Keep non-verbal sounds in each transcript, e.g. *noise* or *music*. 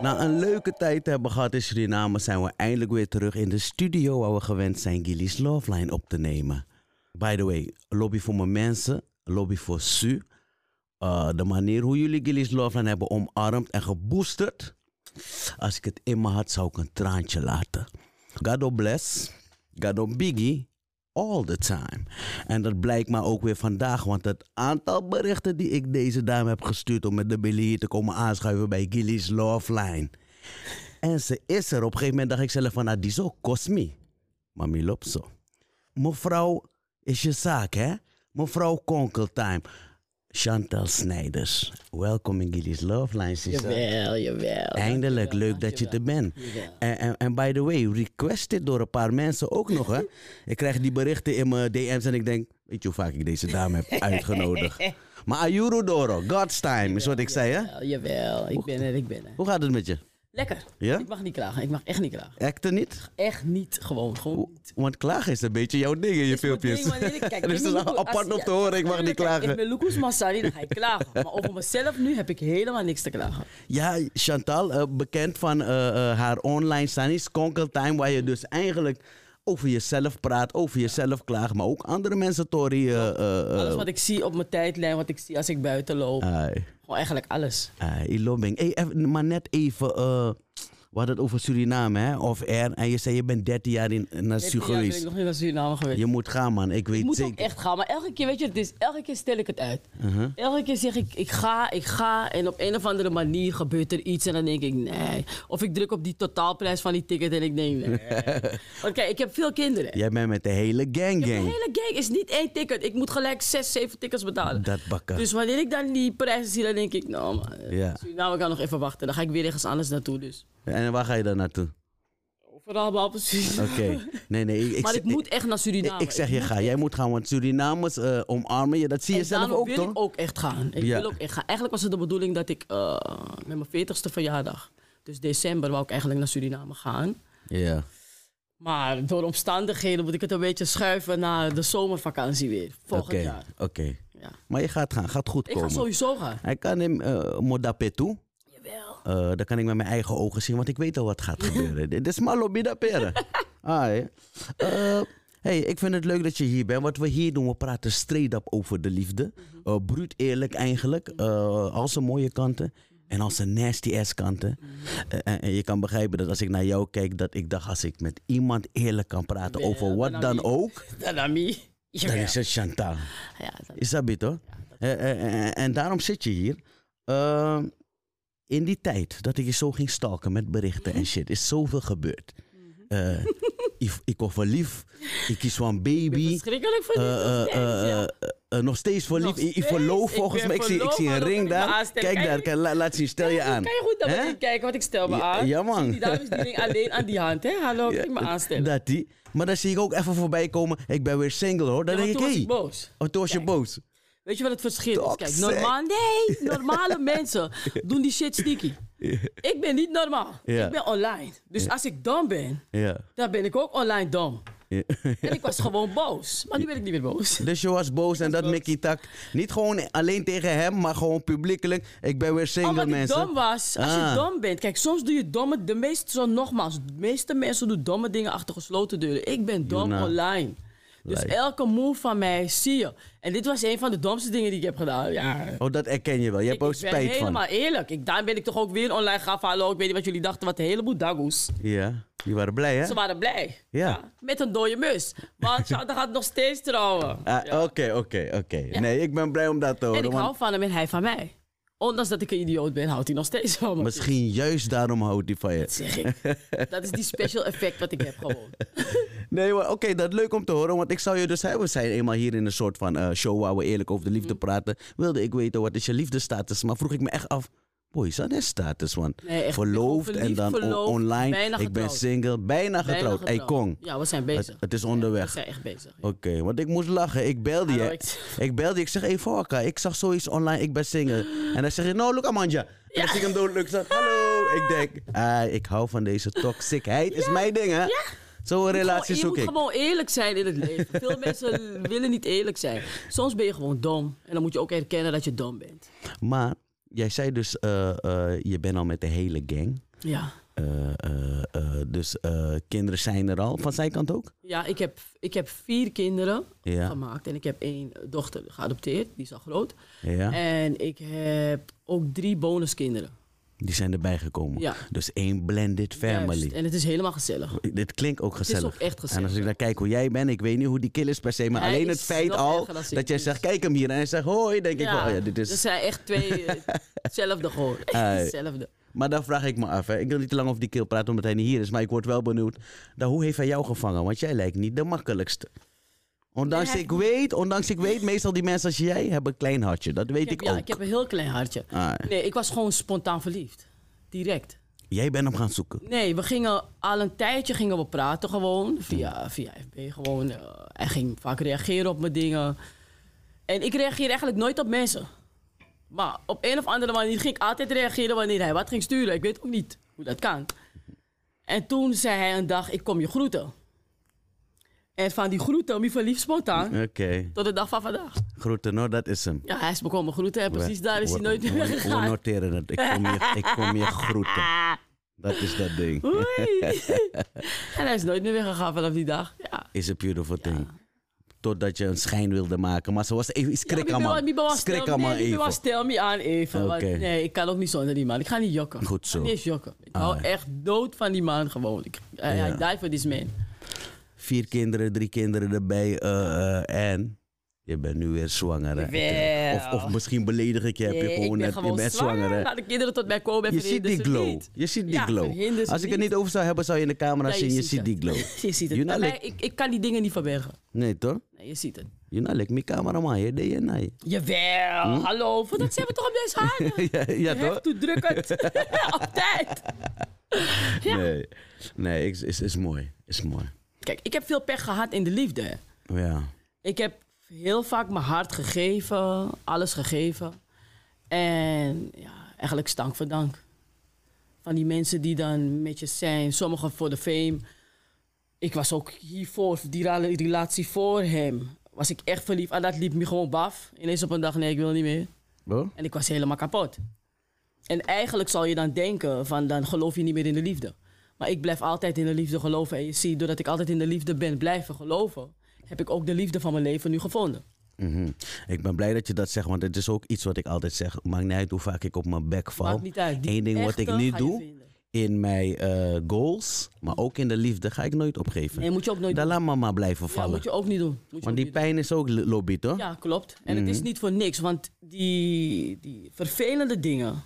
Na een leuke tijd te hebben gehad in Suriname zijn we eindelijk weer terug in de studio waar we gewend zijn Gilly's Loveline op te nemen. By the way, lobby voor mijn mensen, lobby voor Su. Eh, de manier hoe jullie Gilly's Loveline hebben omarmd en geboosterd. Als ik het in me had, zou ik een traantje laten. God bless, God biggie, all the time. En dat blijkt maar ook weer vandaag, want het aantal berichten die ik deze dame heb gestuurd om met de Billy hier te komen aanschuiven bij Gilly's Loveline. En ze is er. Op een gegeven moment dacht ik zelf van, nou, die zo kost me. Mami loopt zo. Mevrouw is je zaak, hè? Mevrouw Konkeltime. Chantal Snijders, welkom in Gilly's Loveline, sister. Jawel, jawel. Eindelijk, leuk dat je er bent. En, en, en by the way, requested door een paar mensen ook nog, hè? Ik krijg die berichten in mijn DM's en ik denk, weet je hoe vaak ik deze dame *laughs* heb uitgenodigd? Maar Ayuru Doro, God's time, is wat ik zei, hè? Jawel, jawel, ik ben er, ik ben er. Hoe gaat het met je? Lekker. Ja? Ik mag niet klagen, ik mag echt niet klagen. Acten niet? Echt niet, gewoon, gewoon niet. Want klagen is een beetje jouw ding in je filmpjes. *laughs* Dus het is apart om te horen, ik *laughs* mag niet Ik klagen. ben Lucas Massari, dan ga ik klagen. Maar over mezelf nu heb ik helemaal niks te klagen. Ja, Chantal, eh, bekend van eh, eh, haar online stanis, Konkeltime, waar je dus eigenlijk over jezelf praat, over jezelf klaagt, maar ook andere mensen Tori. eh, eh, eh, Alles wat ik zie op mijn tijdlijn, wat ik zie als ik buiten loop. ai. Gewoon eigenlijk alles. Ah, Ilobing. Hey, even- maar net even, eh, we hadden het over Suriname, hè? Of er. En je zei, je bent 13 jaar in, naar Su Ja, ben ik geweest. nog niet naar Suriname geweest. Je moet gaan, man. Ik weet Ik moet ook zeker. Uh-huh. echt gaan. Maar elke keer, weet je, het is, elke keer stel ik het uit. Elke keer zeg ik, ik ga, ik ga. En op een of andere manier gebeurt er iets. En dan denk ik, nee. Of ik druk op die totaalprijs van die ticket en ik denk, nee. *laughs* Want kijk, ik heb veel kinderen. Jij bent met de hele gang De gang. hele gang is niet één ticket. Ik moet gelijk zes, zeven tickets betalen. Dat bakken. Dus wanneer ik dan die prijzen zie, dan denk ik, nou man. Ja. Suriname kan nog even wachten. Dan ga ik weer ergens anders naartoe. Dus En waar ga je dan naartoe? overal behalve Suriname. Oké. *laughs* Nee, nee. Ik, ik, Maar ik moet echt naar ik, Suriname. ik zeg je, moet ga. Jij moet gaan, want Surinamers eh, omarmen je. Dat zie je En zelf daarom ook, wil toch? ik ook echt gaan. Ik Ja. wil ook echt gaan. Eigenlijk was het de bedoeling dat ik eh, met mijn 40ste verjaardag, dus december, wou ik eigenlijk naar Suriname gaan. Ja. Maar door omstandigheden moet ik het een beetje schuiven naar de zomervakantie weer. Volgend Oké. jaar. Oké. Ja. Maar je gaat gaan. Gaat goed Ik komen. ga sowieso gaan. Hij kan hem eh Modape toe. Jawel. Eh, dan kan ik met mijn eigen ogen zien, want ik weet al wat gaat gebeuren. Dit is Malobida *laughs* Peren. Ai. Eh, hey, ik vind het leuk dat je hier bent. Wat we hier doen, we praten straight up over de liefde. Mhm. Eh bruut eerlijk eigenlijk. Eh, al zijn mooie kanten en al zijn nasty ass kanten. Mhm. Eh, en, en je kan begrijpen dat als ik naar jou kijk, dat ik dacht als ik met iemand eerlijk kan praten Wel, over wat dan dan niet. ook, Danami. dan Jawel. is het Chantal. Ja, dat- Isabi toch? Eh, eh, eh, en daarom zit je hier. Ehm, in die tijd dat ik je zo ging stalken met berichten en shit, is zoveel gebeurd. Mhm. Eh, ik, ik word verliefd, ik kies voor een baby. verschrikkelijk voor eh, eh, dit. eh, eh, eh, nog steeds verliefd. Nog Ik, ik verloof steeds. Ik volgens ben mij. Ik zie, ik verloofd, zie een maar dat ring kan ik me daar. aanstellen. Kijk Kijk, daar, kan- la- laat zien, stel je aan. Kan je goed naar Hè? beneden kijken, want ik stel me Ja, aan. ja, man. Die dames die ding alleen aan die hand, hè? *laughs* Hallo, Ja, ik me aanstellen. Dat die. Maar dan zie ik ook even voorbij komen. Ik ben weer single hoor. Dan Ja, denk want ik, toen was hé. ik boos. Oh, toen was je boos. Weet je wat het verschil is? Kijk, Toxic. normaal, nee, *laughs* normale mensen doen die shit sneaky. Ik ben niet normaal. Ja. Ik ben online. Dus als ik dom ben, Ja. dan ben ik ook online dom. Ja. En ik was gewoon boos. Maar nu ben ik niet meer boos. Dus je was boos en dat Mickey Tak. Niet gewoon alleen tegen hem, maar gewoon publiekelijk. Ik ben weer single, Omdat ik mensen. dom was. Als Ah. je dom bent. Kijk, soms doe je domme... De meeste, zo nogmaals, de meeste mensen doen domme dingen achter gesloten deuren. Ik ben dom Juna. online. Dus Lijp. elke move van mij zie je. En dit was een van de domste dingen die ik heb gedaan. Ja, Oh, dat erken je wel. Je hebt ook ik ben spijt van. helemaal eerlijk. Ik, daar ben ik toch ook weer online gaan van, hallo, ik weet niet wat jullie dachten, wat een heleboel dagoes. Ja, die waren blij, hè? Ze waren blij. Ja. Met een dode mus. *laughs* Want Shanta gaat nog steeds trouwen. Ah, Oké, oké, oké. Nee, ik ben blij om dat te horen. en ik want hou van hem en hij van mij. Ondanks dat ik een idioot ben, houdt hij nog steeds van me. Misschien juist daarom houdt hij van je. Zeg ik. Dat is die special effect wat ik *laughs* heb gewoon. Nee, maar oké, dat is leuk om te horen. Want ik zou je dus hebben. We zijn eenmaal hier in een soort van eh, show waar we eerlijk over de Mhm. liefde praten. Wilde ik weten wat is je liefdestatus. Maar vroeg ik me echt af. Boy, is dat een status? Want Nee, echt. verloofd Gewoon en verliefd, dan on- verloofd, online. bijna ik ben getrouwd. single, bijna Bijna getrouwd. Hey, Kong. Ja, we zijn Het, bezig. het is We onderweg. zijn echt bezig. Oké, want ik moest lachen. Ik belde Hallo, je. ik- Ik belde je. Ik zeg, hey Forka, ik zag zoiets online. Ik ben single. En dan zeg je, nou, look Amandja. En dan zie ik hem doodelijk. Ik zeg, hallo. Ik denk, ah, ik hou van deze toxicheid. Is mijn ding, hè? Zo'n relatie je zoek moet ik. gewoon eerlijk zijn in het leven. *laughs* Veel mensen willen niet eerlijk zijn. Soms ben je gewoon dom. En dan moet je ook erkennen dat je dom bent. Maar jij zei dus, eh, eh, je bent al met de hele gang. Ja. Eh, eh, eh, dus eh, kinderen zijn er al. Van zijn kant ook? Ja, ik heb, ik heb vier kinderen Ja. gemaakt. En ik heb één dochter geadopteerd, die is al groot. ja. En ik heb ook drie bonuskinderen. Die zijn erbij gekomen. Ja. Dus één blended Juist. family. En het is helemaal gezellig. Dit klinkt ook is ook gezellig. echt En als gezellig. ik naar kijk hoe jij bent, ik weet niet hoe die kill is per se, maar Hij alleen is het feit nog al erger dan dat jij Sinterklaas. zegt, kijk hem hier en hij zegt hoi, denk ik wel, oh ja, dit Dat is... zijn echt twee, eh, *laughs* hetzelfde gewoon. Echt Ah, *laughs* hetzelfde. Maar dan vraag ik me af, hè. ik wil niet te lang over die kill praten omdat hij niet hier is, maar ik word wel benieuwd. Nou, hoe heeft hij jou gevangen? Want jij lijkt niet de makkelijkste. Ondanks Nee, ik weet, ondanks ik weet, meestal die mensen als jij hebben een klein hartje, dat weet Ik ik, heb, ja, ook. ik heb een heel klein hartje. Ah, Nee, ik was gewoon spontaan verliefd. Direct. jij bent hem gaan zoeken. Nee, we gingen al een tijdje gingen we praten gewoon. Via, via FB gewoon. eh, hij ging vaak reageren op mijn dingen. En ik reageer eigenlijk nooit op mensen. Maar op een of andere manier ging ik altijd reageren wanneer hij wat ging sturen. Ik weet ook niet hoe dat kan. En toen zei hij een dag, ik kom je groeten. En van die groeten, me verliefd spontaan, Oké, tot de dag van vandaag. groeten hoor, dat is hem. Ja, hij is bekomen groeten en precies We- daar is hij we- nooit meer we- We *laughs* weggegaan. noteren het, ik kom je, ik kom je groeten. Ah, Dat is dat ding. hoi. *laughs* en hij is nooit meer weggegaan vanaf die dag. Ja. is een beautiful thing. Totdat je een schijn wilde maken. Maar ze was even schrik Ja, maar allemaal. ik ben wel- ik ben wel Schrik stel- allemaal nee, ik ben wel even. stel me aan even. want Oké. nee, ik kan ook niet zonder die man. Ik ga niet jokken. Goed Ik zo. ga niet eens jokken. Ik Ah, hou ja. echt dood van die man gewoon. Ik, eh, Ja. I die for this man. Vier kinderen, drie kinderen erbij. eh, eh, en je bent nu weer zwanger. hè? Wel. Of, of misschien beledig ik je. heb je Nee, ik gewoon ben net, je gewoon bent zwanger. zwanger. hè? Laat de kinderen tot mij komen en Je ziet verhinder die ze glow. niet. Je ziet die Ja, glow. verhinder ze Als ik het niet. niet over zou hebben, zou je in de camera Ja, je zien. Je ziet ziet het. die glow. *laughs* Je ziet het. You know, Bij mij, like- ik, ik kan die dingen niet verbergen. Nee toch? Nee, je ziet het. Je nou, like mijn cameraman. Je deed je nee. Jawel, hallo. Voor dat zijn we toch op deze aarde. *laughs* Ja, Hm? *laughs* ja Je hebt toch? toe druk *laughs* *laughs* het. op tijd. Ja. Nee, nee is, is, is mooi. Is mooi. Kijk, ik heb veel pech gehad in de liefde. hè. Ja. Ik heb heel vaak mijn hart gegeven, alles gegeven. En ja, eigenlijk stank voor dank. Van die mensen die dan met je zijn, sommigen voor de fame. Ik was ook hiervoor, die rela- relatie voor hem. Was ik echt verliefd en dat liep me gewoon baf. Ineens op een dag, nee, ik wil niet meer. Hoor? En ik was helemaal kapot. En eigenlijk zal je dan denken van dan geloof je niet meer in de liefde. Maar ik blijf altijd in de liefde geloven. En je ziet, doordat ik altijd in de liefde ben blijven geloven, heb ik ook de liefde van mijn leven nu gevonden. Mhm. Ik ben blij dat je dat zegt, want het is ook iets wat ik altijd zeg. Maakt niet uit hoe vaak ik op mijn bek val. Maakt niet uit. Die Eén ding wat ik echte nu ga je doe, vinden. in mijn eh, goals, maar ook in de liefde, ga ik nooit opgeven. Nee, moet je ook nooit Daar laat mama blijven doen. Ja, vallen. moet je ook niet doen. Moet je ook want die niet pijn Mhm. is ook lo- lobby, toch? doen. Ja, klopt. En het is niet voor niks, want die, die vervelende dingen,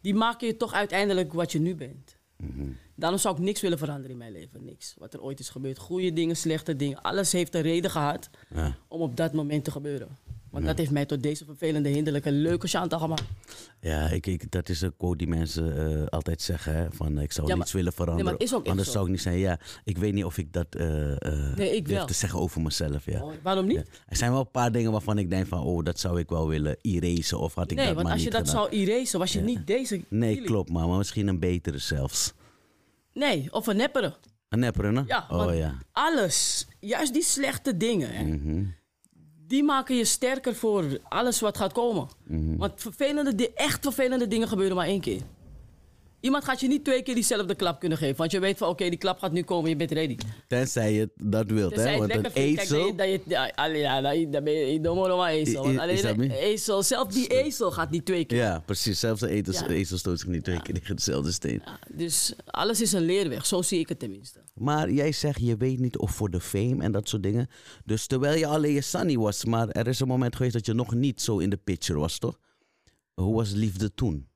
die maken je toch uiteindelijk wat je nu bent. Mhm. Daarom zou ik niks willen veranderen in mijn leven. Niks. Wat er ooit is gebeurd. Goede dingen, slechte dingen. Alles heeft een reden gehad. Ja. om op dat moment te gebeuren. Want dat heeft mij tot deze vervelende, hinderlijke, leuke Chantal gemaakt. Ja, ik, ik, dat is een quote die mensen eh, altijd zeggen. Hè, van eh, ik zou Ja, maar- niets willen veranderen. Nee, maar het is ook echt anders zo. zou ik niet zijn. Ja, ik weet niet of ik dat eh, eh, Nee, ik durf wel. te zeggen over mezelf. Ja. Oh, Waarom niet? Er zijn wel een paar dingen waarvan ik denk van, oh, dat zou ik wel willen eraseren. Of had ik nee, dat want maar als je niet dat gedaan. zou erasen, was je niet deze. Nee, Kili. klopt, maar, maar misschien een betere zelfs. Nee, of een nepperen. Een nepper, hè? Ja, oh want ja. Mm. Mhm. alles, juist die slechte dingen, hè, die maken je sterker voor alles wat gaat komen. Mm-hmm. Want vervelende, di- echt vervelende dingen gebeuren maar één keer. Iemand gaat je niet twee keer diezelfde klap kunnen geven. Want je weet van, oké, die klap gaat nu komen, je bent ready. Tenzij je het dat wilt, Tenzij hè? je Want het een lekker vindt, kijk, ezel. dat je, ja, allee, ja, dan- dan ben je domme maar I- ezel. i- Want is alleen dat een niet? ezel, zelfs die ezel gaat niet twee keer. Ja, precies. Zelfs de ezel, Ja. ezel stoot zich niet twee keer tegen dezelfde steen. Dus alles is een leerweg, zo zie ik het tenminste. Maar jij zegt, je weet niet of voor de fame en dat soort dingen. Dus terwijl je alleen je Sunny was, maar er is een moment geweest dat je nog niet zo in de picture was, toch? Hoe was liefde toen?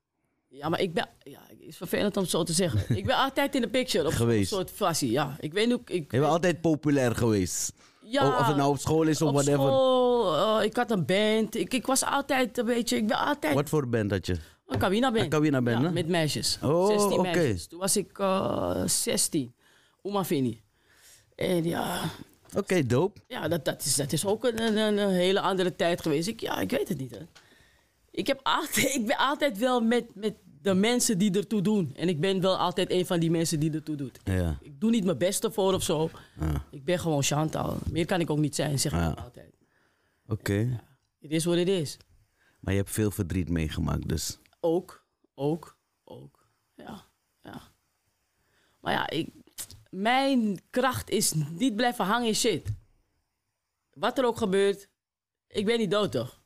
Ja, maar ik ben... Ja, het is vervelend om het zo te *laughs* zeggen. ik ben altijd in de picture. Op Geweest. Een soort fassie, ja. Ik weet ook... Ik, Je bent altijd populair geweest. ja, Of- of het nou op school is of op whatever. school, eh, ik had een band. Ik, ik was altijd een beetje... Ik ben altijd Wat voor band had je? een cabina band. Een cabina band, ja, hè? met meisjes. Oh, 16 oké. meisjes. Toen was ik eh 16. Oma Vini. En ja, Oké, dope. Ja, dat, dat, is, dat is ook een, een, een hele andere tijd geweest. Ik, ja, ik weet het niet. Hè. Ik, heb altijd, ik ben altijd wel met, met de mensen die ertoe doen. En ik ben wel altijd een van die mensen die ertoe doet. Ja. Ik doe niet mijn best ervoor of zo. Ah, Oké. Ik ben gewoon Chantal. Meer kan ik ook niet zijn, zeg ik Ja. altijd. Het is wat het is. Maar je hebt veel verdriet meegemaakt, dus. Ook, ook, ook. Ja. Ja. Maar ja, ik, mijn kracht is niet blijven hangen in shit. Wat er ook gebeurt, ik ben niet dood toch?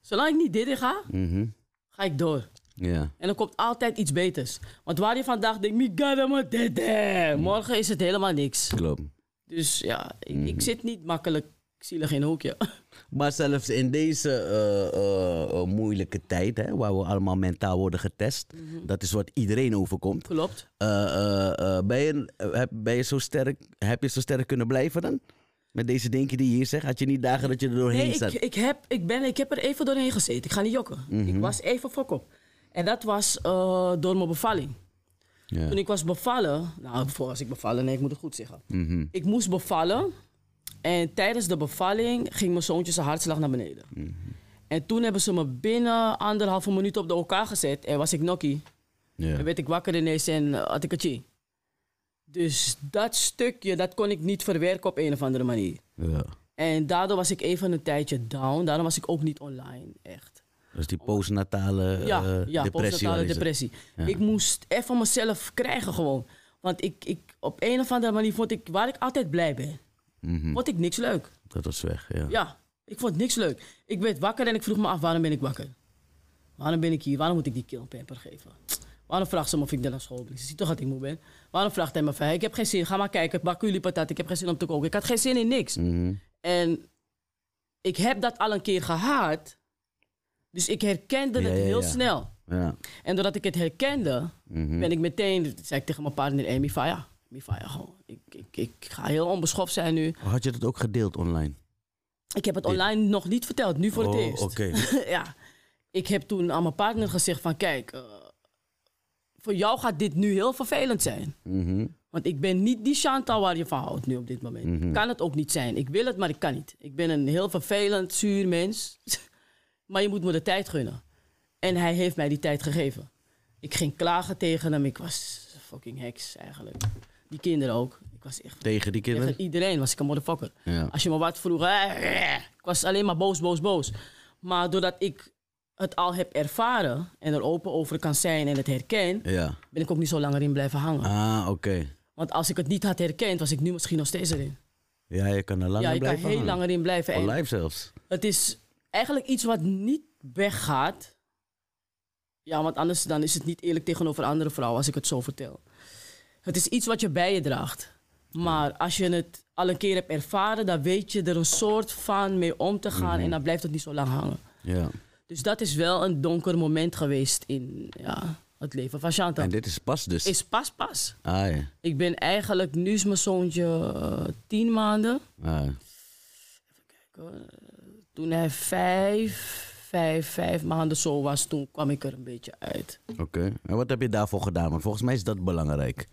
Zolang ik niet dit in ga, Mhm. ga ik door. Ja. En er komt altijd iets beters. Want waar je vandaag denkt, mi gada ma dede. Morgen is het helemaal niks. Klopt. Dus ja, ik, ik zit niet makkelijk zielig in een hoekje. *laughs* Maar zelfs in deze eh, eh, eh, moeilijke tijd, hè, waar we allemaal mentaal worden getest, Mhm. dat is wat iedereen overkomt. Klopt. Eh, eh, eh, ben, je, eh, heb, ben je zo sterk, heb je zo sterk kunnen blijven dan? Met deze dingen die je hier zegt, had je niet dagen dat Mhm. je er doorheen Nee, ik, zat? ik, heb, ik, ben, ik heb er even doorheen gezeten. Ik ga niet jokken. Ik was even fok op. En dat was eh, door mijn bevalling. Ja. Toen ik was bevallen, nou, voor was ik bevallen, nee, ik moet het goed zeggen. Mhm. Ik moest bevallen. En tijdens de bevalling ging mijn zoontje zijn hartslag naar beneden. Mhm. En toen hebben ze me binnen anderhalve minuut op de elkaar gezet. En was ik nokkie. Ja. En werd ik wakker ineens en eh, had ik het chi. Dus dat stukje, dat kon ik niet verwerken op een of andere manier. Ja. En daardoor was ik even een tijdje down. Daarom was ik ook niet online, echt. Dus die postnatale eh, Ja, ja, depressie. postnatale waar is het? depressie. Ja. Ik moest even mezelf krijgen gewoon. Want ik, ik, op een of andere manier vond ik, waar ik altijd blij ben, Mhm. vond ik niks leuk. Dat was weg, ja. Ja, ik vond niks leuk. Ik werd wakker en ik vroeg me af, waarom ben ik wakker? Waarom ben ik hier? Waarom moet ik die keelpamper geven? Waarom vraagt ze me of ik dan naar school ben? Ze ziet toch dat ik moe ben? Waarom vraagt hij me van, hey, ik heb geen zin, ga maar kijken, bak jullie patat, ik heb geen zin om te koken. Ik had geen zin in niks. Mhm. En ik heb dat al een keer gehad, dus ik herkende Ja, het ja, heel ja. snel. ja. En doordat ik het herkende, Mhm. ben ik meteen, zei ik tegen mijn partner, hey, Mifaya, Mifaya, gewoon, ik, ik, ik ga heel onbeschoft zijn nu. Had je dat ook gedeeld online? Ik heb het online nog niet verteld, nu voor oh, het eerst. Oké. *laughs* ja, ik heb toen aan mijn partner gezegd van kijk, eh, voor jou gaat dit nu heel vervelend zijn. Mhm. Want ik ben niet die Chantal waar je van houdt nu op dit moment. Ik Kan het ook niet zijn. Ik wil het, maar ik kan niet. Ik ben een heel vervelend, zuur mens. *laughs* maar je moet me de tijd gunnen. En hij heeft mij die tijd gegeven. Ik ging klagen tegen hem. Ik was fucking heks eigenlijk. Die kinderen ook. Ik was echt... Tegen die kinderen? Tegen iedereen was ik een motherfucker. Ja. Als je me wat vroeg, eh, eh, ik was alleen maar boos, boos, boos. Maar doordat ik het al heb ervaren en er open over kan zijn en het herken, Ja. ben ik ook niet zo langer in blijven hangen. Ah, oké. Want als ik het niet had herkend, was ik nu misschien nog steeds erin. Ja, je kan er langer Ja, ik kan blijven heel hangen. langer in blijven. Voor En live zelfs. het is eigenlijk iets wat niet weggaat. Ja, want anders dan is het niet eerlijk tegenover andere vrouwen als ik het zo vertel. Het is iets wat je bij je draagt. Maar als je het al een keer hebt ervaren, dan weet je er een soort van mee om te gaan. Mhm. En dan blijft het niet zo lang hangen. Ja. Dus dat is wel een donker moment geweest in ja, het leven van Chantal. En dit is pas dus. Is pas pas. Ah, ja. Ik ben eigenlijk, nu is mijn zoontje eh, tien maanden. Ah, ja. Kijk, hoor. Toen hij vijf, vijf, vijf maanden zo was, toen kwam ik er een beetje uit. Oké. En wat heb je daarvoor gedaan? Want volgens mij is dat belangrijk.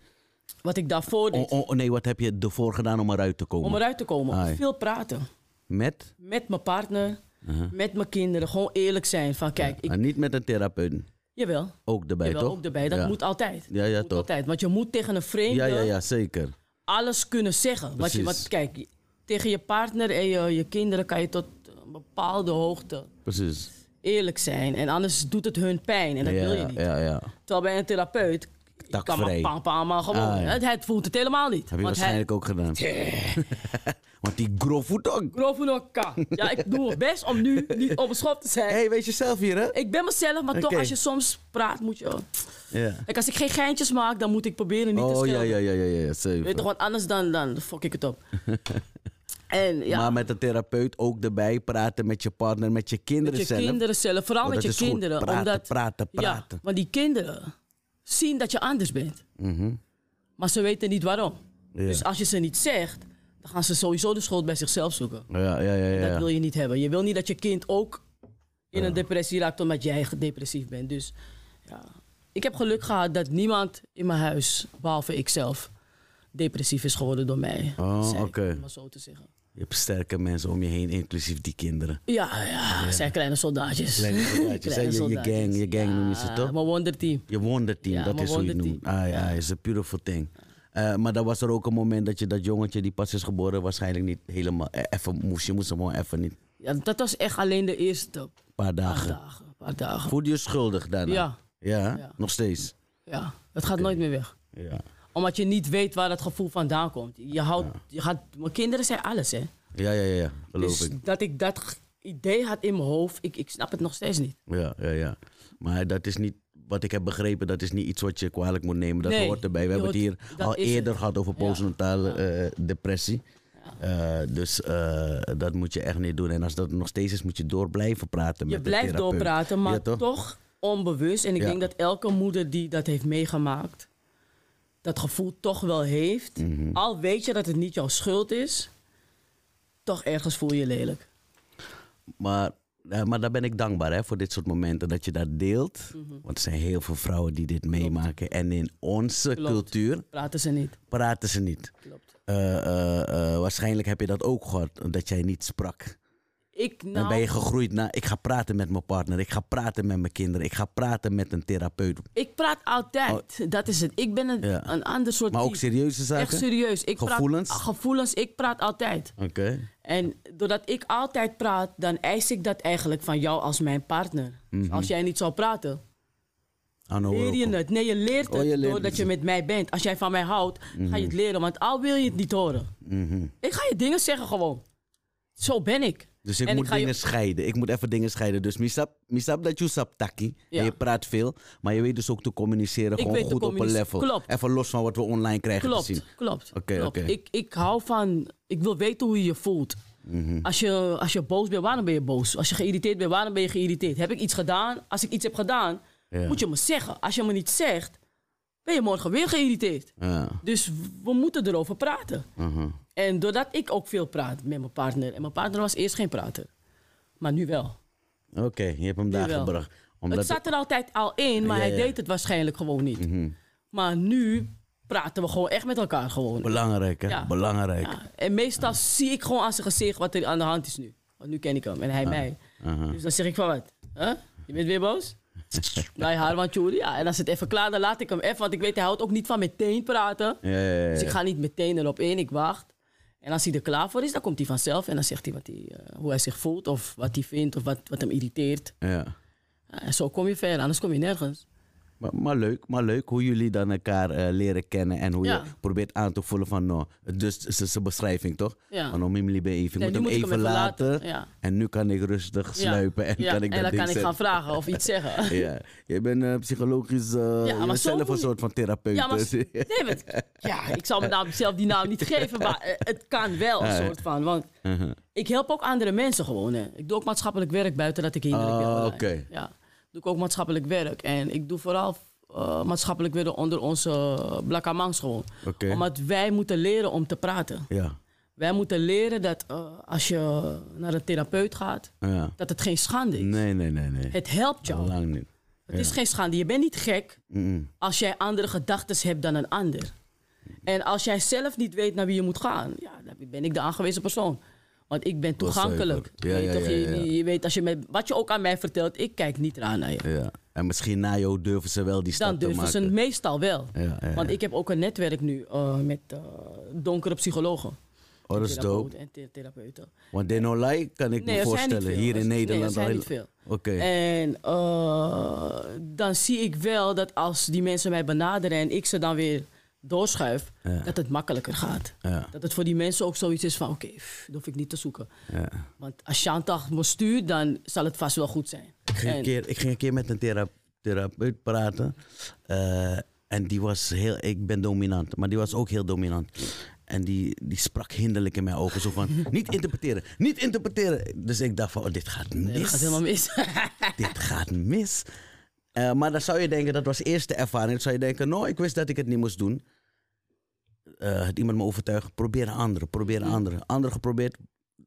Wat ik daarvoor O, deed, o- nee, wat heb je ervoor gedaan om eruit te komen? om eruit te komen, Ai. veel praten. Met? Met mijn partner, Uh-huh. met mijn kinderen. Gewoon eerlijk zijn van, kijk, ik, En Ah, niet met een therapeut. jawel, Ook erbij, jawel toch? ook erbij. Dat ja. moet altijd. Ja, ja, moet toch. altijd. Want je moet tegen een vreemde Ja, ja, ja, zeker. alles kunnen zeggen. Wat je, Precies. wat, kijk, je- tegen je partner en je, je kinderen kan je tot een bepaalde hoogte Precies. eerlijk zijn. En anders doet het hun pijn en dat ja, wil je niet. ja, ja. Terwijl bij een therapeut je kan Takvrij. maar pam, pam, maar gewoon. Ah, ja. het, het voelt het helemaal niet. Heb je waarschijnlijk ook gedaan. *laughs* Want die grof voet ook. hij... Grof in elkaar. Ja, ik doe mijn best om nu niet op te zijn. Hé, hey, weet je zelf hier, hè? Ik ben mezelf, maar Oké. toch als je soms praat moet je... Ja. Kijk, als ik geen geintjes maak, dan moet ik proberen niet te Oh, ja, schelden. ja, ja, ja, ja, zeker. Weet toch, want anders dan, dan fuck ik het *laughs* op. en ja, Maar met een therapeut ook erbij praten met je partner, met je kinderen met je zelf. kinderen zelf, vooral Want met dat je is goed. kinderen. Praten, omdat, praten, praten. Ja, want die kinderen zien dat je anders bent. Maar ze weten niet waarom. Mhm. Ja. Dus als je ze niet zegt, dan gaan ze sowieso de schuld bij zichzelf zoeken. Ja, ja, ja, ja. Dat wil je niet hebben. Je wil niet dat je kind ook in een depressie raakt omdat jij depressief bent. Dus ja. ik heb geluk gehad dat niemand in mijn huis, behalve ikzelf, depressief is geworden door mij. Oh, zei ik, oké. om maar zo te zeggen. Je hebt sterke mensen om je heen, inclusief die kinderen. Ja, ja, het zijn kleine soldaatjes. *laughs* Kleine soldaatjes, hè? Je- je soldaatjes. gang- je gang noem je ze Ja, toch? Mijn wonderteam. Je wonderteam, Ja, dat mijn is hoe je het noemt. wonderteam. Ah ja, is een beautiful thing. Eh, maar dan was er ook een moment dat je dat jongetje die pas is geboren waarschijnlijk niet helemaal eh, even moest. Je moest hem gewoon even niet. Een Ja, dat was echt alleen de eerste paar paar dagen. dagen. Een paar dagen. Voelde je schuldig daarna? Ja. Ja, Ja. nog steeds. Ja, het gaat nooit meer weg. Ja. Omdat je niet weet waar dat gevoel vandaan komt. Je houdt, je gaat, mijn kinderen zijn alles, hè. Ja, ja, ja, ja. Geloof Dus ik. dat ik dat g- idee had in mijn hoofd, ik, ik snap het nog steeds niet. Ja, ja, ja. Maar dat is niet, wat ik heb begrepen, dat is niet iets wat je kwalijk moet nemen. Dat Nee, hoort erbij. We je hebben het hier hoort- dat al is eerder het. gehad over Ja. postnatale eh, depressie. Eh, dus eh, dat moet je echt niet doen. En als dat nog steeds is, moet je door blijven praten Je met de blijft therapeut. doorpraten, maar Ja, toch? onbewust. En ik Ja. denk dat elke moeder die dat heeft meegemaakt, dat gevoel toch wel heeft. Mhm. Al weet je dat het niet jouw schuld is, toch ergens voel je je lelijk. Maar, eh, maar daar ben ik dankbaar hè, voor dit soort momenten, dat je dat deelt. Mhm. Want er zijn heel veel vrouwen die dit meemaken. En in onze Klopt. cultuur Praten ze niet. praten ze niet. Klopt. Eh, eh, eh, waarschijnlijk heb je dat ook gehad, dat jij niet sprak. Ik nou, Dan ben je gegroeid naar, ik ga praten met mijn partner, ik ga praten met mijn kinderen, ik ga praten met een therapeut. ik praat altijd. Dat is het. Ik ben een, Oh. Ja. een ander soort Maar ook type. serieuze zaken? Echt serieus. Ik Gevoelens? Praat, Ah, gevoelens, ik praat altijd. Oké. En doordat ik altijd praat, dan eis ik dat eigenlijk van jou als mijn partner. Mhm. Als jij niet zou praten, Anno leer je Rocco. het. Nee, je leert het Oh, je leert doordat het. je met mij bent. Als jij van mij houdt, ga je het leren. Want al wil je het niet horen. Mhm. Ik ga je dingen zeggen gewoon. Zo ben ik. Dus ik En moet ik ga je- dingen scheiden. Ik moet even dingen scheiden. Dus misap, misap dat je sap taki. Ja. En je praat veel, maar je weet dus ook te communiceren gewoon weet te goed op een communice- level. Klopt. Even los van wat we online krijgen te zien. Klopt, klopt. Oké, klopt. oké. Ik, ik hou van... Ik wil weten hoe je je voelt. Mhm. Als, je, als je boos bent, waarom ben je boos? Als je geïrriteerd bent, waarom ben je geïrriteerd? Heb ik iets gedaan? Als ik iets heb gedaan, Ja. moet je me zeggen. Als je me niet zegt, ben je morgen weer geïrriteerd. Ja. Dus we moeten erover praten. Mhm. En doordat ik ook veel praat met mijn partner. En mijn partner was eerst geen prater. Maar nu wel. Oké, je hebt hem daar Jawel. gebracht. Omdat het zat er altijd al in, maar Ja, hij ja. Mhm. deed het waarschijnlijk gewoon niet. Maar nu praten we gewoon echt met elkaar gewoon. Belangrijk, hè? Ja. Belangrijk. Ja, en meestal zie ik gewoon aan zijn gezicht wat er aan de hand is nu. Want nu ken ik hem en hij mij. Ah, Aha. Dus dan zeg ik van wat? Huh? Je bent weer boos? nou ja, want joh, ja. En als het even klaar, dan laat ik hem even. Want ik weet, hij houdt ook niet van meteen praten. *laughs* Ja, ja, ja, Dus ik ja. ga niet meteen erop in, ik wacht. En als hij er klaar voor is, dan komt hij vanzelf. En dan zegt hij, wat hij eh, hoe hij zich voelt of wat hij vindt of wat, wat hem irriteert. Ja. Ja, En zo kom je verder, anders kom je nergens. Maar, maar leuk, maar leuk hoe jullie dan elkaar eh, leren kennen en hoe Ja. je probeert aan te voelen van, nou, dus ze- ze beschrijving toch? Ja. Van om hem liever even, ik moet Nee, nu hem moet ik even hem even laten. laten, ja. En nu kan ik rustig Ja. sluipen en Ja, kan ik en dat ding dan kan ik gaan zeggen. vragen of iets zeggen. *laughs* Ja, je bent eh, psychologisch eh Ja, maar zo zelf een moet je- soort van therapeut. Ja, maar, dus- nee, maar- ja, ik zal mezelf zelf die naam niet geven, maar eh, het kan wel een soort van. Want Mhm. ik help ook andere mensen gewoon. Hè. Ik doe ook maatschappelijk werk buiten dat ik hinderlijk ben. Ah, online. oké. Ja, doe ik ook maatschappelijk werk. En ik doe vooral eh, maatschappelijk werk onder onze blakkamangs gewoon. Oké. Omdat wij moeten leren om te *laughs* praten. Ja, Wij moeten leren dat eh, als je naar een therapeut gaat, ja. dat het geen schande is. Nee, nee, nee, nee. Het helpt jou. Lang niet. Het is geen schande. Je bent niet gek Mm-mm. als jij andere gedachten hebt dan een ander. En als jij zelf niet weet naar wie je moet gaan, ja, dan ben ik de aangewezen persoon. Want ik ben toegankelijk. zuiver. Ja, je, weet ja, toch, ja, je- ja. Je, je weet, als je me, wat je ook aan mij vertelt, ik kijk niet raar naar je. Ja. En misschien na jou durven ze wel die Dan stap te durven maken. ze het meestal wel. Ja, ja, Want ja. ik heb ook een netwerk nu eh, met eh, donkere psychologen. Oh, dat is dope. Therapeuten En the- therapeuten. Want they no lie, kan ik Nee, me er zijn niet voorstellen. veel. Hier in Er- nee, er Nederland. zijn al niet heel- veel. Oké. En eh, dan zie ik wel dat als die mensen mij benaderen en ik ze dan weer doorschuif, Ja. dat het makkelijker gaat. Ja. Dat het voor die mensen ook zoiets is van, oké, pff, dat hoef ik niet te zoeken. ja. Want als Chantal me stuurt, dan zal het vast wel goed zijn. Ik ging, een En- keer, ik ging een keer met een thera- therapeut praten. eh, en die was heel... Ik ben dominant, maar die was ook heel dominant. En die, die sprak hinderlijk in mijn ogen. Zo van, *laughs* niet interpreteren, niet interpreteren. Dus ik dacht van, oh, dit gaat mis. Nee, dat gaat helemaal mis. *laughs* Dit gaat mis. Eh, maar dan zou je denken, dat was eerste ervaring. Dan zou je denken, nou, ik wist dat ik het niet moest doen. Eh het iemand me overtuigen, probeer een andere, probeer Mm. een andere. Andere geprobeerd,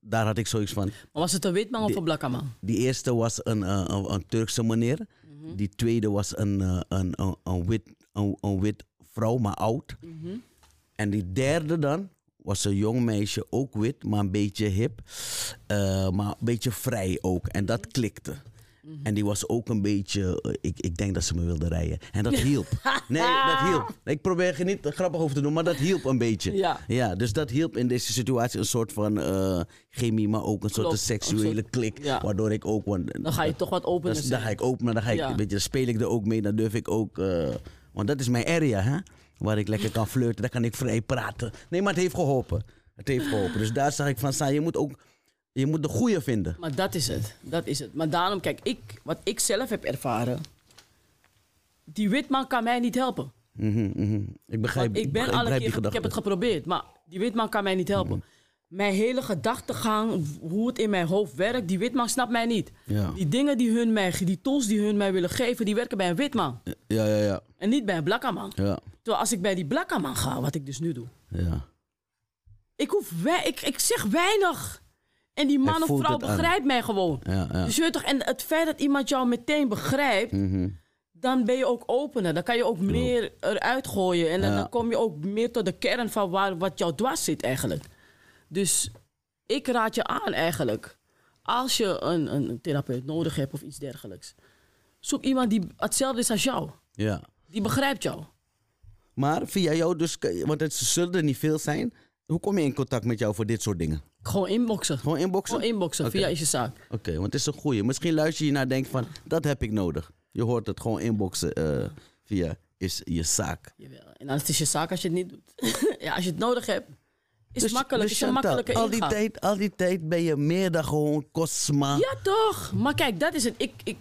daar had ik zoiets van. maar was het een witman of Die- een blakke man? Die eerste was een, eh, een, een Turkse meneer. Mhm. Die tweede was een, eh, een, een, een wit, een, een wit vrouw, maar oud. Mhm. En die derde dan was een jong meisje, ook wit, maar een beetje hip. eh, maar een beetje vrij ook. En Mhm. dat klikte. En die was ook een beetje, eh, ik, ik denk dat ze me wilde rijden. En *laughs* dat hielp. Nee, dat hielp. Ik probeer er niet grappig over te doen, maar dat hielp een beetje. Ja. dus dat hielp in deze situatie een soort van eh, chemie, maar ook een soort Klopt. Een seksuele soort- klik. Ja. Waardoor ik ook, want Dan ga je toch wat opener dus dan zijn. ga ik openen, dan, ga ik, Ja. weet je, dan speel ik er ook mee, dan durf ik ook eh, Want dat is mijn area, hè? Waar ik lekker kan flirten, daar kan ik vrij praten. Nee, maar het heeft geholpen. Het heeft geholpen. Dus daar zag ik van, Sa, je moet ook je moet de goede vinden. Maar dat is het. Dat is het. Maar daarom, kijk, ik, wat ik zelf heb ervaren. Die witman kan mij niet helpen. Mhm, mhm. Ik begrijp, Want ik ben begrijp- alle begrijp keer, die ik gedachte. Mhm. heb het geprobeerd, maar die witman kan mij niet helpen. Mijn hele gedachtegang, hoe het in mijn hoofd werkt, die witman snapt mij niet. Ja. Die dingen die hun mij, die tools die hun mij willen geven, die werken bij een witman ja, ja, ja. en niet bij een blakkaman. Ja, Terwijl als ik bij die blakkaman ga, wat ik dus nu doe, ja. ik hoef wei- ik, ik zeg weinig. En die man of voelt vrouw het aan. begrijpt mij gewoon. ja, ja. Dus je weet toch, en het feit dat iemand jou meteen begrijpt, Mhm. dan ben je ook opener. Dan kan je ook meer eruit gooien. En dan, Ja. dan kom je ook meer tot de kern van waar, wat jou dwars zit eigenlijk. Dus ik raad je aan eigenlijk. Als je een, een therapeut nodig hebt of iets dergelijks. Zoek iemand die hetzelfde is als jou. ja. Die begrijpt jou. Maar via jou dus, want het zullen er niet veel zijn. Hoe kom je in contact met jou voor dit soort dingen? Gewoon inboxen. Gewoon inboxen? Gewoon inboxen Oké. via is je zaak. Oké, want het is een goeie. Misschien luister je naar en denk van, dat heb ik nodig. Je hoort het gewoon inboxen eh, via is je zaak. Jawel. En dan is het je zaak als je het niet doet. *laughs* ja, als je het nodig hebt, is het makkelijk. dus is een Chantal, makkelijke al die, ingang. tijd, al die tijd ben je meer dan gewoon Cosma. Ja, toch? Maar kijk, dat is het. Ik, ik,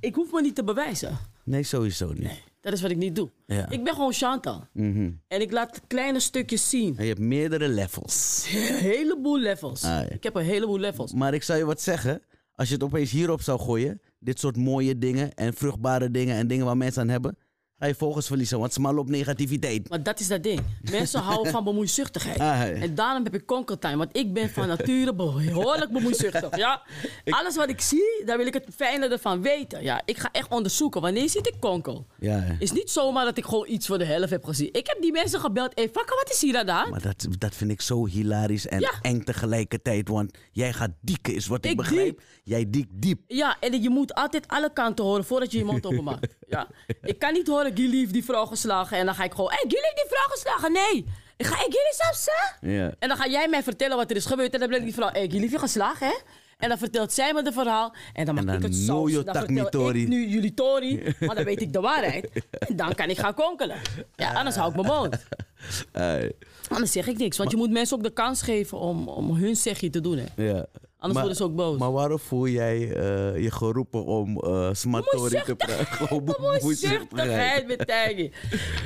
ik hoef me niet te bewijzen. Nee, sowieso niet. Dat is wat ik niet doe. Ja. Ik ben gewoon Chantal. Mhm. En ik laat kleine stukjes zien. *laughs* En je hebt meerdere levels. Een heleboel levels. Ah, ja. Ik heb een heleboel levels. Maar ik zou je wat zeggen. Als je het opeens hierop zou gooien. Dit soort mooie dingen en vruchtbare dingen en dingen waar mensen aan hebben. Ga je volgers verliezen, want smal op negativiteit. Maar dat is dat ding. Mensen houden van bemoeizuchtigheid. Ah, ja. En daarom heb ik konkeltuin. Want ik ben van nature behoorlijk bemoeizuchtig. Ja? Alles wat ik zie, daar wil ik het fijne ervan weten. Ja, ik ga echt onderzoeken. Wanneer ziet ik konkel? Ja, hè. Is niet zomaar dat ik gewoon iets voor de helft heb gezien. Ik heb die mensen gebeld. Hé, hey, fucker, wat is hier aan de hand? maar dat, dat vind ik zo hilarisch en Ja. eng tegelijkertijd. Want jij gaat dieken, is wat ik, Ik begrijp. diep. Jij diekt diep. Ja, en je moet altijd alle kanten horen voordat je je *laughs* mond openmaakt. Ja. Ik kan niet horen, Gilly heeft die vrouw geslagen. En dan ga ik gewoon, hé, hey, Gilly heeft die vrouw geslagen. Nee. Ik ga, hé, hey, Gilly zelfs, hè? Ja. En dan ga jij mij vertellen wat er is gebeurd. En dan blijkt die vrouw, hé, hey, Gilly heeft je geslagen, hè? En dan vertelt zij me het verhaal. En dan maak En dan ik het no, saus. yo, Dan tak vertel mi tori. ik nu jullie *laughs* tori. Maar dan weet ik de waarheid. En dan kan ik gaan konkelen. Ah. Ja, anders hou ik mijn mond. Ai, Anders zeg ik niks. Want je moet mensen ook de kans geven om, om hun zegje te doen, hè? ja. Anders worden ze ook boos. Maar waarom voel jij eh, je geroepen om eh smatori te praten? *laughs* Gewoon bemoeizuchtigheid. Bemoeizuchtigheid betekent.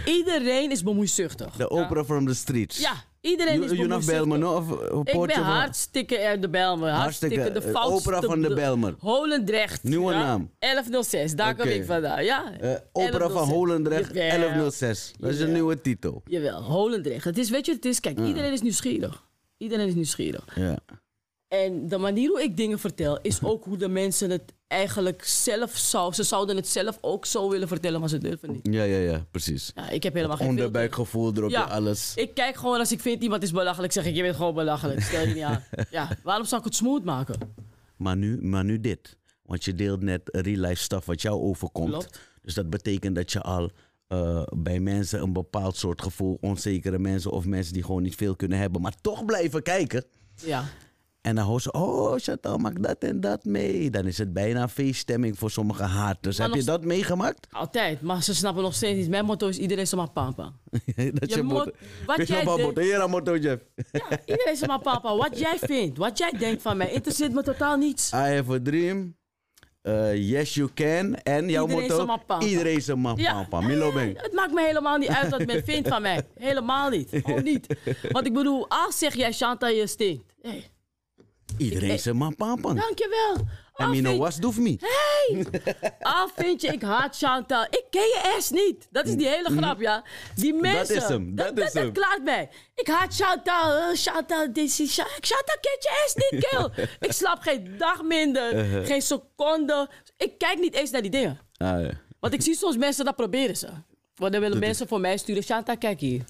Iedereen is bemoeizuchtig. De opera from the streets. Ja, iedereen is You- you nog bemoeizuchtig. Belmer, no? Of, eh, Ik Poortje ben van- hartstikke eh, de Belmer. Hartstikke, Hartstikke, de eh, foutste. opera van de Belmer. Holendrecht. Nieuwe ja. naam. 1106, daar kom Oké. ik vandaan. Ja. Eh, opera van 1106. Holendrecht Jawel. 1106. Dat is een Jawel. nieuwe titel. Jawel, Holendrecht. Het is, weet je, wat het is, kijk, iedereen is nieuwsgierig. Iedereen is nieuwsgierig. Ja. En de manier hoe ik dingen vertel, is ook hoe de mensen het eigenlijk zelf zou... Ze zouden het zelf ook zo willen vertellen, maar ze durven niet. ja, ja, ja, precies. Ja, ik heb helemaal geen filter. Onderbuikgevoel erop, Ja. je alles. Ik kijk gewoon als ik vind iemand is belachelijk, zeg ik je bent gewoon belachelijk. Stel je niet *laughs* aan. Ja, waarom zou ik het smooth maken? Maar nu, maar nu dit. Want je deelt net real life stuff wat jou overkomt. Klopt. Dus dat betekent dat je al eh, bij mensen een bepaald soort gevoel, onzekere mensen of mensen die gewoon niet veel kunnen hebben, maar toch blijven kijken. Ja, En dan hoor ze, oh Chantal, maak dat en dat mee. Dan is het bijna feeststemming voor sommige haters. Maar Heb je nog- dat meegemaakt? altijd. Maar ze snappen nog steeds niet. Mijn motto is iedereen zomaar papa. dat *laughs* Je moet- wat Weet je jij nog wel, deed- motto? Hier aan motto, Jeff. Ja, iedereen zomaar papa. Wat jij vindt, wat jij denkt van mij, interesseert me totaal niets. I have a dream. Eh, yes, you can. En jouw Iedereen motto? zijn mapampa. Iedereen is een Ja, mapampa. Milo eh, Beng. het maakt me helemaal niet uit wat men vindt van mij. Helemaal niet. Gewoon niet. Want ik bedoel, als zeg jij Shanta je stinkt. Hey, Iedereen is een mapampa. dankjewel. En Al Mino vind- was doef me. Al vind je, ik haat Chantal. Ik ken je ass niet. Dat is die hele grap, ja. Die mensen. is hem, Mhm. dat is hem. klaart mij. Ik haat Chantal. eh, Chantal, dit is- Cha- Chantal kent je ass niet, *laughs* kill. ik slaap geen dag minder. Eh, Geen seconde. Ik kijk niet eens naar die dingen. Ah, ja. Want ik zie soms mensen dat proberen ze. Want dan willen mensen voor mij sturen. Chantal, kijk hier.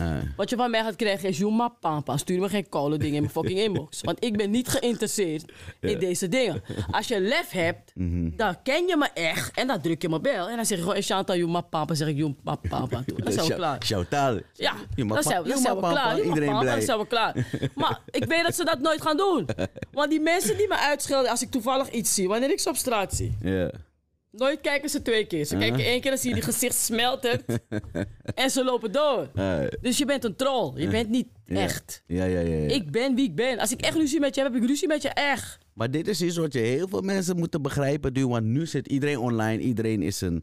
Ah, ja. Wat je van mij gaat krijgen is Juma Pampa. Stuur me geen koude dingen in mijn fucking *laughs* inbox. Want ik ben niet geïnteresseerd in deze dingen. Als je lef hebt, Mhm. dan ken je me echt. En dan druk je mijn bel. En dan zeg je gewoon, hey, Chantal Juma Pampa. zeg ik Juma Pampa. toe. En Dan zijn we Shout- klaar. Shout-out. Ja, Je dan zijn we, je dan zijn we mapampa, klaar. Juma Iedereen Pampa, dan blij. zijn we klaar. *laughs* Maar ik weet dat ze dat nooit gaan doen. Want die mensen die me uitschelden als ik toevallig iets zie, wanneer ik ze op straat zie. Ja. Nooit kijken ze twee keer. Ze kijken één keer, dan zie je die gezicht *laughs* smelten. en ze lopen door. Eh, Dus je bent een troll. Je bent niet ja. echt. Ja, ja, ja. ja. Ik ben wie ik ben. Als ik echt ruzie met je heb, heb ik ruzie met je echt. Maar dit is iets wat je heel veel mensen moeten begrijpen nu. Want nu zit iedereen online. Iedereen is een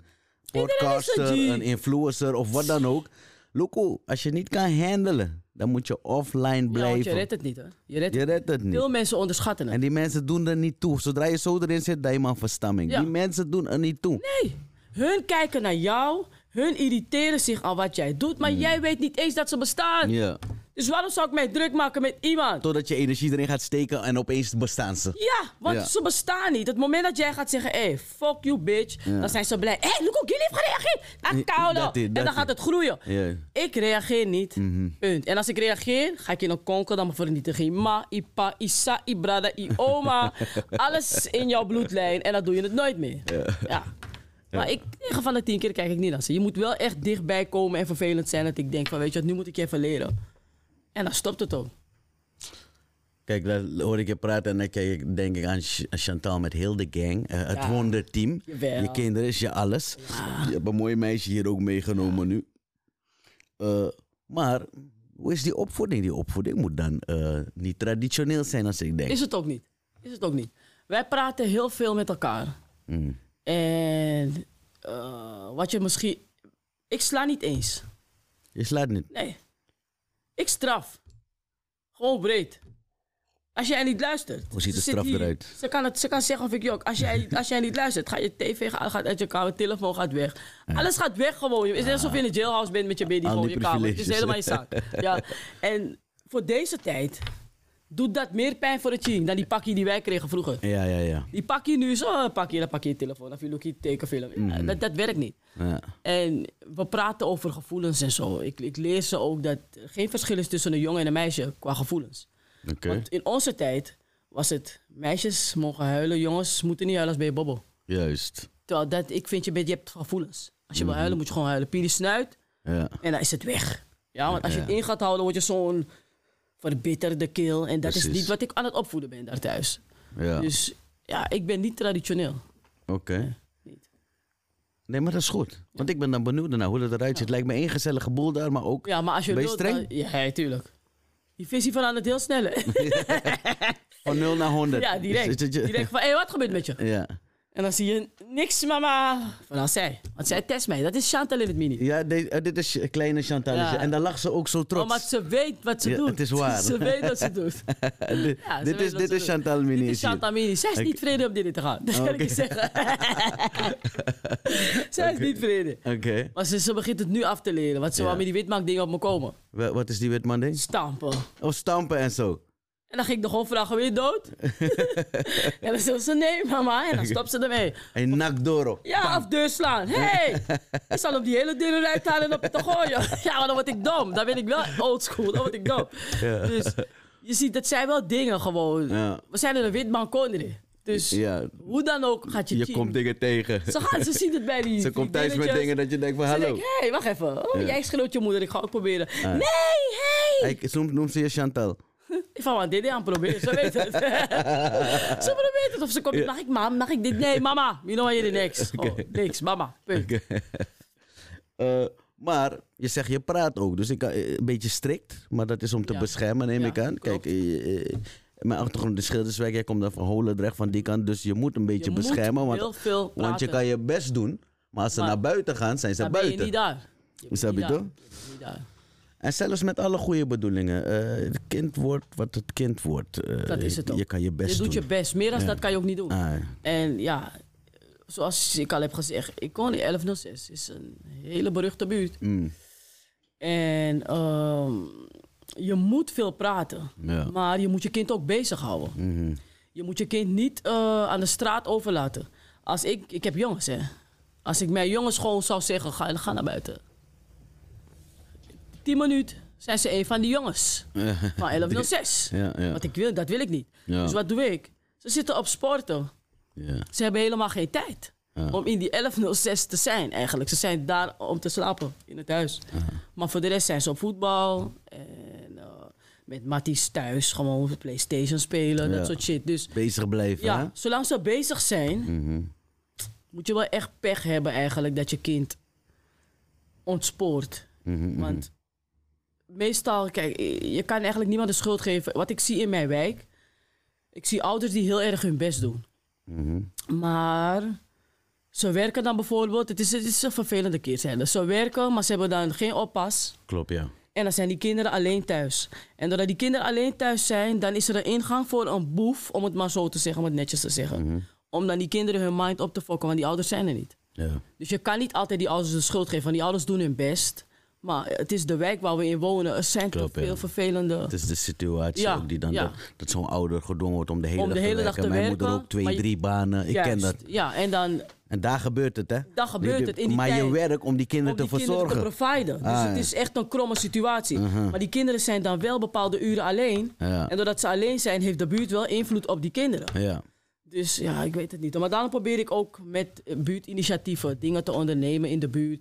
podcaster, G. een influencer of wat dan ook. Loco, als je niet kan handelen, dan moet je offline Ja, Nou, want blijven. je redt het niet hoor. Je redt Je redt het niet. Veel mensen onderschatten het. En die mensen doen er niet toe. Zodra je zo erin zit, dat je man verstamming. Ja. Die mensen doen er niet toe. Nee, hun kijken naar jou. Hun irriteren zich aan wat jij doet. Maar jij weet niet eens dat ze bestaan. Ja. Dus waarom zou ik mij druk maken met iemand? Totdat je energie erin gaat steken en opeens bestaan ze. Ja, want Ja. ze bestaan niet. Het moment dat jij gaat zeggen, hey, fuck you bitch, dan zijn ze blij. Hé, hey, Luco, Gilly heeft gereageerd. Ah, koude. dat is- en dat dan is- gaat het groeien. Ja. Ik reageer niet. Punt. En als ik reageer, ga ik in een konkel dan vernietigen. Je Ma, je pa, je sa, je brada, je *laughs* oma. Alles in jouw bloedlijn. En dan doe je het nooit meer. Ja. Maar ik, 9 van de 10 keer kijk ik niet naar ze. Je moet wel echt dichtbij komen en vervelend zijn. Dat ik denk van, weet je wat, nu moet ik je even leren. En dan stopt het ook. Kijk, dan hoor ik je praten en dan kijk ik, denk ik aan Ch- Chantal met heel de gang. eh, het Ja. wonderteam. Jawel. Ah. Je kinderen is je alles. Je hebt een mooi meisje hier ook meegenomen nu. Eh, maar hoe is die opvoeding? Die opvoeding moet dan eh, niet traditioneel zijn als ik denk. Is het ook niet. Is het ook niet. Wij praten heel veel met elkaar. Mm. En eh, wat je misschien... Ik sla niet eens. Je slaat niet. Nee. Ik straf. Gewoon breed. Als jij niet luistert. Hoe ziet ze de zit straf hier. eruit? Ze kan, het, ze kan zeggen of ik jok. Als jij, als jij niet luistert, gaat je tv gaat gaat uit je kamer, telefoon gaat weg. Alles gaat weg gewoon. Het is net alsof je in de jailhouse bent met je baby Al gewoon in die je kamer. Het is privileges. helemaal je zaak. Ja. En voor deze tijd doet dat meer pijn voor de ching dan die pakkie die wij kregen vroeger. Ja, ja, ja. Die pak je nu zo, pak je, dan pak je je telefoon of je loopt je tekenfilm. Ja, Mhm. dat, dat werkt niet. ja. En we praten over gevoelens en zo. Ik, ik leer ze ook dat er geen verschil is tussen een jongen en een meisje qua gevoelens. Oké. Want in onze tijd was het meisjes mogen huilen, jongens moeten niet huilen als bij bobbel. Juist. Terwijl dat, ik vind je, bent- je hebt gevoelens. Als je wil Mhm. huilen moet je gewoon huilen. Pier je snuit Ja. en dan is het weg. Ja, want als je het in gaat houden word je zo'n verbitterde keel. En dat is Precies. niet wat ik aan het opvoeden ben daar thuis. ja. Dus ja, ik ben niet traditioneel. Oké. Niet. Nee, maar dat is goed. Want ik ben dan benieuwd naar hoe dat eruit ziet. Lijkt me één gezellige boel daar, maar ook... Ja, maar als je Ben je wilt... streng? dan- ja, ja, tuurlijk. Die visie van aan het heel *laughs* snel, hè? Van 0 naar 100. ja, direct. Is het *laughs* je- Direct van, hé, wat gebeurt met je? Ja. En dan zie je, niks mama. Van als zij. Want zij test mij. Dat is Chantal in het mini. Ja, de- eh, dit is kleine Chantal. Ja. Oh, En dan lag ze ook zo trots. Omdat ze weet wat ze Ja, doet. het is waar. *laughs* ze weet wat ze doet. *laughs* Eh, dit *laughs* Ja, ze dit weet is, wat dit ze is doet. Chantal Mini. Dit is hier. Chantal Mini. Zij is Oké. niet vrede om dit in te gaan. *laughs* Dat kan ik Oké. je zeggen. zij is niet vrede. Oké. Maar ze, ze begint het nu af te leren. Want ze Ja. wou met die witmaak dingen op me komen. Wa- Wat is die witman ding? Stampen. Of stampen en zo. En dan ging ik nog gewoon vragen, wil je *laughs* dood? *laughs* en dan zei ze, nee mama. En dan stopt ze ermee. En nak door. op. Ja, of deur slaan. Hé, hey, ik zal op die hele deur eruit halen en op het te gooien. *laughs* Ja, maar dan word ik dom. Dan ben ik wel oldschool, dan word ik dom. Dus je ziet, dat zijn wel dingen gewoon. Ja. We zijn in een wit mancondre. Dus Ja. hoe dan ook gaat je Je team- komt dingen tegen. Ze, gaan, ze zien het bij die *laughs* Ze komt thuis met dingen vriendinnetjes. dat je denkt van Ze hallo. denkt, hé, hey, wacht even. Oh, jij schreeuwt je moeder, ik ga ook proberen. Nee, hé. Hey. Hij noemt, noemt ze je Chantal. Ik van, wat dit aan proberen, ze weet het. *laughs* ze probeert het. Of ze komt, mag ik mam, mag ik dit? Nee, mama. You know je niks. *laughs* Oh, niks, mama. Punt. Eh, maar je zegt je praat ook. Dus ik kan eh, een beetje strikt. Maar dat is om te Ja. beschermen, neem Ja, ik aan. klopt. Kijk, eh, eh, mijn achtergrond is Schilderswijk. Jij komt dan van Holendrecht, van die kant. Dus je moet een beetje Je moet beschermen. want, heel veel want je praten. kan je best doen. Maar als ze Maar naar buiten gaan, zijn ze Dan ben buiten. je niet daar. Je bent Snap je niet daar. toch? bent niet daar. En zelfs met alle goede bedoelingen. eh, het kind wordt wat het kind wordt. Eh, Dat is het ook. Je kan je best Je doet doen. je best. Meer dan dat kan je ook niet doen. Ah, En ja, zoals ik al heb gezegd, ik woon in 1106. is een hele beruchte buurt. *laughs* mm, En ehm, je moet veel praten. Ja. Maar je moet je kind ook bezighouden. mhm. Je moet je kind niet eh, aan de straat overlaten. Als ik, ik heb jongens, hè. Als ik mijn jongens gewoon zou zeggen, ga, ga naar buiten. Tien minuten zijn ze een van die jongens. *laughs* Van 1106. Ja, ja. Want ik wil, dat wil ik niet. Ja. Dus wat doe ik? Ze zitten op sporten. Ja. Ze hebben helemaal geen tijd Ja. om in die 1106 te zijn eigenlijk. Ze zijn daar om te slapen in het huis. Maar voor de rest zijn ze op voetbal. En eh, met Matties thuis gewoon Playstation spelen, Ja. dat soort shit. Dus Bezig blijven. ja, hè? Mhm, zolang ze bezig zijn, moet je wel echt pech hebben eigenlijk dat je kind ontspoort. mhm, Want meestal, kijk, je kan eigenlijk niemand de schuld geven. Wat ik zie in mijn wijk, ik zie ouders die heel erg hun best doen. mhm, Maar ze werken dan bijvoorbeeld, het is, het is een vervelende keer zijn. Ze werken, maar ze hebben dan geen oppas. Klopt, ja. En dan zijn die kinderen alleen thuis. En doordat die kinderen alleen thuis zijn, dan is er een ingang voor een boef, om het maar zo te zeggen, om het netjes te zeggen. Mhm. Om dan die kinderen hun mind op te fokken, want die ouders zijn er niet. ja. Dus je kan niet altijd die ouders de schuld geven, want die ouders doen hun best. Maar het is de wijk waar we in wonen. Er zijn Klopt, te ja. veel vervelende. Het is de situatie Ja, ook die dan ja. dat, dat zo'n ouder gedwongen wordt om de hele, Om de dag, hele te dag werken. te Mijn moeder werken, ook twee, maar je- drie banen. Ik ken Juist. dat. Ja, en dan En daar gebeurt het, hè? Daar gebeurt Je- het, in die Maar je tijd. werk om die kinderen om die te kinderen verzorgen. te providen. Dus Ah, het ja. Mhm. is echt een kromme situatie. Maar die kinderen zijn dan wel bepaalde uren alleen. Ja. En doordat ze alleen zijn, heeft de buurt wel invloed op die kinderen. ja. Dus ja, ik weet het niet. Maar daarom probeer ik ook met eh, buurtinitiatieven dingen te ondernemen in de buurt.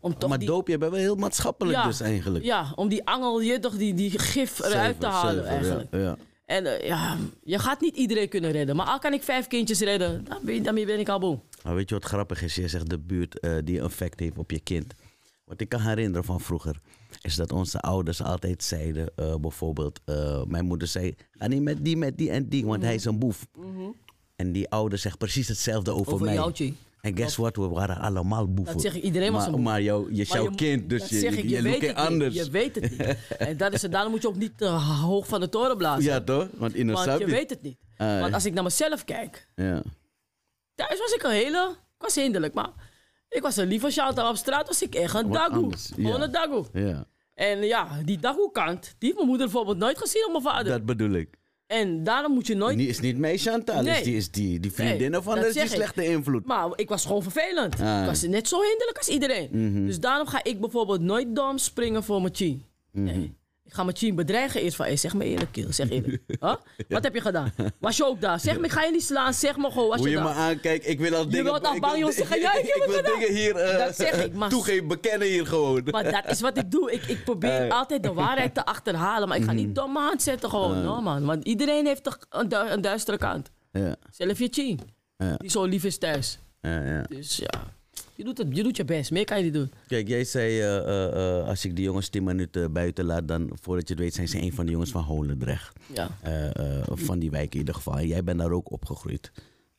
Om toch Oh, maar die- doop, je bent wel heel maatschappelijk ja, dus eigenlijk. Ja, om die angel, je toch, die, die gif eruit Zuiver, te halen zuiver, eigenlijk. Ja, ja. En eh, ja, je gaat niet iedereen kunnen redden. Maar al kan ik vijf kindjes redden, dan ben, daarmee ben ik al boem. Maar weet je wat grappig is? Je zegt de buurt eh, die effect heeft op je kind. Wat ik kan herinneren van vroeger, is dat onze ouders altijd zeiden, eh, bijvoorbeeld, eh, mijn moeder zei, ga niet met die, met die en die, want hij is een boef. En die ouder zegt precies hetzelfde over, Over mij. jouwtje. En guess what, we waren allemaal boeven. Dat zeg ik, iedereen maar, was een boef. Maar jou, je is Maar jouw je- kind, dus dat je, zeg je, ik, je weet look het niet. anders. Je weet het niet. *laughs* En dat is het, daarom moet je ook niet te hoog van de toren blazen. ja toch? Want in een want je subje- weet het niet. Ah, Want als ik naar mezelf kijk, ja. thuis was ik een hele... Ik was hinderlijk, maar ik was een lieve shout Op straat was ik echt een Wat dagoe. anders, ja. Gewoon een dagoe. ja, En ja, die dagoe-kant, die heeft mijn moeder bijvoorbeeld nooit gezien op mijn vader. dat bedoel ik. En daarom moet je nooit... Die is niet mee, Chantal. is Nee. die is die, die vriendinnen van dat haar is die zeg ik. slechte invloed. Maar ik was gewoon vervelend. Ah. Ik was net zo hinderlijk als iedereen. Mhm. Dus daarom ga ik bijvoorbeeld nooit dom springen voor mijn chi. Mhm. Nee. Ik ga mijn chi bedreigen eerst van, hey, zeg me eerlijk, kerel. Zeg eerlijk. *laughs* Huh? Wat heb je gedaan? Was je ook daar? Zeg me, ik ga je niet slaan. Zeg me gewoon, was Hoe je, je me daar? aankijkt, ik wil al dingen... wilt al ik bang, wil joh, di- zeggen, ja, ik heb het wil gedaan. dingen hier eh, Dat *laughs* zeg ik, maar- toegeven, bekennen hier gewoon. Maar dat is wat ik doe. Ik, ik probeer Eh. altijd de waarheid te achterhalen. Maar ik ga Mm. niet dom mijn hand zetten gewoon. Eh. No, man. Want iedereen heeft toch een, du- een duistere kant. Ja, Zelf je chi. Ja. Die zo lief is thuis. ja, ja. Dus ja, je doet, het, je doet je best. Meer kan je niet doen. Kijk, jij zei, eh, eh, eh, als ik die jongens 10 minuten buiten laat, dan voordat je het weet zijn ze een van de jongens van Holendrecht. Ja. Eh, eh, van die wijk in ieder geval. En jij bent daar ook opgegroeid.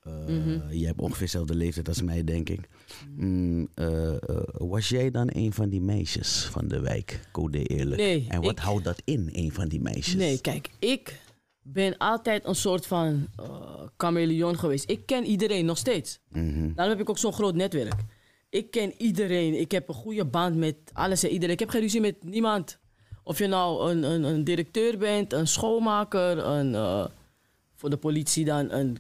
Eh, Mhm. Jij hebt ongeveer dezelfde leeftijd als mij, denk ik. Mm, eh, eh, was jij dan een van die meisjes van de wijk, Code Eerlijk? Nee, En wat ik- houdt dat in, een van die meisjes? Nee, kijk, ik ben altijd een soort van eh chameleon geweest. Ik ken iedereen nog steeds. Mhm, Daarom heb ik ook zo'n groot netwerk. Ik ken iedereen. Ik heb een goede band met alles en iedereen. Ik heb geen ruzie met niemand. Of je nou een, een, een directeur bent, een schoonmaker, een, eh, voor de politie dan een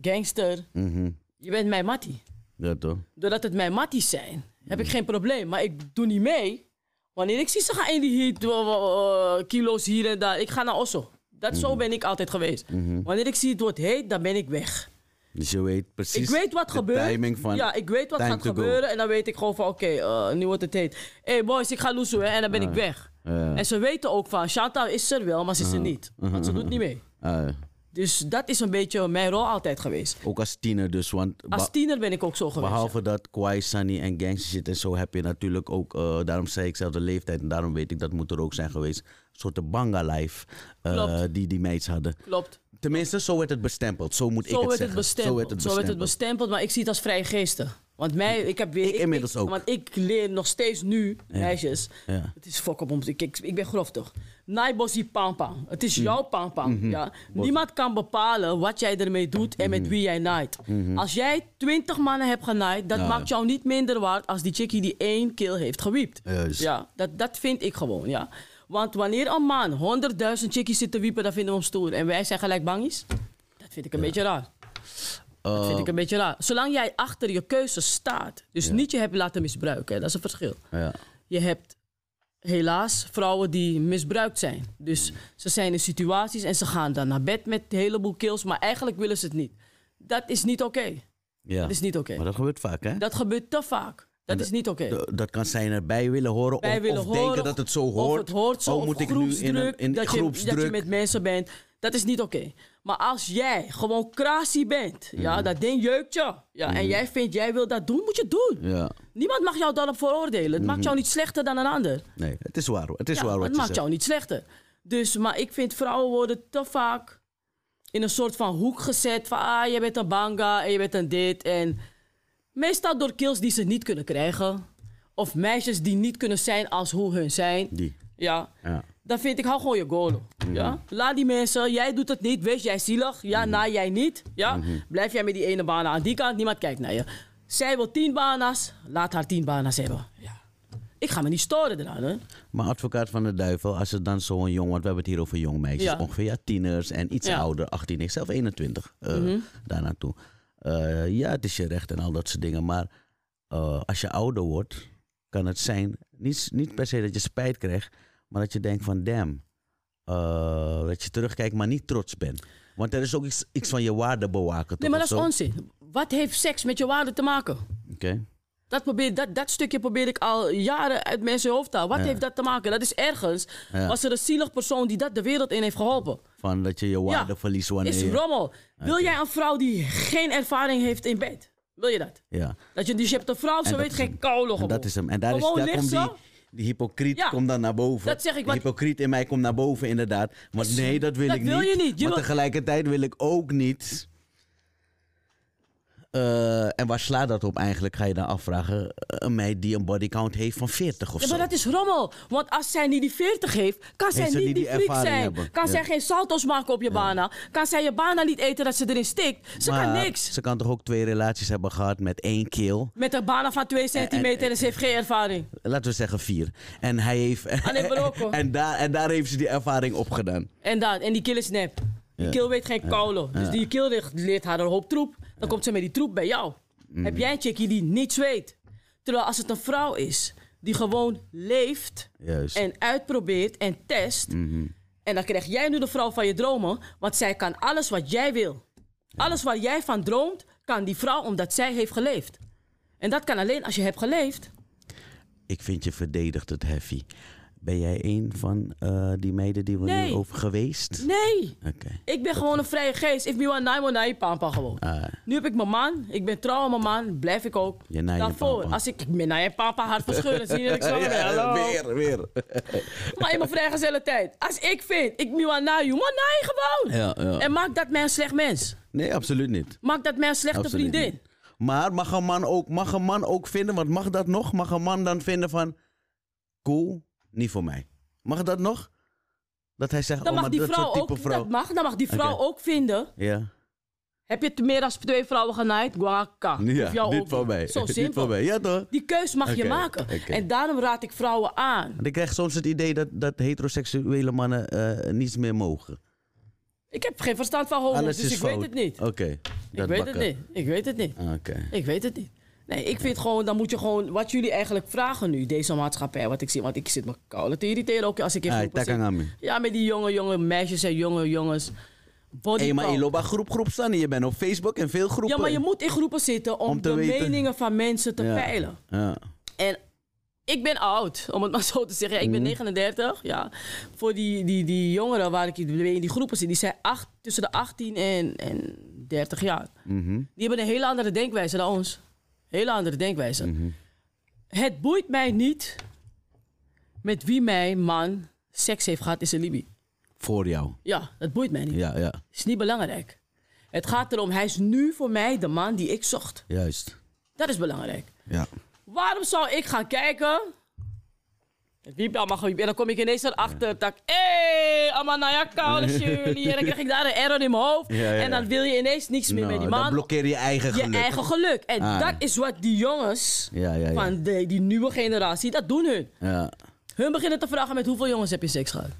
gangster. Mhm. Je bent mijn mattie. Ja, toch? Doordat het mijn matties zijn, heb ik geen probleem. Maar ik doe niet mee. Wanneer ik zie ze gaan in die heat, wa- wa- wa- kilo's hier en daar. Ik ga naar Osso. Dat Mhm. zo ben ik altijd geweest. Wanneer ik zie het wordt heet, dan ben ik weg. Dus je weet precies ik weet wat de gebeurt. timing van ja, ik weet wat time gaat to go. gebeuren. En dan weet ik gewoon van, oké, eh, nu wordt het heet. Hé hey boys, ik ga loesoe hè, en dan ben ik weg. Ja. Mhm. En ze weten ook van, Chantal is er wel, maar ze is er niet. Want ze doet niet mee. Ah, Dus dat is een beetje mijn rol altijd geweest. ook als tiener dus, want Als ba- tiener ben ik ook zo geweest. behalve dat kwaai, Sunny en gangster shit en zo heb je natuurlijk ook, eh, daarom zei ik zelf de leeftijd en daarom weet ik dat moet er ook zijn geweest, een soort banga life eh, Klopt. die die meids hadden. Klopt. Tenminste, zo werd het bestempeld, zo moet ik Zo het werd het zeggen. bestempeld. Zo werd het bestempeld. maar ik zie het als vrije geesten. Want mij, ik heb weer. Ik inmiddels ook. Want ik leer nog steeds nu, meisjes. Ja. Het is fok op ons. Ik, ik, ik ben grof toch? Naibossi pampam. Het Mm. is jouw pampam. Mhm. ja. Niemand kan bepalen wat jij ermee doet en met wie jij naait. Mhm. Als jij twintig mannen hebt genaaid, dat maakt jou niet minder waard als die chickie die één keel heeft gewiept. Juist. Ja, dat, dat vind ik gewoon, ja. Want wanneer een man 100.000 chickies zit te wiepen, dan vinden we hem stoer. En wij zijn gelijk bangies. Dat vind ik een beetje raar. Dat Oh, vind ik een beetje raar. Zolang jij achter je keuze staat, dus niet je hebt laten misbruiken, hè, dat is een verschil. Ja. Je hebt helaas vrouwen die misbruikt zijn. Dus ze zijn in situaties en ze gaan dan naar bed met een heleboel kills, maar eigenlijk willen ze het niet. Dat is niet oké. Ja. Dat is niet oké. Maar dat gebeurt vaak, hè? Dat, Dat gebeurt te vaak. Dat is niet oké. dat kan zijn erbij willen horen Wij of, willen of horen, denken dat het zo hoort. Of het hoort zo. Oh, of moet ik nu in, groepsdruk, een, in dat, je, groepsdruk? dat je met mensen bent Dat is niet oké. Maar als jij gewoon krasie bent, ja, Mhm. dat ding jeukt je. Ja, En jij vindt, jij wil dat doen, moet je het doen. Ja. Niemand mag jou daarop veroordelen. Het maakt jou niet slechter dan een ander. Nee, het is waar hoor. Het Mhm. is Ja, waar wat het je maakt zegt. jou niet slechter. Dus, maar ik vind vrouwen worden te vaak in een soort van hoek gezet. Van, ah, je bent een banga en je bent een dit. En meestal door kills die ze niet kunnen krijgen. Of meisjes die niet kunnen zijn als hoe hun zijn. Die. Ja. Ja. Dan vind ik, hou gewoon je goal. Mhm. Ja? Laat die mensen, jij doet het niet, wees jij zielig. Ja, na jij niet. Ja? Mhm. Blijf jij met die ene baan aan die kant, niemand kijkt naar je. Zij wil tien bana's, laat haar tien bana's hebben. Ja. Ik ga me niet storen eraan. Hè? Maar advocaat van de duivel, als het dan zo'n jong, want we hebben het hier over jong meisjes, Ja. ongeveer ja, tieners en iets Ja. Mhm. ouder, 18, ik zelf 21, eh daarnaartoe. Eh, ja, het is je recht en al dat soort dingen, maar eh, als je ouder wordt, kan het zijn, niet, niet per se dat je spijt krijgt, maar dat je denkt van damn, eh, dat je terugkijkt, maar niet trots bent. Want er is ook iets, iets van je waarde bewaken, toch? Nee, maar dat is of zo? onzin. Wat heeft seks met je waarde te maken? Oké. Dat, probeer, dat, dat stukje probeer ik al jaren uit mensen hoofd te halen. Wat heeft dat te maken? Dat is ergens. Ja. Was er een zielig persoon die dat de wereld in heeft geholpen? Van dat je je waarde verliest wanneer is je- rommel. Wil jij een vrouw die geen ervaring heeft in bed? Wil je dat? Ja. dat je, dus je hebt een vrouw, ze dat weet is geen hem. koude En gewoon. dat is hem. En daar, is, Gewoon daar ligt komt die, zo. die hypocriet Ja, komt dan naar boven. dat zeg ik, De want- hypocriet in mij komt naar boven, inderdaad. Want nee, dat wil dat ik wil niet. je niet. Je maar wil- tegelijkertijd wil ik ook niet. eh, en waar slaat dat op eigenlijk, ga je dan afvragen? eh, Een meid die een bodycount heeft van 40 of Ja, zo. maar dat is rommel. Want als zij niet die 40 heeft, kan zij ze niet niet die, die freak ervaring zijn. hebben. Kan Ja. zij geen salto's maken op je bana. Kan zij je bana niet eten dat ze erin steekt. Ze kan Maar niks. Ze kan toch ook twee relaties hebben gehad met één keel? Met een bana van 2 centimeter en ze heeft geen ervaring. Laten we zeggen vier. En hij heeft. *laughs* nee, Marokko. en, daar, en daar heeft ze die ervaring op gedaan. En dat, en die kill is nep. Die Ja. kill weet geen koude. Dus die kill leert- leert haar een hoop troep. Dan komt ze met die troep bij jou. Mm. Heb jij een chickie die niets weet? Terwijl als het een vrouw is die gewoon leeft Juist. en uitprobeert en test. Mhm. En dan krijg jij nu de vrouw van je dromen, want zij kan alles wat jij wil. Alles waar jij van droomt, kan die vrouw omdat zij heeft geleefd. En dat kan alleen als je hebt geleefd. Ik vind je verdedigd het heavy. Ben jij een van eh, die meiden die we nu Nee. over geweest? Nee, Oké. ik ben gewoon een vrije geest. If me want nine, want nine, pampa gewoon. Ah, Nu heb ik mijn man, ik ben trouw aan mijn man, blijf ik ook. Je naar je Daarvoor, papa. als ik, ik ben naar je papa hard verscheuren, zie je dat ik *laughs* zo ben. Hallo. weer, weer. Maar in mijn vrijgezelle tijd, als ik vind, ik nu aan naar je, maar naar je gewoon. Ja, ja. En maak dat mij een slecht mens. Nee, absoluut niet. Maak dat mij een slechte Absoluut vriendin. niet. Maar mag een, man ook, mag een man ook vinden, want mag dat nog? Mag een man dan vinden van, cool, niet voor mij. Mag dat nog? Dat hij zegt, Dan oh, mag maar die dat vrouw soort type ook, vrouw. dat mag, dan mag die vrouw Oké. ook vinden. Ja. Heb je het meer dan twee vrouwen genaaid? Guaka. Of ja, jou niet ook voor niet. mij. *laughs* Zo Niet voor simpel. mij, ja toch? Die keus mag je Oké, maken. oké. En daarom raad ik vrouwen aan. Want ik krijg soms het idee dat, dat heteroseksuele mannen eh, niets meer mogen. Ik heb geen verstand van homo's, Alles dus is ik fout. weet het niet. Oké. Ik dat weet het bakken. niet. Ik weet het niet. Oké. Ik weet het niet. Nee, ik vind gewoon, dan moet je gewoon, wat jullie eigenlijk vragen nu, deze maatschappij, wat ik zie, want ik zit me koude te irriteren ook als ik in Oh, Ah, groepen zit. Takangami. Ja, met die jonge, jonge meisjes en jonge jongens. Body Hé, maar count. je loopt aan groep groep staan en je bent op Facebook en veel groepen. ja, maar je moet in groepen zitten om, Om te de weten. meningen van mensen te Ja. peilen. Ja. En ik ben oud, om het *laughs* maar zo te zeggen. Ja, ik Mhm. ben 39, ja. Voor die, die, die jongeren waar ik in die groepen zit, die zijn acht, tussen de 18 en, en 30 jaar. Mhm. Die hebben een hele andere denkwijze dan ons. Hele andere denkwijze. Mhm. Het boeit mij niet met wie mijn man seks heeft gehad in zijn Libië. Voor jou. Ja, dat boeit mij niet. Ja, ja. is niet belangrijk. Het gaat erom, hij is nu voor mij de man die ik zocht. Juist. Dat is belangrijk. Ja. Waarom zou ik gaan kijken? Wie ben allemaal En dan kom ik ineens erachter. Tak, hé, allemaal naar je koude jullie. En dan krijg ik daar een error in mijn hoofd. Ja, ja, ja. En dan wil je ineens niks meer met die Nou, dan man. blokkeer je je eigen Je geluk. eigen geluk. En Ah. dat is wat die jongens Ja, ja, ja. van de, die nieuwe generatie, dat doen hun. Ja. Hun beginnen te vragen met hoeveel jongens heb je seks gehad?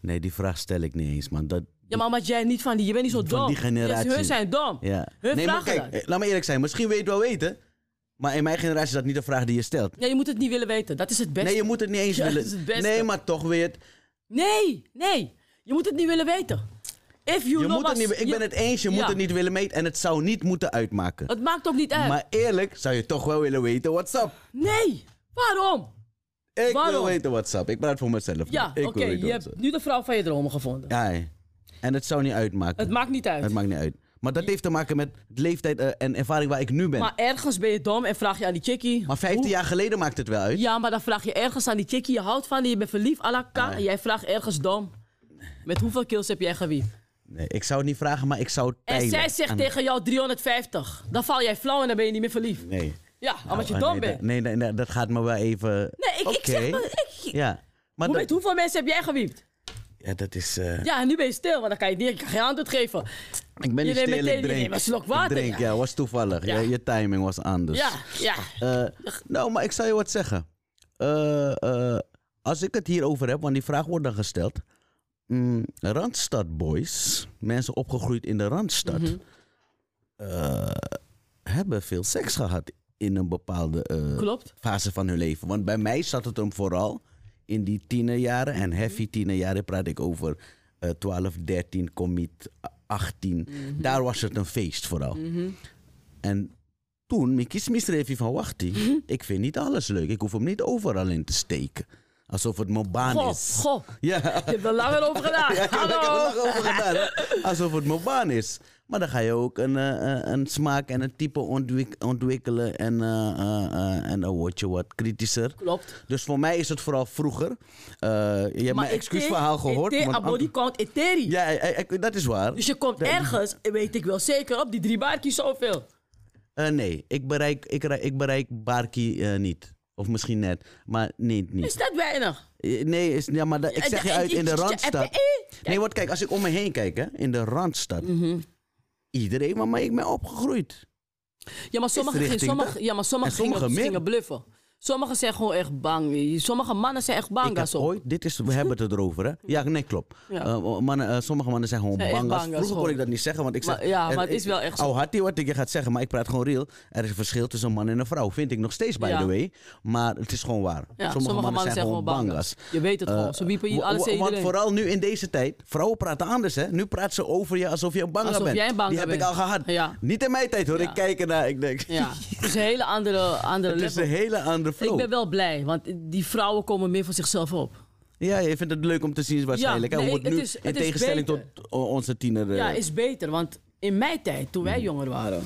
Nee, die vraag stel ik niet eens, man. Dat... Ja, maar omdat jij niet van die, je bent niet zo dom. die Dus generatie. hun zijn dom. Ja. Hun nee, maar vragen kijk, dat. eh, laat me eerlijk zijn. Misschien weet je het wel weten. Maar in mijn generatie is dat niet de vraag die je stelt. Ja, je moet het niet willen weten. Dat is het beste. Nee, je moet het niet eens Ja, dat willen. is het beste. Nee, maar toch weer. het- Nee, nee. Je moet het niet willen weten. If you Je know moet het us- niet, ik je- ben het eens, je moet Ja. het niet willen meten. En het zou niet moeten uitmaken. Het maakt ook niet uit. Maar eerlijk zou je toch wel willen weten what's up. Nee, waarom? Ik wil Waarom? weten what's up. Ik praat voor mezelf. Ja, Ik oké, wil weten je what's hebt up. nu de vrouw van je dromen gevonden. Ja, hè. En het zou niet uitmaken. Het maakt niet uit. Het maakt niet uit. Maar dat heeft te maken met de leeftijd eh, en ervaring waar ik nu ben. Maar Maar, ergens ben je dom en vraag je aan die chickie. 15 hoe- jaar geleden maakt het wel uit. Ja, maar dan vraag je ergens aan die chickie. Je houdt van die, je bent verliefd, à la K. En jij vraagt ergens dom. Met hoeveel kills heb jij gewiept? Nee, ik zou het niet vragen, maar ik zou het En peilen. zij zegt aan- tegen jou 350. Dan val jij flauw en dan ben je niet meer verliefd. Nee. Ja, omdat je Oh, dom nee, bent. dat- Nee, nee, nee, dat gaat me wel even... Nee, ik, ik zeg Oké. maar... ik- Ja. Maar hoe, dat, met hoeveel mensen heb jij gewiept? ja, dat is... eh, Ja, en nu ben je stil, want dan kan je, niet, ik kan geen antwoord geven. ik ben je niet neemt stil, meteen- ik je drink. neemt een slok Ik water, drink, ja. ja. was toevallig. Ja. Je, je timing was anders. Ja, ja. Eh, nou, maar ik zou je wat zeggen. Eh, eh, als ik het hierover heb, want die vraag wordt dan gesteld. Mm, Randstad boys, mensen opgegroeid in de Randstad, eh, hebben veel seks gehad in een bepaalde eh, Klopt. fase van hun leven. Want bij mij zat het hem vooral in die tienerjaren. En heavy tienerjaren praat ik over eh 12, 13, commit, 18. Daar was het een feest vooral. En toen, mijn kiesmis even van wacht, ie, ik vind niet alles leuk. Ik hoef hem niet overal in te steken. Alsof het mijn baan Goh, is. *laughs* goh. Ja. Je hebt er langer over *laughs* gedaan. Ja, ik heb er Hallo. nog over gedaan. hè. Alsof het mijn baan is. Maar dan ga je ook een, eh, eh, een smaak en een type ontwik- ontwikkelen. En, eh, eh, eh, en dan word je wat kritischer. Klopt. Dus voor mij is het vooral vroeger. Eh, je hebt mijn ik excuusverhaal denk- gehoord. Ik denk, want aan body an- count eteri. ja, eh, eh, dat is waar. Dus je komt Dat- ergens, weet ik wel zeker, op die drie baartjes zoveel. Eh, nee, ik bereik, ik, ra- ik bereik Barkie eh, niet. Of misschien net. Maar nee, niet. Is eh, dat weinig? Eh, Nee, is, ja, maar dat- ik zeg je uit in de eh, Randstad. Nee, Nee, want kijk, als ik om me heen kijk, hè, in de Randstad. Mhm. Iedereen, maar, maar ik ben opgegroeid. ja, maar sommigen, richting gingen- sommigen, ja, maar sommigen En sommigen gingen, meer. gingen bluffen. Sommigen zijn gewoon echt bang. Sommige mannen zijn echt ik bang. heb als op. ooit, dit is, we hebben het *laughs* erover, hè? Ja, nee, klopt. Ja. Eh, mannen, eh, sommige mannen zijn gewoon Zijn echt bang. als- bang als Vroeger kon gewoon. ik dat niet zeggen, want ik zeg... Maar- ja, maar het is wel echt zo. Oh, had wat ik je gaat zeggen, maar ik praat gewoon real. Er is een verschil tussen een man en een vrouw, vind ik nog steeds, by Ja. the way. Maar het is gewoon waar. Ja, sommige, mannen zijn, gewoon bang. als. Je weet het gewoon. Ze wiepen Wa- je Eh, wa- alles in Want iedereen. vooral nu in deze tijd, vrouwen praten anders hè. Nu praat ze over je alsof je een banger Alsof bent. jij een banger Die heb ik bent. al gehad. Ja. Niet in mijn tijd hoor, Ja. ik kijk ernaar, ik denk... Ja, het is een hele andere, *laughs* andere Het is level. een hele andere flow. Ik ben wel blij, want die vrouwen komen meer voor zichzelf op. Ja, je vindt het leuk om te zien waarschijnlijk. Ja, hè, hoe nee, het nu, het is- in het is tegenstelling beter. tot o- onze tiener... eh, Ja, is beter, want in mijn tijd, toen Hmm. wij jonger waren,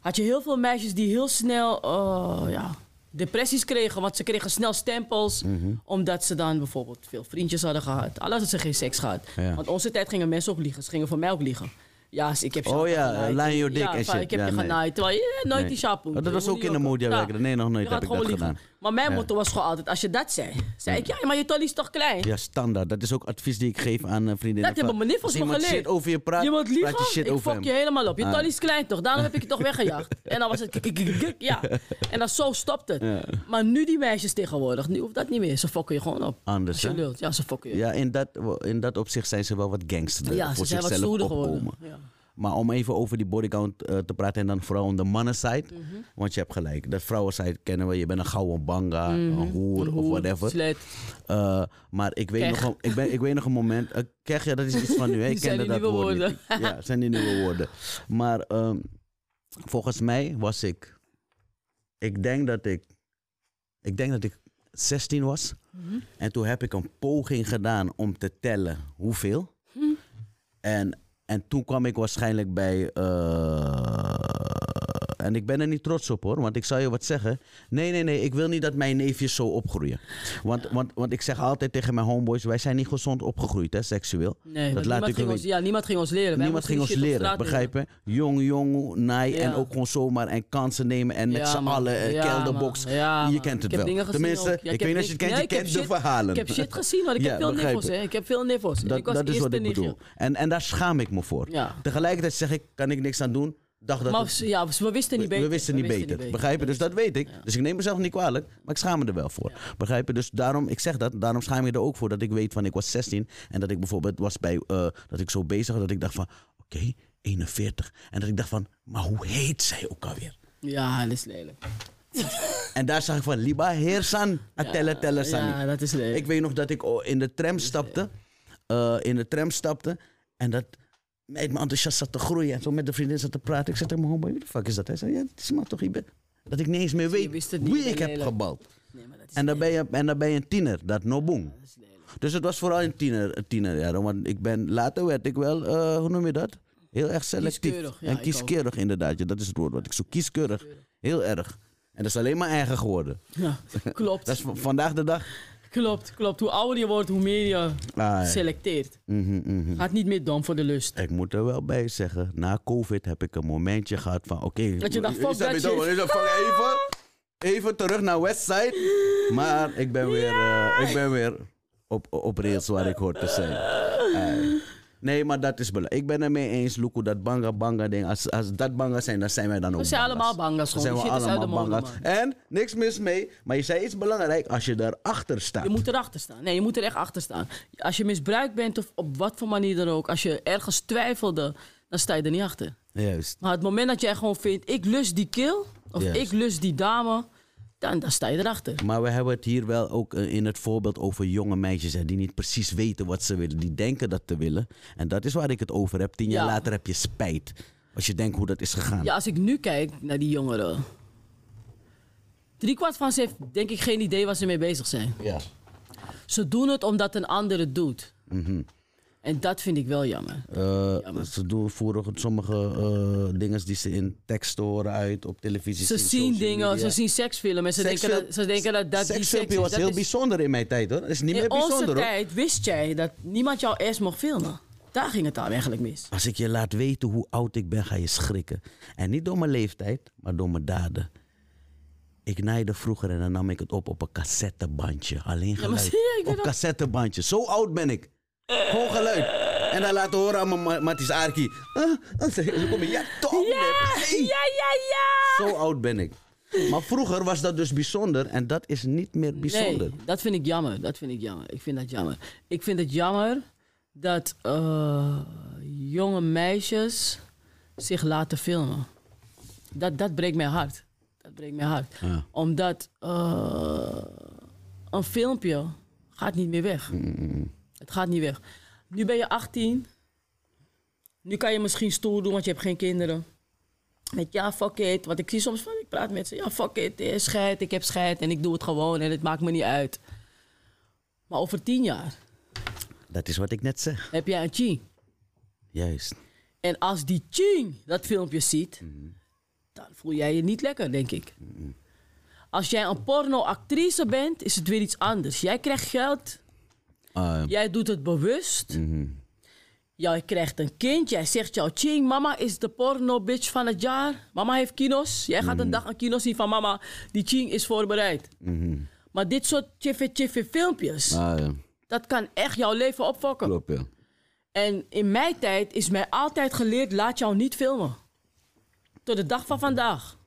had je heel veel meisjes die heel snel eh, ja, depressies kregen. Want ze kregen snel stempels, Mhm. omdat ze dan bijvoorbeeld veel vriendjes hadden gehad. Al hadden ze geen seks gehad. Ja. Want onze tijd gingen mensen ook liegen, ze gingen voor mij ook liegen. Ja, ik heb Oh ja, genaaid. line your dick ja, en van, shit. Ik heb Ja, je nee. genaaid, terwijl je eh, nooit Nee. die shampoo. Oh, dat was ook in de media werken. Nee, nog nooit Je heb gaat ik gewoon dat liegen. gedaan. Maar mijn Ja. motto was gewoon altijd, als je dat zei, zei ik, ja, maar je tolly is toch klein? Ja, standaard. Dat is ook advies die ik geef aan eh, vriendinnen. Dat hebben Van, mijn niffels als me iemand geleerd. shit over je praat, Je moet liegen, praat je shit ik over fok hem. je helemaal op. Je Ah. tol is klein toch? Daarom heb ik je toch weggejaagd. En dan was het kik, kik, kik, kik, ja. En dan zo stopt het. Maar nu die meisjes tegenwoordig, nu hoeft dat niet meer. Ze fokken je gewoon op. Anders, Als je hè? lult. Ja, ze fokken je. Ja, Ja, in dat, in dat opzicht zijn ze wel wat gangster. ze voor zijn wat zichzelf stoerder geworden. opkomen. Ja. Maar om even over die bodycount eh, te praten en dan vooral om de mannenside. Mhm. Want je hebt gelijk. Dat vrouwenside kennen we. Je bent een gouden banga, Mhm, een hoer of whatever. Slet. Eh, maar ik weet, Keg. nog een, ik, ben, ik weet nog een moment. eh, keg, ja, dat is iets van nu. Hè? Ik Die zijn kende die dat nieuwe woord niet. woorden. *laughs* Ja, zijn die nieuwe woorden. Maar ehm, volgens mij was ik. Ik denk dat ik. Ik denk dat ik 16 was. Mhm. En toen heb ik een poging gedaan om te tellen hoeveel. Mhm. En, en toen kwam ik waarschijnlijk bij. eh, en ik ben er niet trots op hoor, want ik zal je wat zeggen. Nee, nee, nee, ik wil niet dat mijn neefjes zo opgroeien. Want, want, want ik zeg altijd tegen mijn homeboys: wij zijn niet gezond opgegroeid, hè, seksueel. Nee, dat laat want niemand, ik ging wel ons, ja, niemand ging ons leren. Wij Niemand moesten ging die ons shit op leren, straat begrijp leren. je? Jong, jong, naai Ja. en ook gewoon zomaar en kansen nemen en met Ja, z'n man. allen eh, Ja, kelderbox. man. Ja, je man. kent Ik het heb wel. dingen gezien Tenminste, ook. Ja, ik, heb weet niet of je het dingen- kent, nee, je ik heb kent de shit- verhalen. Ik heb shit gezien, want *laughs* ik Ja, heb veel begrijp niffels. ik. hè. Ik heb veel niffels. Dat, Ik was dat is eerste wat ik nichtje. bedoel. En, en daar schaam ik me voor. Ja. Tegelijkertijd zeg ik, kan ik niks aan doen. Dacht dat Maar het- ja, we wisten niet we, beter. we wisten niet beter. Begrijp je? Dus dat weet ik. Dus ik neem mezelf niet kwalijk, maar ik schaam me er wel voor. Begrijp je? Dus daarom, ik zeg dat, daarom schaam ik er ook voor dat ik weet van ik was 16 en dat ik bijvoorbeeld was bij, eh, dat ik zo bezig was dat ik dacht van, oké, 41. En dat ik dacht van, maar hoe heet zij ook alweer? Ja, dat is lelijk. En daar zag ik van, Liba Heersan, Atelle Telle Sani. Ja, dat is lelijk. Ik weet nog dat ik oh, in de tram Dus, stapte. eh, in de tram stapte. En dat meid me enthousiast zat te groeien. En zo met de vriendin zat te praten. Ik zei tegen mijn homeboy, wie de fuck is dat? Hij zei, ja, het is maar toch, je bent... Dat ik niet eens meer weet wist het niet, wie je ik bent heb lelijk. gebald. Nee, maar dat is En dan ben je, en dan ben je een tiener, dat no boom. Dat is lelijk. Dus het was vooral in tiener, tienerjaren. Want ik ben, later werd ik wel, eh, hoe noem je dat? Heel erg selectief. Kieskeurig, ja, en ik ook. kieskeurig inderdaad. Ja, dat is het woord wat ik zoek. Kieskeurig. Heel erg. En dat is alleen maar eigen geworden. Ja, *laughs* klopt. Dat is van- vandaag de dag. Klopt, klopt. Hoe ouder je wordt, hoe meer je Ah, selecteert. mhm, mhm. Gaat niet meer dom voor de lust. Ik moet er wel bij zeggen, na COVID heb ik een momentje gehad van oké. Dat je dacht, is fuck dat dat niet shit. over? Is dat fuck even, even terug naar Westside. Maar ik ben weer, eh, ik ben weer op, op rails waar ik hoor te zijn. Eh, nee, maar dat is belangrijk. Ik ben het mee eens, Luku, dat banga banga ding. Als, als dat banga zijn, dan zijn wij dan ook We zijn allemaal bangas Dan gewoon. Die zijn we shit is uit de allemaal mode, banga's. man. En, niks mis mee, maar je zei iets belangrijk als je daarachter staat. Je moet erachter staan. Nee, je moet er echt achter staan. Als je misbruikt bent of op wat voor manier dan ook, als je ergens twijfelde, dan sta je er niet achter. Juist. Maar het moment dat jij gewoon vindt, ik lust die kill, of Juist. ik lust die dame, dan, dan sta je erachter. Maar we hebben het hier wel ook eh, in het voorbeeld over jonge meisjes hè, die niet precies weten wat ze willen. Die denken dat te willen. En dat is waar ik het over heb. Tien jaar Ja. later heb je spijt. Als je denkt hoe dat is gegaan. Ja, als ik nu kijk naar die jongeren. Driekwart van ze heeft denk ik geen idee waar ze mee bezig zijn. Ja. Ze doen het omdat een ander het doet. Mhm. En dat vind ik wel jammer. Eh, ze doen voeren sommige eh, dingen die ze in teksten horen uit op televisie. Ze zien, zien social dingen, media. ze zien seksfilm en ze, denken, Seksfilm- dat, ze denken dat dat die seks Seksfilmpje is. was Dat heel is- bijzonder in mijn tijd hoor. Dat is niet meer In onze bijzonder hoor. tijd wist jij dat niemand jouw ass mocht filmen. Daar ging het dan eigenlijk mis. Als ik je laat weten hoe oud ik ben, ga je schrikken. En niet door mijn leeftijd, maar door mijn daden. Ik naaide vroeger en dan nam ik het op op een cassettebandje. Alleen maar geluid. zie je, ik ben op ook- cassettebandje. Zo oud ben ik. Gewoon geluid. En dan laten horen aan mijn ma- Matties Arki. Dan kom je, ja toch. nee, nee. ja, ja! Zo oud ben ik. Maar vroeger was dat dus bijzonder en dat is niet meer bijzonder. Nee, dat vind ik jammer. Dat vind ik jammer. Ik vind dat jammer. Ik vind het jammer dat eh, jonge meisjes zich laten filmen. Dat, dat breekt mijn hart. Dat breekt mijn hart. Ja. Omdat eh, een filmpje gaat niet meer weg. Het gaat niet weg. Nu ben je 18. Nu kan je misschien stoer doen, want je hebt geen kinderen. Met ja, fuck it. Want ik zie soms van, ik praat met ze. Ja, fuck it. eh, Scheid, ik heb scheid en ik doe het gewoon en het maakt me niet uit. Maar over tien jaar Dat is wat ik net zeg. heb jij een ching. Juist. En als die ching dat filmpje ziet, dan voel jij je niet lekker, denk ik. Als jij een pornoactrice bent, is het weer iets anders. Jij krijgt geld, Ah, jij doet het bewust. Jij krijgt een kind, jij zegt jouw ching, mama is de porno bitch van het jaar. Mama heeft kinos. Jij gaat een dag een kino zien van mama, die ching is voorbereid. Maar dit soort chiffe chiffe filmpjes, ah, ja. dat kan echt jouw leven opfokken. Klopt, ja. En in mijn tijd is mij altijd geleerd: laat jou niet filmen. Tot de dag van vandaag.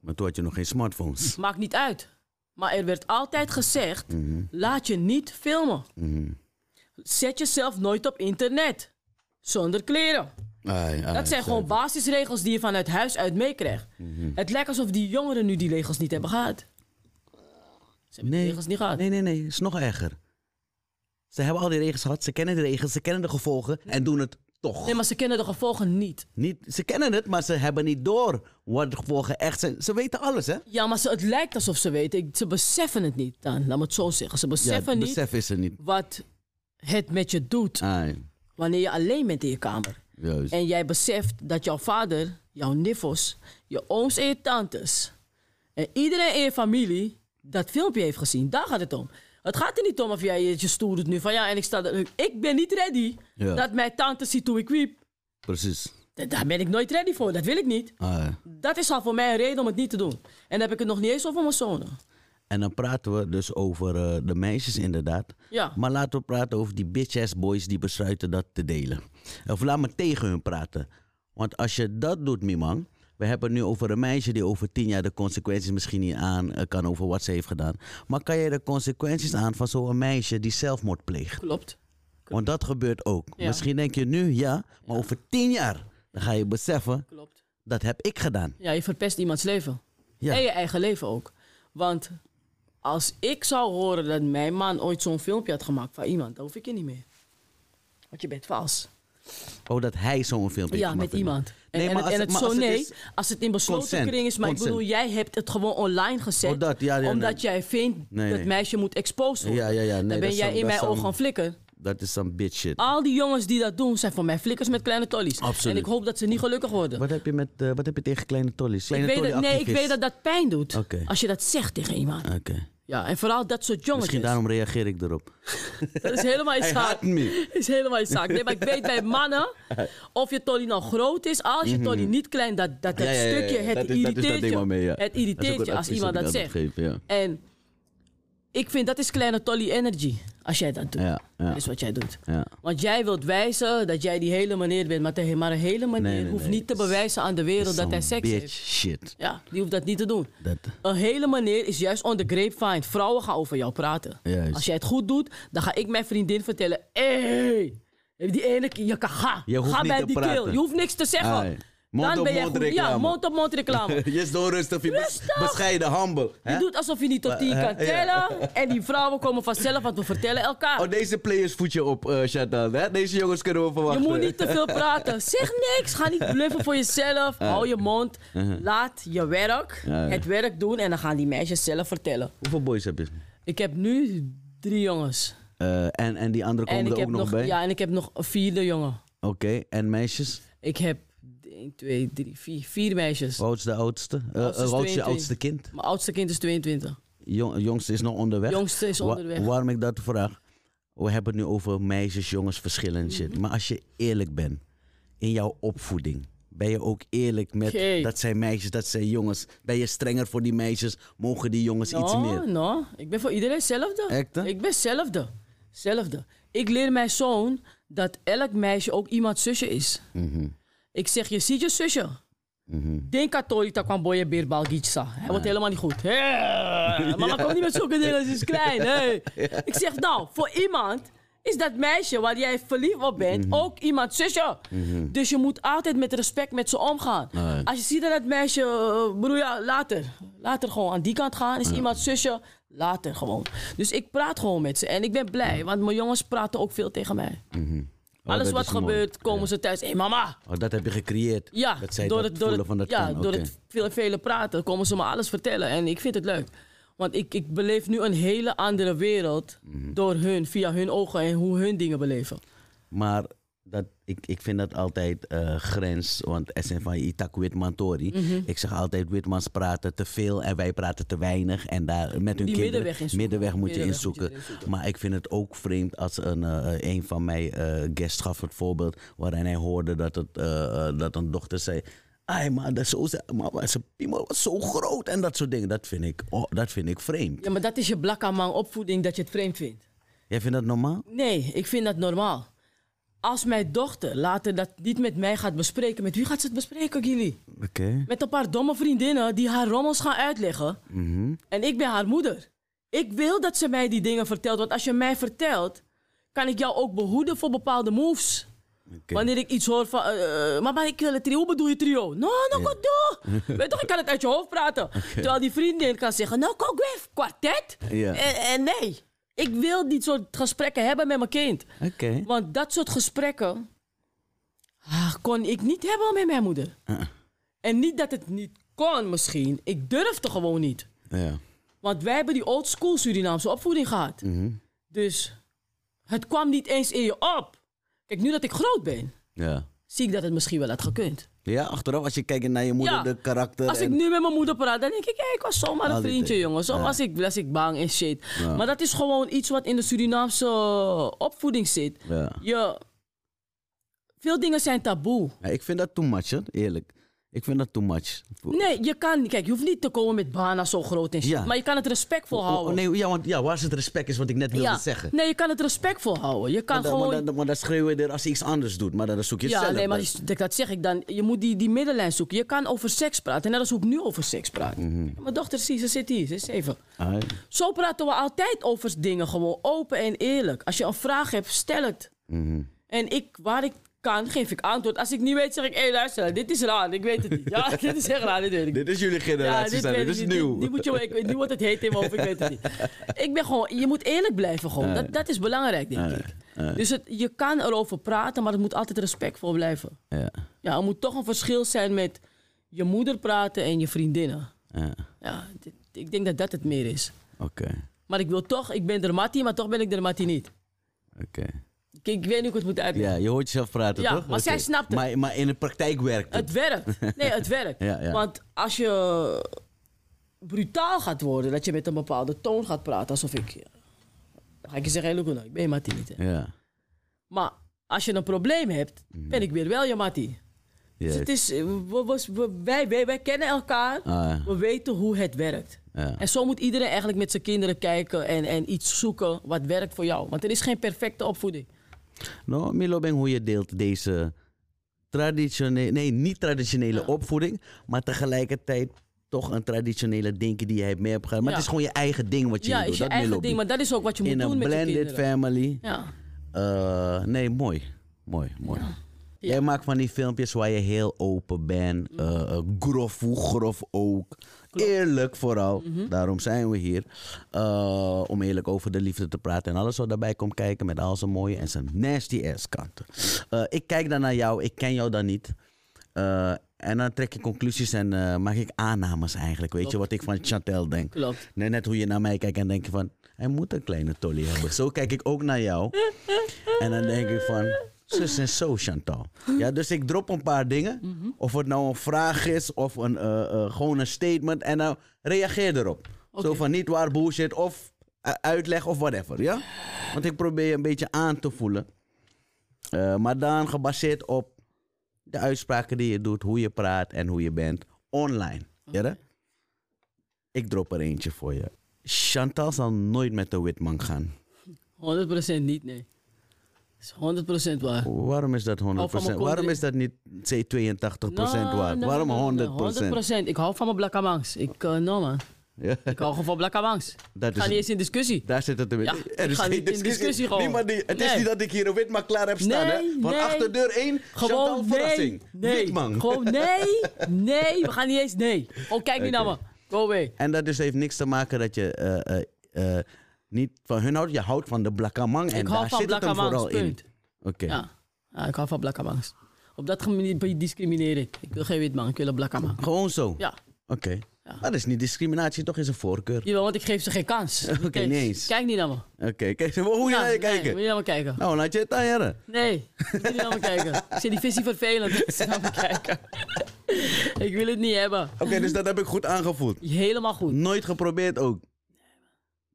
Maar toen had je nog geen smartphones. Maakt niet uit. Maar er werd altijd gezegd: Mhm. laat je niet filmen. Zet jezelf nooit op internet. Zonder kleren. Ai, ai, Dat zijn gewoon basisregels die je vanuit huis uit meekrijgt. Mhm. Het lijkt alsof die jongeren nu die regels niet hebben gehad. Ze hebben die regels niet gehad. Nee, nee, nee. is nog erger. Ze hebben al die regels gehad. Ze kennen de regels. Ze kennen de gevolgen. En doen het toch. Nee, maar ze kennen de gevolgen niet. niet, ze kennen het, maar ze hebben niet door wat de gevolgen echt zijn. Ze weten alles, hè? Ja, maar ze, het lijkt alsof ze weten. Ik- Ze beseffen het niet dan. Laat me het zo zeggen. Ze beseffen het niet besef is er niet. wat het met je doet Ai, wanneer je alleen bent in je kamer. juist. En jij beseft dat jouw vader, jouw niffels, je ooms en je tantes en iedereen in je familie dat filmpje heeft gezien. Daar gaat het om. Het gaat er niet om of jij je je stoer doet nu van ja en ik sta er, Ik ben niet ready Ja. dat mijn tante ziet hoe ik wiep. Precies. Ah. Da- Daar ben ik nooit ready voor. Dat wil ik niet. Ai. Dat is al voor mij een reden om het niet te doen. En dan heb ik het nog niet eens over mijn zonen. En dan praten we dus over eh, de meisjes, inderdaad. Ja. Maar laten we praten over die bitch-ass boys die besluiten dat te delen. Of laat me tegen hun praten. Want als je dat doet, Mimang. We hebben het nu over een meisje die over tien jaar de consequenties misschien niet aan eh, kan over wat ze heeft gedaan. Maar kan je de consequenties aan van zo'n meisje die zelfmoord pleegt? Klopt. Want dat gebeurt ook. Ja. Misschien denk je nu ja, maar over tien jaar dan ga je beseffen, Klopt. dat heb ik gedaan. Ja, je verpest iemands leven. Ja. En je eigen leven ook. Want als ik zou horen dat mijn man ooit zo'n filmpje had gemaakt van iemand, dan hoef ik je niet meer. Want je bent vals. Oh, dat hij zo'n filmpje Ja, heeft met gemaakt. iemand. En, Nee, en maar het, als en het- maar het zo als het nee, is- als het in besloten Consent, kring is. Maar consent. ik bedoel, jij hebt het gewoon online gezet. Oh, dat, ja, ja, omdat nee. jij vindt Nee, dat nee. meisje moet exposed worden. Ja, ja, ja. Nee, dan dat ben is jij zo'n- in dat mijn is zo'n- oog gaan flikken. Dat is some bitch shit. Al die jongens die dat doen, zijn van mij flikkers met kleine tollies. Absoluut. En ik hoop dat ze niet gelukkig worden. Wat heb je, met, eh, wat heb je tegen kleine tollies? ik Kleine weet dat, nee, ik tolly-activist. weet dat dat pijn doet. Oké. Als je dat zegt tegen iemand. Oké. Ja, en vooral dat soort jongens. Misschien daarom reageer ik erop. Dat is helemaal je Hij zaak. haat me. *laughs* is helemaal je zaak. Nee, maar ik weet bij mannen, of je tolly nou groot is, als je tolly niet klein, dat, dat, dat Mhm. Ja, ja, ja, ja. stukje, het Dat is- dat is dat irriteert ding je. waarmee, ja. Het Dat is ook irriteert het je als advies iemand dat ik dat altijd zegt. geef, ja. En ik vind dat is kleine tolly energy, als jij dat doet. Ja, ja. Dat is wat jij doet. Ja. Want jij wilt wijzen dat jij die hele meneer bent, maar, tegen, maar een hele meneer Nee, nee, hoeft nee. niet te Dat is- bewijzen aan de wereld dat hij Some seks bitch heeft. shit. Ja, die hoeft dat niet te doen. Dat, Een hele manier is juist on the grapevine. Vrouwen gaan over jou praten. Juist. Als jij het goed doet, dan ga ik mijn vriendin vertellen... Hé, hey, heb die ene... keer- Je kan, ga, Je hoeft ga niet bij te die praten. keel. Je hoeft niks te zeggen. Ai. Mond dan op ben jij mond goed. reclame. Ja, *laughs* mond-op-mond reclame. Je is zo rustig, je bes- Rustig. bescheiden, humble. Je hè? doet alsof je niet tot tien kan tellen. En die vrouwen komen vanzelf, want we vertellen elkaar. Oh, deze players voet je op, eh Chantal. Hè? Deze jongens kunnen we je verwachten. moet niet te veel praten. Zeg niks. Ga niet bluffen voor jezelf. Hou je mond. Laat je werk, Uh-huh. Ja, ja. het werk doen. En dan gaan die meisjes zelf vertellen. Hoeveel boys heb je? Ik heb nu drie jongens. Eh, en, en die andere komen En er ik, ook heb nog, nog, bij? ja, en ik heb nog een vierde jongen. Oké, en meisjes? Ik heb 1, 2, 3, 4, vier meisjes. Hoe oud is de oudste? Eh, eh, Oudste is hoe oud is je 22. oudste kind? Mijn oudste kind is 22. Jong, jongste is nog onderweg. Jongste is Wa- onderweg. waarom ik dat vraag? We hebben het nu over meisjes, jongens, verschillen en Mhm. shit. Maar als je eerlijk bent in jouw opvoeding, ben je ook eerlijk met Oké. dat zijn meisjes, dat zijn jongens. Ben je strenger voor die meisjes? Mogen die jongens iets no, meer? no. Ik ben voor iedereen hetzelfde. Echt, hè? Nou, Ik ben zelfde. Zelfde. Ik leer mijn zoon dat elk meisje ook iemands zusje is. Mhm. Oh, Ik zeg, je ziet je zusje. Denk aan Tori, dat kwam boeien beer balgitsa. Hij wordt helemaal niet goed. Hey, mama komt niet met zulke dingen, ze is klein. *laughs* Hey. Ik zeg, nou, voor iemand is dat meisje waar jij verliefd op bent Mhm. ook iemands zusje. Dus je moet altijd met respect met ze omgaan. Als je ziet dat het meisje, eh, broer, ja, later. Later gewoon aan die kant gaan, is iemands zusje. Later gewoon. Dus ik praat gewoon met ze. En ik ben blij, want mijn jongens praten ook veel tegen mij. Oh, Alles dat wat is mooi. gebeurt, komen ze thuis. Hé hey, mama, Oh, dat heb je gecreëerd. ja, dat zij dat voelen van dat ja, kan. door Oké. het vele, vele praten komen ze me alles vertellen. En ik vind het leuk. Want ik, ik beleef nu een hele andere wereld Mhm. door hun, via hun ogen en hoe hun dingen beleven. Maar dat, ik, ik vind dat altijd eh, grens. Want SN van Itak Witman Tori. Mhm. Ik zeg altijd: Witmans praten te veel en wij praten te weinig. En daar met hun Die kinderen. middenweg inzoeken. middenweg moet je Middenweg moet je inzoeken. erin Maar ik vind het ook vreemd als een, eh, een van mijn eh guests gaf het voorbeeld. waarin hij hoorde dat, het, eh, eh, dat een dochter zei. Ai, maar dat zo, mama, zijn piemel was zo groot en dat soort dingen. Dat vind ik, oh, dat vind ik vreemd. Ja, maar dat is je blakkamang opvoeding dat je het vreemd vindt. Jij vindt dat normaal? Nee, ik vind dat normaal. Als mijn dochter later dat niet met mij gaat bespreken, met wie gaat ze het bespreken, jullie? Oké. Met een paar domme vriendinnen die haar rommels gaan uitleggen. Mhm. En ik ben haar moeder. Ik wil dat ze mij die dingen vertelt. Want als je mij vertelt, kan ik jou ook behoeden voor bepaalde moves. Oké. Wanneer ik iets hoor van, eh, eh, mama, ik wil een trio. Hoe bedoel je trio? No, no, go do. *laughs* Weet toch, ik kan het uit je hoofd praten. Terwijl die vriendin kan zeggen, no, go with kwartet. Ja. En, en nee, ik wil die soort gesprekken hebben met mijn kind. Oké. Want dat soort gesprekken ah, kon ik niet hebben met mijn moeder. Uh-uh. En niet dat het niet kon misschien. Ik durfde gewoon niet. Ja. Want wij hebben die old school Surinaamse opvoeding gehad. Mhm. Dus het kwam niet eens in je op. Kijk, nu dat ik groot ben, Ja. zie ik dat het misschien wel had gekund. Ja, achteraf als je kijkt naar je moeder, Ja. de karakter. Als ik en- nu met mijn moeder praat, dan denk ik, hey, ik was zomaar Al een die vriendje, dingen. jongen. Zo was, ik, was ik bang en shit. Maar dat is gewoon iets wat in de Surinaamse opvoeding zit. Ja. Je, veel dingen zijn taboe. Ja, ik vind dat too much, hoor, eerlijk. Ik vind dat too much. Nee, je kan, kijk, je hoeft niet te komen met bana zo groot en shit. Ja. Maar je kan het respectvol Oh, houden. nee, ja, want, ja, waar is het respect is wat ik net wilde Ja. zeggen. Nee, je kan het respectvol houden. Je kan Maar dan, gewoon. maar, dan, maar dan schreeuw je er als je iets anders doet, maar dan zoek je het ja, zelf. nee, maar uit. die- dat zeg ik dan. Je moet die, die middenlijn zoeken. Je kan over seks praten. Net als hoe ik nu over seks praat. Mhm. Mijn dochter, zie, ze zit hier. Ze is zeven. Ah, ja. Zo praten we altijd over dingen. Gewoon open en eerlijk. Als je een vraag hebt, stel het. Mhm. En ik, waar ik kan, geef ik antwoord. Als ik niet weet, zeg ik... Hé, hey, luister, dit is raar. Ik weet het niet. Ja, *laughs* dit is echt raar. Dit weet ik niet. Dit is jullie Ja, generatie, dit, Sanne, weet ik dit is niet. nieuw. Dit- dit moet je, ik weet niet Ah, wat het heet in mijn hoofd, ik weet het niet. Ik ben gewoon, je moet eerlijk blijven gewoon. Dat, dat is belangrijk, denk ik. Dus het, je kan erover praten, maar het moet altijd respectvol blijven. Ja. Ja, er moet toch een verschil zijn met je moeder praten en je vriendinnen. ja. Ja, dit- ik denk dat dat het meer is. Oké. Maar ik wil toch, ik ben Dermati, maar toch ben ik Dermati niet. Oké. Ik, ik weet niet hoe ik het moet uitleggen. Ja, je hoort jezelf praten, Ja, toch? maar zij Oké. snapt het. Maar, maar in de praktijk werkt het. Het werkt. Nee, het werkt. *laughs* Ja, ja. Want als je brutaal gaat worden, dat je met een bepaalde toon gaat praten, alsof ik... Dan ga ik je zeggen, hey, Lukuna, ik ben je Mattie niet. hè. Ja. Maar als je een probleem hebt, Mhm. ben ik weer wel je Mattie. Dus Juist. het is, eh, we- we- we- wij, wij, wij kennen elkaar, Ah, we weten hoe het werkt. ja. En zo moet iedereen eigenlijk met zijn kinderen kijken en, en iets zoeken wat werkt voor jou. Want er is geen perfecte opvoeding. Nou, Milo Beng, hoe je deelt deze traditionele, nee, niet traditionele opvoeding, maar tegelijkertijd toch een traditionele denken die je hebt mee hebt gehad. Maar Ja. het is gewoon je eigen ding wat je ja, hier doet. is je dat eigen Milo ding, maar Beng. dat is ook wat je moet In doen een met je blended kinderen. family. Ja. Eh, nee, mooi. Mooi, mooi. Jij maakt van die filmpjes waar je heel open bent. eh, eh, grof, hoe grof ook. Eerlijk vooral. Daarom zijn we hier. Eh, om eerlijk over de liefde te praten en alles wat daarbij komt kijken. Met al zijn mooie en zijn nasty ass kanten. Eh, ik kijk dan naar jou. Ik ken jou dan niet. Eh, en dan trek ik conclusies en eh, maak ik aannames eigenlijk. Weet je wat ik van Chantel denk? Klopt. Net, net hoe je naar mij kijkt en denk je van... Hij moet een kleine tolly hebben. Zo kijk ik ook naar jou. En dan denk ik van... Zus en zo, Chantal. Ja, dus ik drop een paar dingen. Of het nou een vraag is of een, eh, eh, gewoon een statement. En dan reageer erop. Zo van niet waar bullshit of eh, uitleg of whatever. Ja? Want ik probeer je een beetje aan te voelen. Eh, maar dan gebaseerd op de uitspraken die je doet, hoe je praat en hoe je bent online. Ja, hè? Ik drop er eentje voor je. Chantal zal nooit met de witman gaan. 100% niet, nee. Dat is 100% waar. Waarom is dat 100%? van Waarom mijn kondri- is dat niet C 82% Nou, waard? nou, Waarom nou, 100%? nou, 100%. Ik hou van mijn blakamangs. Ik, eh no man. Ja, Ik hou gewoon van blakamangs. Dat Ik is ga niet het. eens in discussie. daar zit het in. Ja, er ik is ga geen niet in discussie. discussie gewoon. Niemand die, het is Nee. niet dat ik hier een witman klaar heb staan. Nee, hè? Van nee. achter deur 1, Chantal Gewoon nee. verrassing. nee. Witman. Gewoon nee. Nee. We gaan niet eens. Nee. *laughs* Oh, kijk niet Oké. naar me. Go away. En dat dus heeft niks te maken dat je eh, eh, eh, niet van hun houdt. Je houdt van de blakkamang. En Ik daar hou van zit het hem blakamangs. vooral in. Punt. Oké. Ja. ja. Ik hou van blakamangs. Op dat manier discrimineer ik. Ik wil geen witman. Ik wil een blakamang. Gewoon zo? Ja. Oké. Maar dat is niet discriminatie, toch is een voorkeur. Jawel, want ik geef ze geen *laughs* kans. Oké, Kijk, niet eens. Kijk niet naar me. Oké, kijk *laughs* hoe je Ja, naar je Nou, nee, kijken. Moet je naar me kijken. Nou, laat je het aan jaren. Nee, moet je *laughs* niet naar me kijken. Ik zit die visie vervelend. Ik zit naar me kijken. *laughs* ik wil het niet hebben. Oké, dus dat heb ik goed aangevoeld. Helemaal goed. Nooit geprobeerd ook.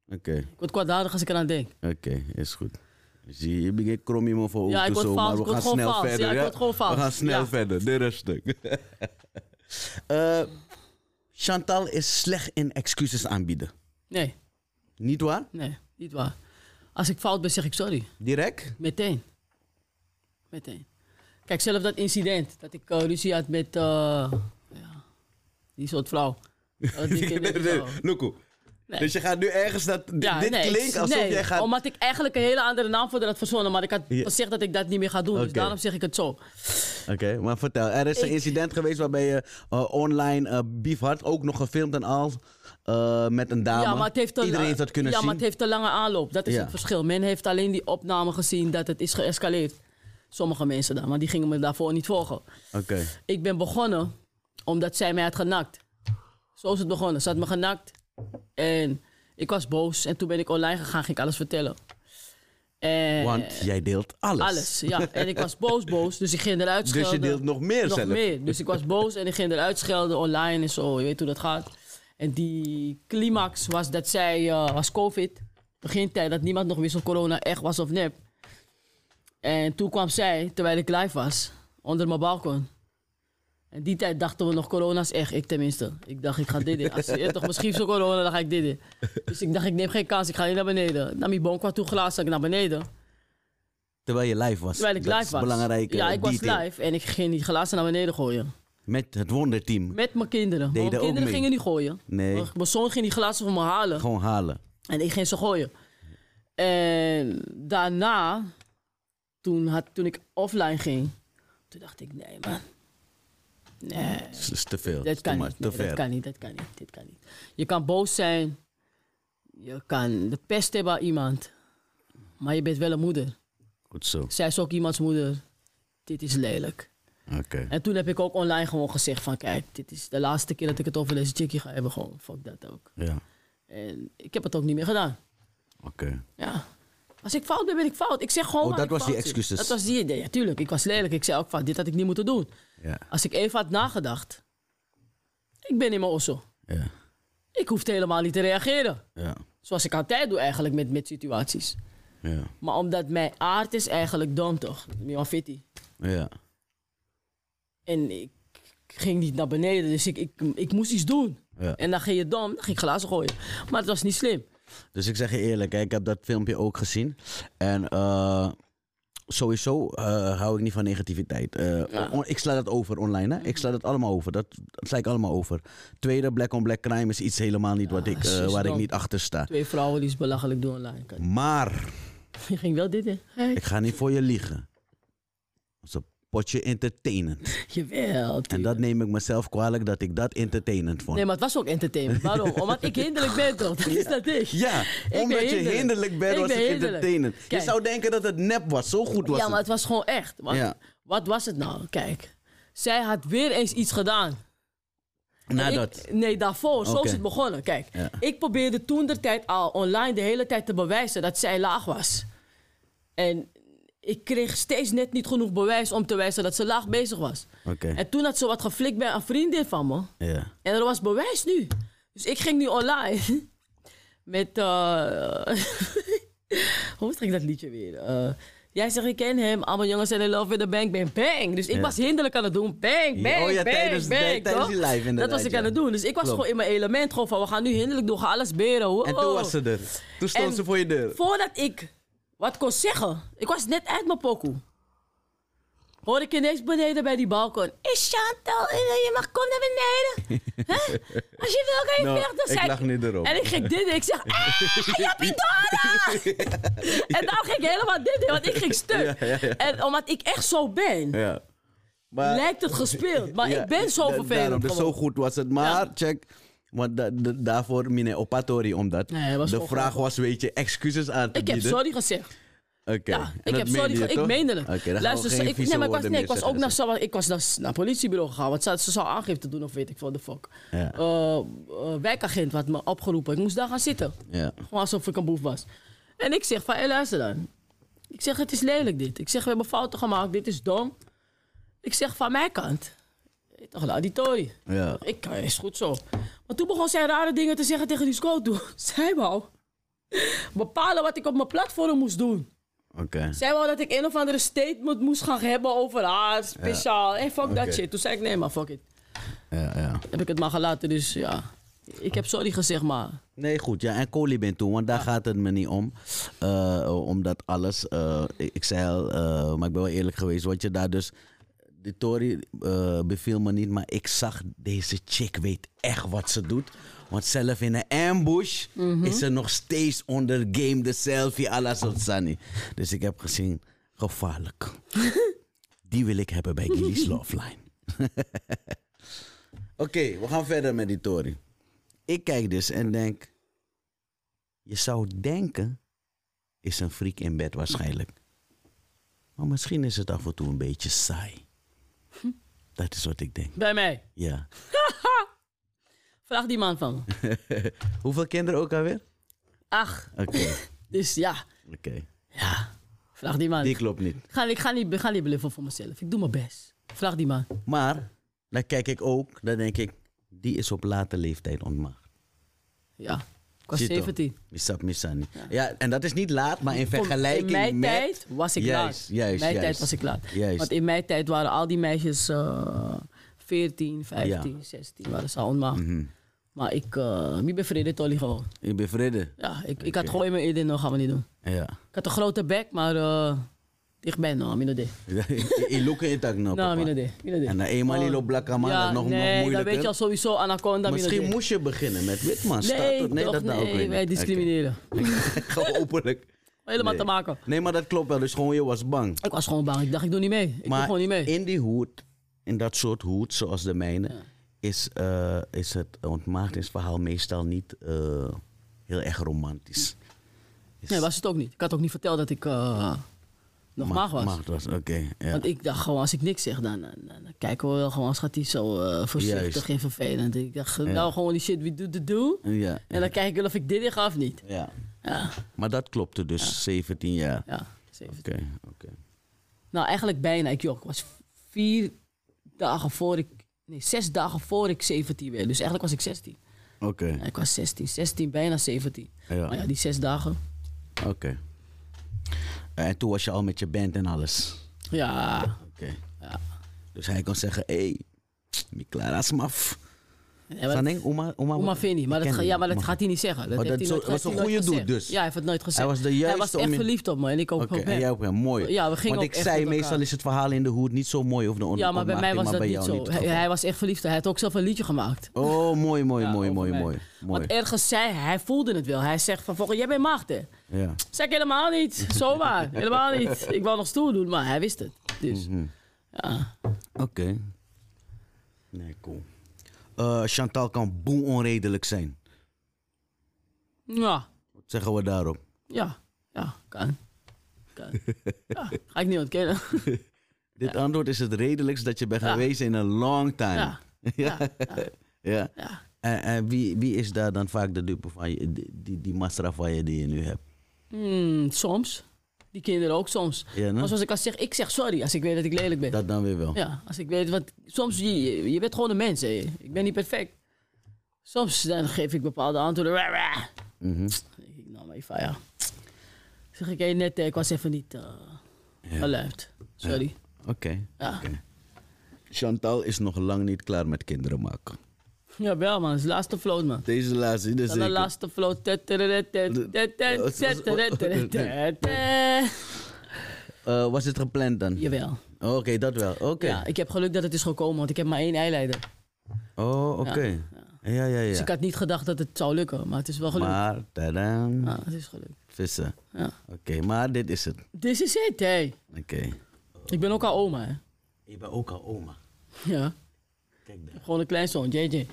Oké, Ik word kwaadaardig als ik eraan denk. oké, is goed. Zie je, je begint krom iemand voor Ja, ogen ik word zo, vals, maar we ik word gaan gewoon snel vals. verder. Ja, ik word gewoon vals. We gaan snel Ja. verder, dit rustig. *laughs* Eh Chantal is slecht in excuses aanbieden. Nee, Niet waar? nee, niet waar. Als ik fout ben, zeg ik sorry. Direct? Meteen. Meteen. Kijk, zelf dat incident. Dat ik eh, ruzie had met eh, ja, die soort *laughs* vrouw. Dat ik in de- Loeko. Nee. Dus je gaat nu ergens dat. Dit, Ja, dit nee, ik- klinkt alsof nee, jij gaat. Omdat ik eigenlijk een hele andere naam voor dat had verzonnen, maar ik had Ja. gezegd dat ik dat niet meer ga doen. Dus Oké. daarom zeg ik het zo. Oké, maar vertel. Er is een Ik- incident geweest waarbij je eh, online eh beef had, ook nog gefilmd en al, eh, met een dame. Ja, maar het heeft een, Iedereen heeft dat kunnen ja, zien. maar het heeft een lange aanloop. Dat is Ja. het verschil. Men heeft alleen die opname gezien dat het is geëscaleerd. Sommige mensen dan, maar die gingen me daarvoor niet volgen. Oké, Ik ben begonnen omdat zij mij had genakt. Zo is het begonnen. Ze had me genakt en ik was boos. En toen ben ik online gegaan, ging ik alles vertellen. En want jij deelt alles. Eh, alles, ja. En ik was boos, boos. Dus ik ging eruit Dus schelden. je deelt nog meer Nog zelf. meer. Dus ik was boos en ik ging eruit schelden online en zo. Je weet hoe dat gaat. En die climax was dat zij eh, was COVID. Begintijd dat niemand nog wist of corona echt was of nep. En toen kwam zij, terwijl ik live was, onder mijn balkon. En die tijd dachten we nog corona is echt, ik tenminste. Ik dacht, ik ga dit doen. Als je toch misschien zo corona, dan ga ik dit doen. Dus ik dacht, ik neem geen kans, ik ga niet naar beneden. Naar mijn boom kwam toe glazen, ik naar beneden. Terwijl je live was. Terwijl ik dat live is was. Belangrijk. ja, eh, ik detail. was live en ik ging die glazen naar beneden gooien. Met het wonderteam. Met mijn kinderen. Deden Mijn ook kinderen mee? gingen niet gooien. Nee, Mijn- Mijn zoon ging die glazen van me halen gewoon halen. en ik ging ze gooien. En daarna, toen, had, toen ik offline ging, toen dacht ik, nee man. Nee, Dat is te veel. dat te kan, maar- niet. Te Nee, ver. dat kan niet, dat kan niet, dit kan niet. Je kan boos zijn, je kan de pest hebben aan iemand, maar je bent wel een moeder. Goed zo. Oké. Zij is ook iemands moeder. Dit is lelijk. En toen heb ik ook online gewoon gezegd van... Kijk, dit is de laatste keer dat ik het over deze chickie ga hebben. Gewoon, fuck dat ook. Ja. En ik heb het ook niet meer gedaan. Oké. Ja. Als ik fout ben, ben ik fout. Ik zeg gewoon. Oh, waar dat ik was fout die zit. excuses. Dat was die idee. Ja, tuurlijk, ik was lelijk. Ik zei ook van: dit had ik niet moeten doen. Ja. Als ik even had nagedacht. Ik ben in mijn osso. Ja. Ik hoefde helemaal niet te reageren. Ja. Zoals ik altijd doe eigenlijk met, met situaties. Ja. Maar omdat mijn aard is eigenlijk dom toch? Mian Fitty. Ja. En ik ging niet naar beneden, dus ik, ik, ik moest iets doen. Ja. En dan ging je dom, dan ging ik glazen gooien. Maar het was niet slim. Dus ik zeg je eerlijk, hè, ik heb dat filmpje ook gezien. En eh, sowieso eh, hou ik niet van negativiteit. Eh, on- ik sla dat over online. Hè? Ik sla dat allemaal over. Dat, dat sla ik allemaal over. Tweede, black on black crime is iets helemaal niet wat ik, eh, precies waar ik dan. niet achter sta. Twee vrouwen die is belachelijk doen online. Kijk, Maar *laughs* Je ging wel dit in. ik ga niet voor je liegen. Dat is een potje entertainend. Jawel. En dat neem ik mezelf kwalijk dat ik dat entertainend vond. Nee, maar het was ook entertainment. *laughs* Waarom? Omdat ik hinderlijk ben, toch? Dat is dat ik. Ja, ben omdat je hinderlijk. hinderlijk bent Ik was ben het hinderlijk. entertainend. Kijk. Je zou denken dat het nep was. Zo goed was ja, het. maar het was gewoon echt. Wat, Ja. wat was het nou? Kijk, zij had weer eens iets gedaan. Na Ik- dat. nee, daarvoor. Zo Oké. is het begonnen. Kijk, Ja. ik probeerde toen de tijd al online de hele tijd te bewijzen dat zij laag was. En ik kreeg steeds net niet genoeg bewijs om te wijzen dat ze laag bezig was. Oké. En toen had ze wat geflikt bij een vriendin van me. Ja. En er was bewijs nu. Dus ik ging nu online *laughs* met. eh, *laughs* hoe zeg ik dat liedje weer? Eh, jij zegt, ik ken hem. Allemaal jongens zijn in love with the bang, bang, bang. Dus ik was hinderlijk aan het doen. Bang, Ja, bang, oh ja, bang, tijdens- bang. tij- tijdens toch? die live inderdaad, Dat was ik ja. aan het doen. Dus ik was gewoon in mijn element. Gewoon van, we gaan nu hinderlijk doen. Ga alles beren. Wow. En toen was ze er. Toen stond En ze voor je deur. Voordat ik wat kon zeggen, ik was net uit mijn pokoe. Hoor ik ineens beneden bij die balkon. Is Chantal, eh, je mag kom naar *laughs* beneden. Hè? Als je wil, kan je Nou, vechten. ik zei lag niet erop. En ik ging dit doen. Ik *laughs* zeg, ah, je hebt die doden! En dan ging ik helemaal dit doen, want ik ging stuk. Ja, ja, ja. En omdat ik echt zo ben, Ja. Maar, lijkt het gespeeld. Maar ja, ik ben zo da- daarom, vervelend dus gewoon. zo goed was het. Maar check. Want da- da- daarvoor, meneer Opatori, omdat Nee, hij was de gewoon vraag was, weet je, excuses aan te Ik heb bieden. sorry gezegd. Oké. Ja, En ik dat heb sorry je, ge- Ik toch? meende het. Oké, dan Luister, gaan we ik, nee, maar ik was, nee, ik was ook naar, naar... ik was naar, naar het politiebureau gegaan. Want ze, ze zou aangifte doen of weet ik wat de fuck. Ja. Eh, eh, wijkagent had me opgeroepen. Ik moest daar gaan zitten. Ja. Gewoon alsof ik een boef was. En ik zeg van, hé luister dan. Ik zeg, het is lelijk dit. Ik zeg, we hebben fouten gemaakt. Dit is dom. Ik zeg, van mijn kant. Eh, Toch, laat die tooi. Ja. Ik kan is goed zo. Maar toen begon zij rare dingen te zeggen tegen die scout toe. *laughs* Zij wou bepalen wat ik op mijn platform moest doen. Oké. Zij wou dat ik een of andere statement moest gaan hebben over haar, speciaal. En fuck Oké. dat shit. Toen zei ik, nee maar fuck it. Ja, ja. Heb ik het maar gelaten, dus ja. Ik heb sorry gezegd, maar... Nee, goed. Ja, en Coli ben toe, want daar gaat het me niet om. Eh, omdat alles, eh, ik ik zei al, eh, maar ik ben wel eerlijk geweest, wat je daar dus. De Tory eh, beviel me niet, maar ik zag deze chick weet echt wat ze doet. Want zelf in een ambush is ze nog steeds onder game de selfie à la Sultani. Dus ik heb gezien, gevaarlijk. die wil ik hebben bij Gilly's Love Line. *laughs* Oké, we gaan verder met die Tory. Ik kijk dus en denk. Je zou denken, is een freak in bed waarschijnlijk. Maar misschien is het af en toe een beetje saai. Hm. Dat is wat ik denk. Bij mij. Ja. Vraag die man van me. Hoeveel kinderen ook alweer? Ach, *laughs* Oké, dus ja. oké. Ja, vraag die man. Die Ik klopt niet. ga, ik ga niet, ik ga niet bluffen voor mezelf. Ik doe mijn best. Vraag die man. Maar, dan kijk ik ook, dan denk ik, die is op late leeftijd ontmaagd. Ja, ik was Zit toch? 17. Misap misani. Ja. en dat is niet laat, maar in Kom, vergelijking in mijn met... tijd was ik Juist, laat. juist, in mijn juist. tijd was ik laat. Juist. Want in mijn tijd waren al die meisjes eh 14, 15, 16, waren ze al Mm. ontmaagd. Mhm. Maar ik, eh wie bevredigd Tolly gewoon. Ik ben vrede. Ja, ik, ik had gewoon in mijn idee, nog gaan we niet doen. Ja. *laughs* Ik had een grote bek, maar eh dichtbij, nou, minder de. Ik look in tak nou, Nou, papa. minder de. Minder de. En dan eenmaal die Oh. op blakke man, dat ja, is nog, nog nee, moeilijker. dan weet je al sowieso anaconda, minder Misschien de. moest je beginnen met witman. staat Nee, het- nee toch, dat nou ook nee, weer wij niet. discrimineren. Oké. *laughs* Gewoon openlijk. Helemaal Nee. te maken. Nee, maar dat klopt wel. Dus gewoon, je was bang. Oh, Ik was gewoon bang. Ik dacht, ik doe niet mee. Ik doe maar gewoon niet mee. in die hoed, in dat soort hoed, zoals de mijne, is, eh, is het ontmaagdingsverhaal meestal niet eh, heel erg romantisch. Nee, was het ook niet. Ik had ook niet verteld dat ik eh, Nog mag was. Maagdwas, oké. ja. Want ik dacht gewoon, als ik niks zeg, dan, dan, dan- dan kijken we wel gewoon, als gaat hij zo eh, voorzichtig Juist. en vervelend. Ik dacht, nou gewoon die shit, wie doet de doe? ja. En dan kijk ik wel of ik dit in ga of niet. ja. Ja, Maar dat klopte dus, 17 jaar. ja. zeven. Oké, oké. Nou, eigenlijk bijna. Ik, joh, ik was vier dagen voor ik... Nee, zes dagen voor ik 17 werd. Dus eigenlijk was ik 16. Oké, Ja, ik was 16. 16, bijna 17. Ja. Maar ja, die zes dagen. oké. Eh, En toen was je al met je band en alles. Ja, Oké. Dus hij kon zeggen, hé, hey, mi Clara smaf. Ja, maar- San Ding, Oma, Oma, Oma Vinnie, maar, dat, ken ga- die, ja, maar dat Oma. gaat hij niet zeggen. Dat Oh, heeft dat hij zo- nooit- was heeft een hij nooit goede gezegd. doel dus. Ja, hij heeft het nooit gezegd. Hij was de juiste Hij was om echt je- verliefd op me en ik ook Oké, op hem. en jij ook weer mooi. Ja, we gingen Want ook ik echt zei, met elkaar. meestal is Oh, het verhaal in de hoed niet zo mooi of de on- Ja, maar bij mij ontmaakting, was dat bij niet jou zo. het hij, geval. hij was echt verliefd. Hij had ook zelf een liedje gemaakt. Oh, mooi, mooi, Ja, mooi, over mooi, mij. mooi. mooi. Want ergens zei hij, hij voelde het wel. Hij zegt van, volgens jij bent maagde. Ja. Zeg ik helemaal niet. Zomaar. helemaal niet. Ik wou nog stoer doen, maar hij wist het. Hmm. Dus, ja. Mhm. Oké. Nee, cool. Eh, Chantal kan boem onredelijk zijn. Ja. Wat zeggen we daarop? Ja. Ja, kan. Kan. Ja, ga ik niet ontkennen. Dit antwoord is het redelijkst dat je bent geweest in een long time. Ja. ja. Ja. Ja. En, en wie, wie is daar dan vaak de dupe van, je, die, die, die masra van je die je nu hebt? Hmm, soms. Die kinderen ook soms. Ja, Maar nou, zoals ik al zeg, ik zeg sorry als ik weet dat ik lelijk ben. dat dan weer wel. Ja, als ik weet, want soms, je, je- je bent gewoon een mens, hè. ik ben niet perfect. Soms dan geef ik bepaalde antwoorden. Wah, wah. Mhm. Dan denk ik, nou maar even, ja. Zeg ik, hé, net, eh, ik was even niet eh alert. Sorry. Oké. Ja. oké. Chantal is nog lang niet klaar met kinderen maken. Ja, wel man, het is de laatste float man. Deze laatste, dit is Dan de zeker. laatste float. Tet, teret, tet, De- tet, tet, Oh, tet, teret, teret, tet, tet. Eh, was dit gepland dan? Oh, Jawel. Oké, dat wel. Oké. Ja, ik heb geluk dat het is gekomen, want ik heb maar één eileider. Oh, oké. Ja, ja, ja. Dus ik had niet gedacht dat het zou lukken, maar het is wel gelukt. Maar, tadam, Ja, het is gelukt. vissen. Ja. Oké, maar dit is het. This is it, hey. Oké. Ik ben ook al oma, hè. *laughs* Ik ben ook al oma. Ja, Kijk daar. gewoon een kleinzoon, JJ.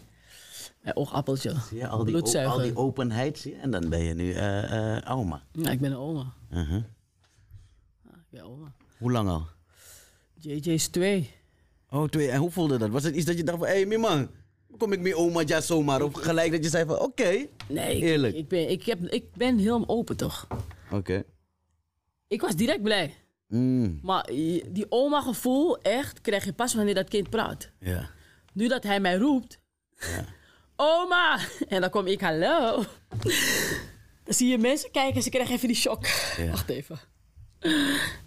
Mijn oogappeltje. Zie je, al die, o- Bloedzuiger. al die openheid, zie je? En dan ben je nu eh, eh, oma. Ja, ik ben een oma. Uh-huh. Ja, ik ben oma. Hoe lang al? JJ is twee. Oh, twee. En hoe voelde dat? Was het iets dat je dacht van, hé, hey, mijn man, kom ik mee oma ja zomaar? Of gelijk dat je zei van, oké. Nee, ik, Eerlijk. Ik ben, ik, heb, ik ben heel open, toch? Oké. Ik was direct blij. Mm, Maar je- die oma-gevoel, echt, krijg je pas wanneer dat kind praat. Ja. Nu dat hij mij roept. Oma! En dan kom ik, hallo. Dan zie je mensen kijken, ze krijgen even die shock. Ja. Wacht even.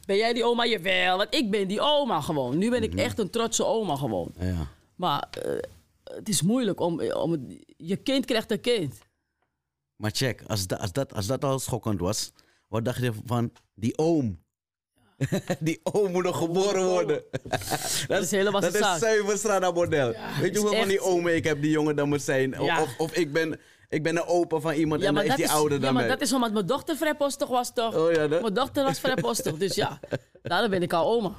Ben jij die oma? Jawel, want ik ben die oma gewoon. Nu ben ik Mhm. echt een trotse oma gewoon. Ja. Maar eh, het is moeilijk om, om het, je kind krijgt een kind. Maar check, als, da- als, dat, als dat al schokkend was, wat dacht je van die oom? *laughs* die oom moet nog geboren worden. dat is helemaal Dat zijn is zaak. zuiver Strada-model. Weet het je is hoeveel van die echt- omen ik heb die jongen dan moet zijn? O- Ja. Of, of ik, ben, ik ben een opa van iemand en dan is die ouder ja, dan maar mij. dat is omdat mijn dochter vrijpostig was toch? *laughs* Oh ja, dat- Mijn dochter was vrijpostig, dus *laughs* ja. Daarom ben ik al oma.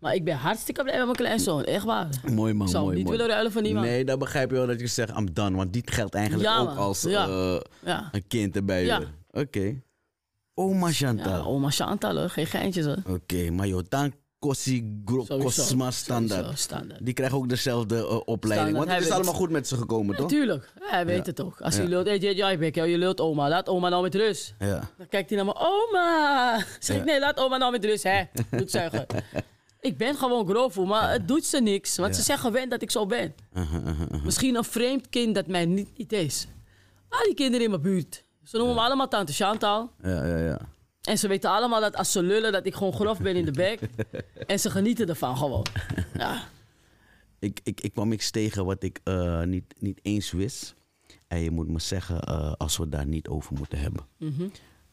Maar ik ben hartstikke blij met mijn kleinzoon, echt waar. Mooi man, Ik zou Oh, mooi niet mooi. willen ruilen voor niemand. Nee, dat begrijp je wel dat je zegt, I'm done. Want dit geldt eigenlijk Ja, ook man. als Ja. eh, Ja. een kind erbij. Ja. hoor. Oké. Oma Chantal. Ja, oma Chantal, hoor. geen geintjes hoor. Oké, maar joh, dan Kossi Gro- Sowieso. Cosma standaard. Sowieso, standaard. Die krijgen ook dezelfde eh, opleiding. Standaard, Want hij het is weet allemaal goed met ze gekomen, toch? Natuurlijk, Ja, hij weet het ook. Als hij lult, hey, JJ, ik ben jou, je lult oma, laat oma nou met rust. Ja. *laughs* Dan kijkt hij naar me, oma. *laughs* Zeg ik, nee, laat oma nou met rust, *laughs* hè. Bloedzuiger. ik ben gewoon grof, maar het doet ze niks. Want ze zijn gewend dat ik zo ben. Misschien een vreemd kind dat mij niet, niet is. Al die kinderen in mijn buurt. Ze noemen me allemaal tante Chantal. Ja, ja, ja. En ze weten allemaal dat als ze lullen, dat ik gewoon grof ben in de bek. en ze genieten ervan gewoon. Ja. Ik, ik, ik kwam iets tegen wat ik eh, niet, niet eens wist. En je moet me zeggen eh, als we daar niet over moeten hebben.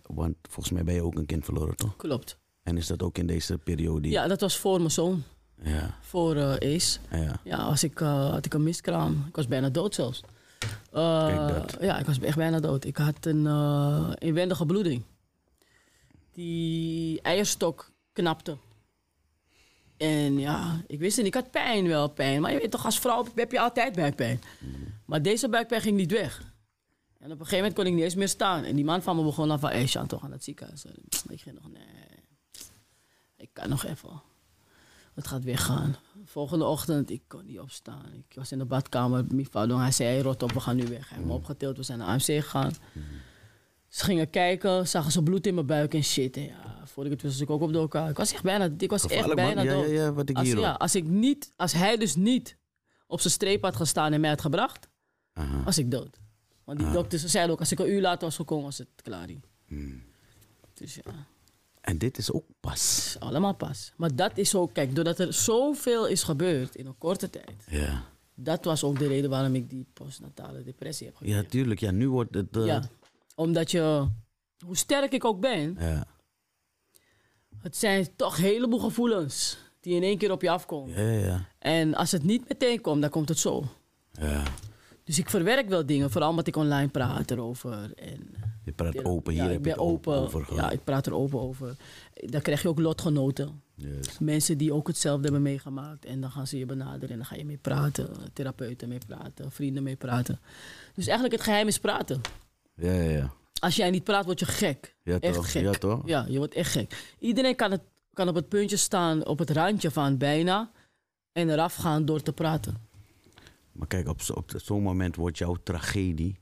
Want volgens mij ben je ook een kind verloren, toch? Mhm. Klopt. En is dat ook in deze periode? Ja, dat was voor mijn zoon. Ja. Voor eh Ace. ja. Ja, was ik, eh, had ik een miskraam. Ik was bijna dood zelfs. Eh, Kijk dat. ja, ik was echt bijna dood. Ik had een eh, inwendige bloeding. Die eierstok knapte. En ja, ik wist het niet. Ik had pijn wel, pijn. Maar je weet toch, als vrouw heb je altijd buikpijn. Maar deze buikpijn ging niet weg. En op een gegeven moment kon ik niet eens meer staan. En die man van me begon dan van... Hé, hey, Chantal, ga naar het ziekenhuis. Ik ging nog, nee. Ik kan nog even. Het gaat weer gaan. Volgende ochtend, ik kon niet opstaan. Ik was in de badkamer met mijn vader. Hij zei, hey, rot op, we gaan nu weg. Hij Mm. heeft me opgetild, we zijn naar AMC gegaan. Ze gingen kijken, zagen ze bloed in mijn buik en shit. En ja, voordat ik het wist, was ik ook op de elkaar. Ik was echt bijna, ik was echt Gevaarlijk, man. Ja, bijna ja, dood. ja, wat ik Als, hier ja, hoor. als, ik niet, als hij dus niet op zijn streep had gestaan en mij had gebracht, Aha. Ah. was ik dood. Want die dokters zeiden ook, als ik een uur later was gekomen, was het klaar. hier. Hmm. Dus ja, het En dit is ook pas. is allemaal pas. Maar dat is ook, kijk, doordat er zoveel is gebeurd in een korte tijd. Ja. Dat was ook de reden waarom ik die postnatale depressie heb ja, gekregen. tuurlijk. Ja, nu wordt het... eh, Ja, omdat je, hoe sterk ik ook ben, ja. het zijn toch een heleboel gevoelens die in één keer op je afkomen. Ja, ja, En als het niet meteen komt, dan komt het zo. ja. Dus ik verwerk wel dingen, vooral omdat ik online praat erover. En Je praat open. Hier ja, heb ik je ben het open over Ja, gehad. ik praat er open over. Dan krijg je ook lotgenoten. Yes. Mensen die ook hetzelfde hebben meegemaakt. En dan gaan ze je benaderen en dan ga je mee praten. Therapeuten mee praten, vrienden mee praten. Dus eigenlijk het geheim is praten. Ja, ja, ja. Als jij niet praat, word je gek. Ja, echt toch? gek. Ja, toch? Ja, je wordt echt gek. Iedereen kan, het, kan op het puntje staan, op het randje van bijna. En eraf gaan door te praten. Maar kijk, op, zo- op zo'n moment wordt jouw tragedie...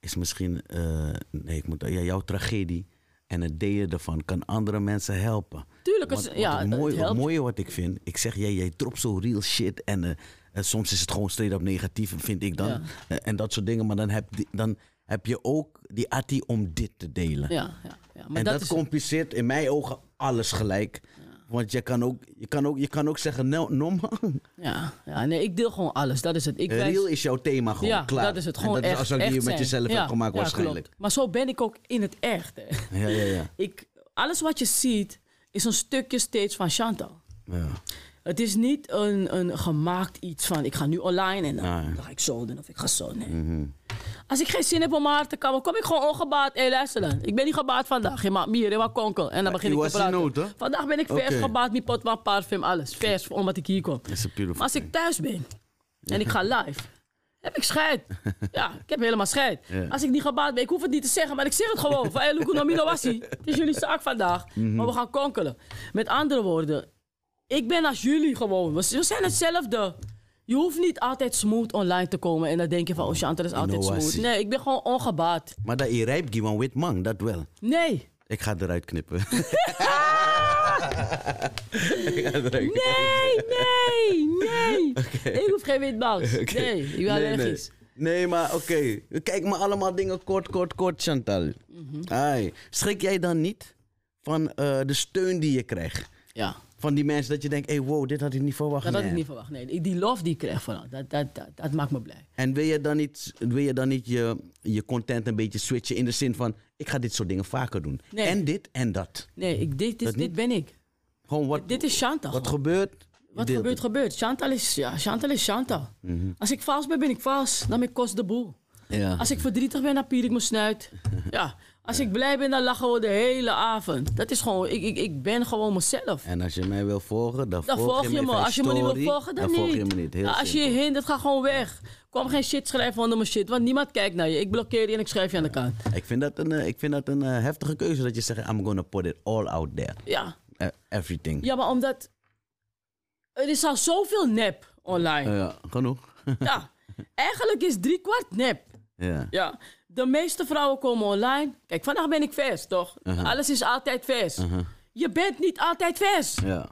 Is misschien... eh, nee, ik moet... Ja, jouw tragedie en het delen ervan kan andere mensen helpen. Tuurlijk, Want het, wat ja, het, mooie, helpt. het mooie wat ik vind, ik zeg, jij, jij dropt zo real shit. En, eh, en soms is het gewoon straight up negatief, vind ik dan. Ja. Eh, en dat soort dingen. Maar dan heb, die- dan heb je ook die attie om dit te delen. Ja, ja, ja. Maar en dat, dat, is, compliceert in mijn ogen alles gelijk. Want je kan ook, je kan ook, je kan ook zeggen, *laughs* nou, no man. ja, ja, nee, ik deel gewoon alles. Dat is het. Ik wijs- Real is jouw thema gewoon, ja, klaar. dat is het. En Gewoon dat echt, is als echt je met zijn. jezelf ja, hebt gemaakt ja, waarschijnlijk. klopt. Maar zo ben ik ook in het echt. *laughs* hè. Ja, ja, ja. Ik, alles wat je ziet, is een stukje steeds van Chantal. ja. Het is niet een, een gemaakt iets van ik ga nu online en dan, Nee. Mhm. dan ga ik zo doen of ik ga zo. Nee. Als ik geen zin heb om mijn haar te kammen, kom ik gewoon ongebaat. Hé, luister dan. Ik ben niet gebaat vandaag. Je maakt mier, je maakt konkel. En dan begin je ik was te in praten. nood, hè? Vandaag ben ik vers Oké. gebaat, mijn pot van parfum, alles. Vers, omdat ik hier kom. It's a beautiful Maar als ik thuis ben en ik ga live, heb ik *laughs* scheid. Ja, ik heb helemaal scheid. Ja. Als ik niet gebaat ben, ik hoef het niet te zeggen, maar ik zeg het gewoon. Van, hey, Luko Nomino was hij. Het is jullie zaak vandaag, maar we gaan konkelen. Met andere woorden, ik ben als jullie gewoon. We, we zijn hetzelfde. Je hoeft niet altijd smooth online te komen en dan denk je van, oh Chantal is altijd smooth. Innovatie. Nee, ik ben gewoon ongebaat. Maar dat je rijp gewoon wit man, dat wel. Nee, Ik ga het eruit *laughs* knippen. *laughs* Ik ga het eruit knippen. nee, nee, nee. *laughs* Ik hoef geen witbouts. Nee, ik ben nee, nee. allergisch. Nee, maar oké. Kijk maar allemaal dingen kort, kort, kort, Chantal. Mhm. Ai. Schrik jij dan niet van eh, de steun die je krijgt? Ja. Van die mensen dat je denkt, hey, wow, dit had ik niet verwacht. Dat had ik man. niet verwacht. Nee, die- die love die ik krijg vooral, dat, dat, dat, dat maakt me blij. En wil je dan niet, wil je, dan niet je, je content een beetje switchen in de zin van, ik ga dit soort dingen vaker doen. Nee. En dit en dat. Nee, ik, dit, dit, dit ben ik. Gewoon wat, Dit is Chantal. wat gewoon. gebeurt. deelt Mhm. Wat gebeurt, het. gebeurt. Chantal is, ja, Chantal is Chantal. Als ik vals ben, ben ik vals. Dan ben ik kost de boel. Ja. Als ik verdrietig ben, dan pier ik mijn *laughs* snuit. Ja. Als ik blij ben, dan lachen we de hele avond. Dat is gewoon, ik, ik, ik ben gewoon mezelf. En als je mij wil volgen, dan, Dan volg je me. even Als je me niet story, wil volgen, dan, volg niet. je me niet. Heel Ja, als je je simpel. hindert, ga gewoon weg. Kom geen shit schrijven onder mijn shit, want niemand kijkt naar je. Ik blokkeer je en ik schrijf je aan de kant. Ik vind dat een, eh, ik vind dat een eh, heftige keuze dat je zegt, I'm gonna put it all out there. Ja. Eh, everything. Ja, maar omdat. Er is al zoveel nep online. Eh, Ja, genoeg. Ja. Eigenlijk is drie kwart nep. ja. Ja. De meeste vrouwen komen online. Kijk, vandaag ben ik vers, toch? Alles is altijd vers. Je bent niet altijd vers. Ja.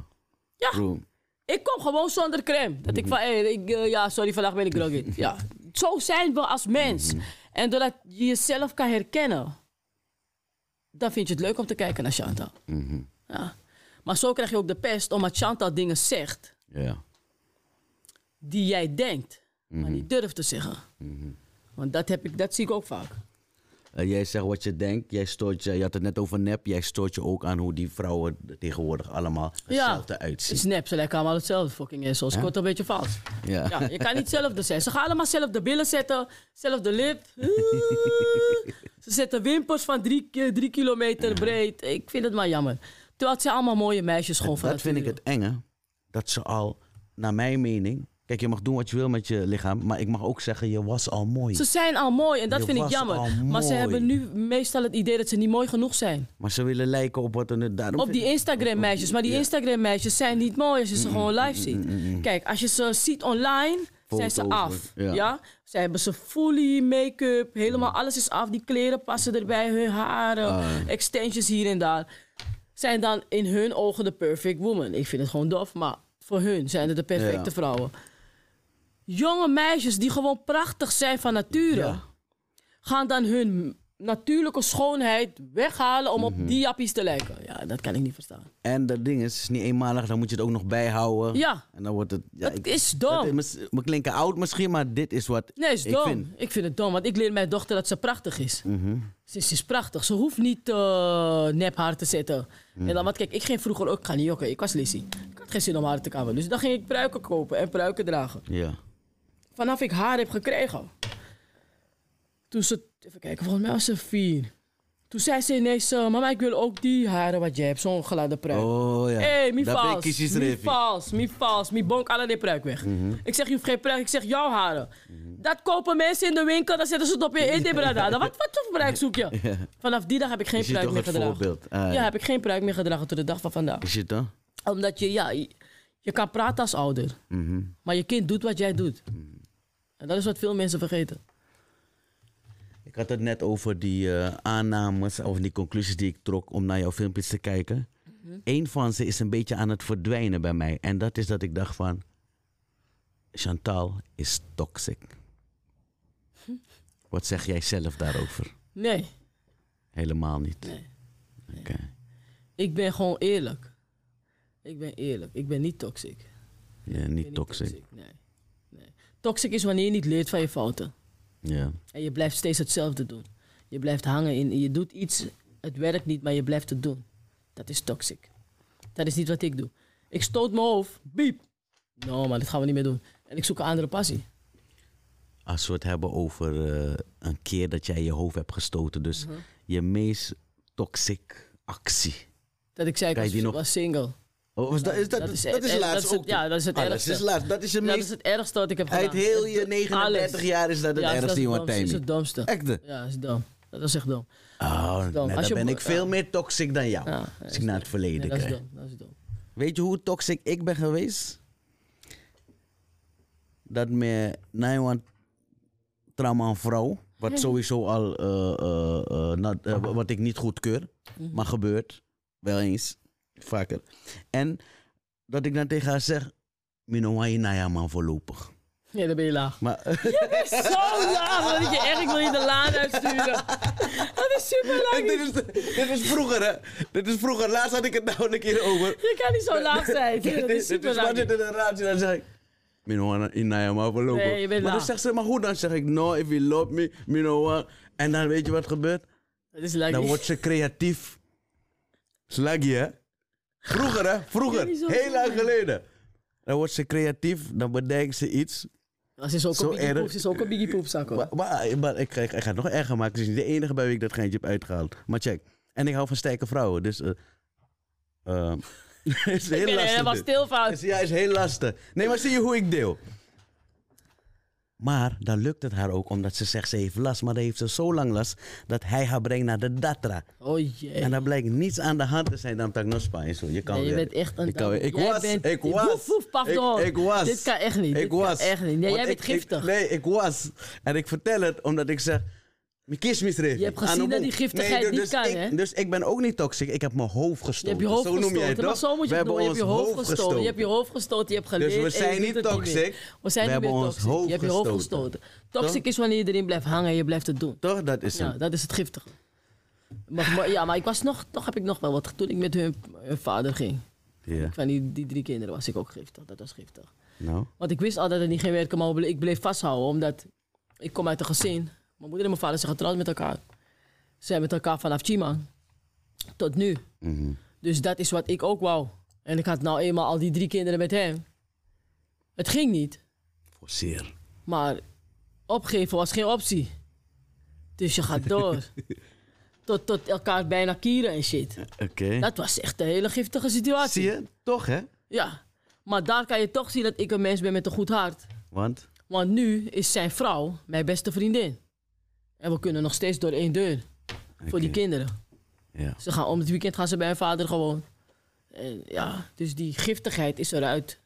Ja. True. Ik kom gewoon zonder crème. Dat ik van, hey, ik, eh, ja, sorry, vandaag ben ik groggy. Ja. Zo zijn we als mens. En doordat je jezelf kan herkennen, dan vind je het leuk om te kijken naar Chantal. Ja. Maar zo krijg je ook de pest omdat Chantal dingen zegt. Ja. die jij denkt, Mhm. maar niet durft te zeggen. Want dat, heb ik, dat zie ik ook vaak. Eh, jij zegt wat je denkt. Jij stoort je, je had het net over nep. Jij stoort je ook aan hoe die vrouwen tegenwoordig allemaal hetzelfde Het uitzien. is nep, ze lijken allemaal hetzelfde fucking is. Zoals kort een beetje vals. Ja. Ja, je kan niet hetzelfde zijn. Ze gaan allemaal zelf de billen zetten, zelf de lip. ze zetten wimpers van drie, ki- drie kilometer breed. Ik vind het maar jammer. Terwijl het zijn allemaal mooie meisjes gewoon van Dat vind ik nature. het enge. Dat ze al, naar mijn mening, Kijk, je mag doen wat je wil met je lichaam, maar ik mag ook zeggen, je was al mooi. Ze zijn al mooi en dat Je vind ik was al jammer. Maar ze mooi. hebben nu meestal het idee dat ze niet mooi genoeg zijn. Maar ze willen lijken op wat er... Daarom Op die vind- Instagram meisjes. Maar die Instagram meisjes zijn niet mooi als je ze gewoon live ziet. Kijk, als je ze ziet online, zijn ze Foto's, af. ja. Mm. Ja. Ze hebben ze fully make-up, helemaal alles is af. Die kleren passen erbij, hun haren, Ah. extensions hier en daar. Zijn dan in hun ogen de perfect woman. Ik vind het gewoon dof, maar voor hun zijn het de perfecte Ja. vrouwen. Jonge meisjes die gewoon prachtig zijn van nature Ja. gaan dan hun natuurlijke schoonheid weghalen om Mhm. op die jappies te lijken. Ja, dat kan ik niet verstaan. En dat ding is, het is niet eenmalig, dan moet je het ook nog bijhouden. Ja. En dan wordt het... Ja, dat ik- is oh. dat is dom. mis- we klinken oud misschien, maar dit is wat nee, is Eh, ik dom. vind. Mhm. het dom, want ik leer mijn dochter dat ze prachtig is. ze, ze is prachtig. Ze hoeft niet eh nep haar te zetten. Mhm. En dan, want kijk, ik ging vroeger ook, ik ga niet jokken, ik was Lissy. Ik had geen zin om haar te kamen. Dus dan ging ik pruiken kopen en pruiken dragen. Ja. Vanaf ik haar heb gekregen. Toen ze, even kijken, volgens mij was ze vier. Toen zei ze ineens, eh, mama, ik wil ook die haren wat jij hebt, zo'n gladde pruik. Oh ja. Hé, Eh. hey, mi Dat ben ik vals. kies Mhm. Mi Revi. *laughs* vals, mi vals. Mi bonk alle de pruik weg. Ik zeg, je hoeft geen pruik. Ik zeg, jouw haren. Dat kopen mensen in de winkel. Dan zetten ze het op je in de brada. Wat, wat voor pruik *laughs* zoek je? Vanaf die dag heb ik geen Is je pruik toch meer het gedragen. voorbeeld? Ah, Ja, heb ik geen pruik meer gedragen tot de dag van vandaag. Is het dan? Omdat je, ja, je, je kan praten als ouder. Mhm. Maar je kind doet wat jij doet. En dat is wat veel mensen vergeten. Ik had het net over die eh, aannames of die conclusies die ik trok om naar jouw filmpjes te kijken. Mhm. Eén van ze is een beetje aan het verdwijnen bij mij. En dat is dat ik dacht van, Chantal is toxic. *laughs* Wat zeg jij zelf daarover? Nee, Helemaal niet. Nee. Oké. ik ben gewoon eerlijk. Ik ben eerlijk. Ik ben niet toxic. Ja, niet toxic. Nee. Nee. Toxic is wanneer je niet leert van je fouten. Ja. En je blijft steeds hetzelfde doen. Je blijft hangen in, je doet iets, het werkt niet, maar je blijft het doen. Dat is toxic. Dat is niet wat ik doe. Ik stoot mijn hoofd, biep. No, maar dat gaan we niet meer doen. En ik zoek een andere passie. Als we het hebben over eh, een keer dat jij je hoofd hebt gestoten. Dus Mhm. je meest toxic actie. Dat ik zei, ik Kan je was, die nog- was single. Oh, was dat, is dat, dat is dat het- is en laatst dat is het- ook. ja, dat is het Ah, ergste. Dat is laatst. Dat is je Dat meest... is het ergste wat ik heb gedaan. Uit heel je Het- 39 alles. jaar is dat het Ja, ergste, het jongen, domste, is Tammy. het domste. Echt? Ja, dat is dom. Dat is echt dom. Oh, dom. nee, dan Als je ben bo- ik veel meer toxic dan jou. Ja, als ik naar het Nee, verleden dat is kijk. dom. Dat is dom. Weet je hoe toxic ik ben geweest? Dat me Nijwan trauma aan vrouw, *laughs* wat sowieso al, eh, eh, eh, not- eh, wat ik niet goedkeur, Mhm. maar gebeurt. Wel eens, vaker. En dat ik dan tegen haar zeg, Minowai Naya man voorlopig. Ja, dan ben je laag. *laughs* Maar *laughs* Zo laag, dat je echt, ik wil je de laan uitsturen. Dat is super laag. dit, is, dit is vroeger, hè? Dit is vroeger. Laatst had ik het nou een keer *laughs* over. Je kan niet zo laag zijn. Dit Dat is dit is super is wat laag. dit in een raadje. Dan zeg ik. Minoa in Nijama verlopen. Nee, je bent maar dan laag. zegt ze, maar goed, dan zeg ik, no, if you love me, Minoa. En dan weet je wat gebeurt? Dat is leuk. Dan wordt ze creatief. Slaggy, hè? Vroeger, hè? Vroeger. Ja, die zo Heel lang zijn. geleden. Dan wordt ze creatief, dan bedenkt ze iets. Als is ook Zo een biggie erg. poep, ze is ook een biggie poepzak hoor. Maar, maar, maar ik, ik, ik ga het nog erger maken. Het is niet de enige bij wie ik dat geintje heb uitgehaald. Maar check. En ik hou van sterke vrouwen. Dus. eh ehm, *laughs* het is heel Ik ben lastig. helemaal dit. stil Het van. is, ja, het is heel lastig. Nee, maar zie je hoe ik deel? Maar dan lukt het haar ook omdat ze zegt ze heeft last. Maar dan heeft ze zo lang last dat hij haar brengt naar de Datra. Oh jee. En dan blijkt niets aan de hand te zijn dan Tagnospa en zo. Je kan Nee, je weer. bent echt een... Ik kan weer. Ik Jij was. bent- ik Dit- was. Woef, woef, paf ik, door. ik was. Dit kan echt Ik niet. Dit was. Kan echt niet. Nee, jij Want bent ik- giftig. Ik, nee, ik was. En ik vertel het omdat ik zeg. Mijn kies misdreven. Je hebt gezien Aan de dat boom. die giftigheid dus- niet dus kan, ik- hè? Dus ik ben ook niet toxic. Ik heb mijn hoofd je gestoten. hebt je hoofd zo gestoten. noem je het maar toch? zo moet je we het hebben doen. Je ons Dus hebt je hoofd gestoten. Je hebt je hoofd gestoten. Je hebt geleerd. we en je zijn doet niet het meer. toxic. We zijn We niet hebben meer ons toxic. hoofd Je hebt je hoofd gestoten. gestoten. Toxic is wanneer je erin blijft hangen en je blijft het doen. Toch? Dat is Ja, hem. dat is het giftige. Maar, maar- ja, maar ik was nog, toch heb ik nog wel wat. Toen ik met hun, hun vader ging, Ja. van die, die drie kinderen, was ik ook giftig. Dat was giftig. Nou. Want ik wist al dat het niet ging werken, maar ik bleef vasthouden. Omdat ik kom uit een gezin. Mijn moeder en mijn vader zijn getrouwd met elkaar. Ze zijn met elkaar vanaf Chiman tot nu. Mhm. Dus dat is wat ik ook wou. En ik had nou eenmaal al die drie kinderen met hem. Het ging niet, Voor zeer. maar opgeven was geen optie. Dus je gaat *laughs* door. tot, tot elkaar bijna kieren en shit. Oké. Dat was echt een hele giftige situatie. Zie je? Toch, hè? Ja. Maar daar kan je toch zien dat ik een mens ben met een goed hart. Want? Want nu is zijn vrouw mijn beste vriendin. En we kunnen nog steeds door één deur. Voor die Oké, kinderen. Ja. Ze gaan, om het weekend gaan ze bij hun vader gewoon. En ja, dus die giftigheid is eruit.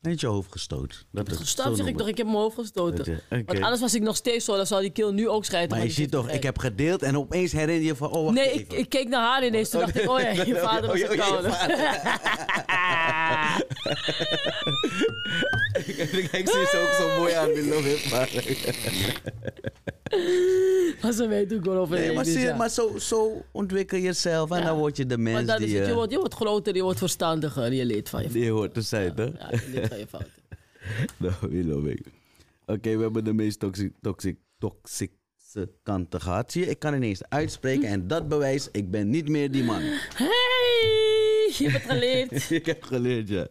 Net je hoofd gestoot. Dat is Stap zeg ik toch, ik heb mijn hoofd gestoten. Dat je- oké. Want anders was ik nog steeds zo, dan zou die keel nu ook schijten. Maar van je die ziet toch, ik giftigheid. heb gedeeld en opeens herinner je van, oh wacht Nee, ik, even. ik keek naar haar ineens. Toen dacht ik, oh ja, je vader *laughs* was Oh, je- een oh, je koude. *laughs* ik zie ze ook zo mooi aan de loop. *laughs* Maar ze weet ook wel over Nee, maar, dus zie je, ja. maar zo, zo ontwikkel je jezelf en Ja. dan word je de Maar mens dat die is het. Je je, wordt, je wordt groter, je wordt verstandiger. Je leert van je die je hoort te zijn. hè? Ja, je leert van je fouten. *laughs* Nou, wie loopt ik. Oké, we hebben de meest toxic, toxic, toxische kanten gehad. Zie je, ik kan ineens uitspreken en dat bewijst, ik ben niet meer die man. Hey, je hebt *laughs* geleerd. ik heb geleerd, ja.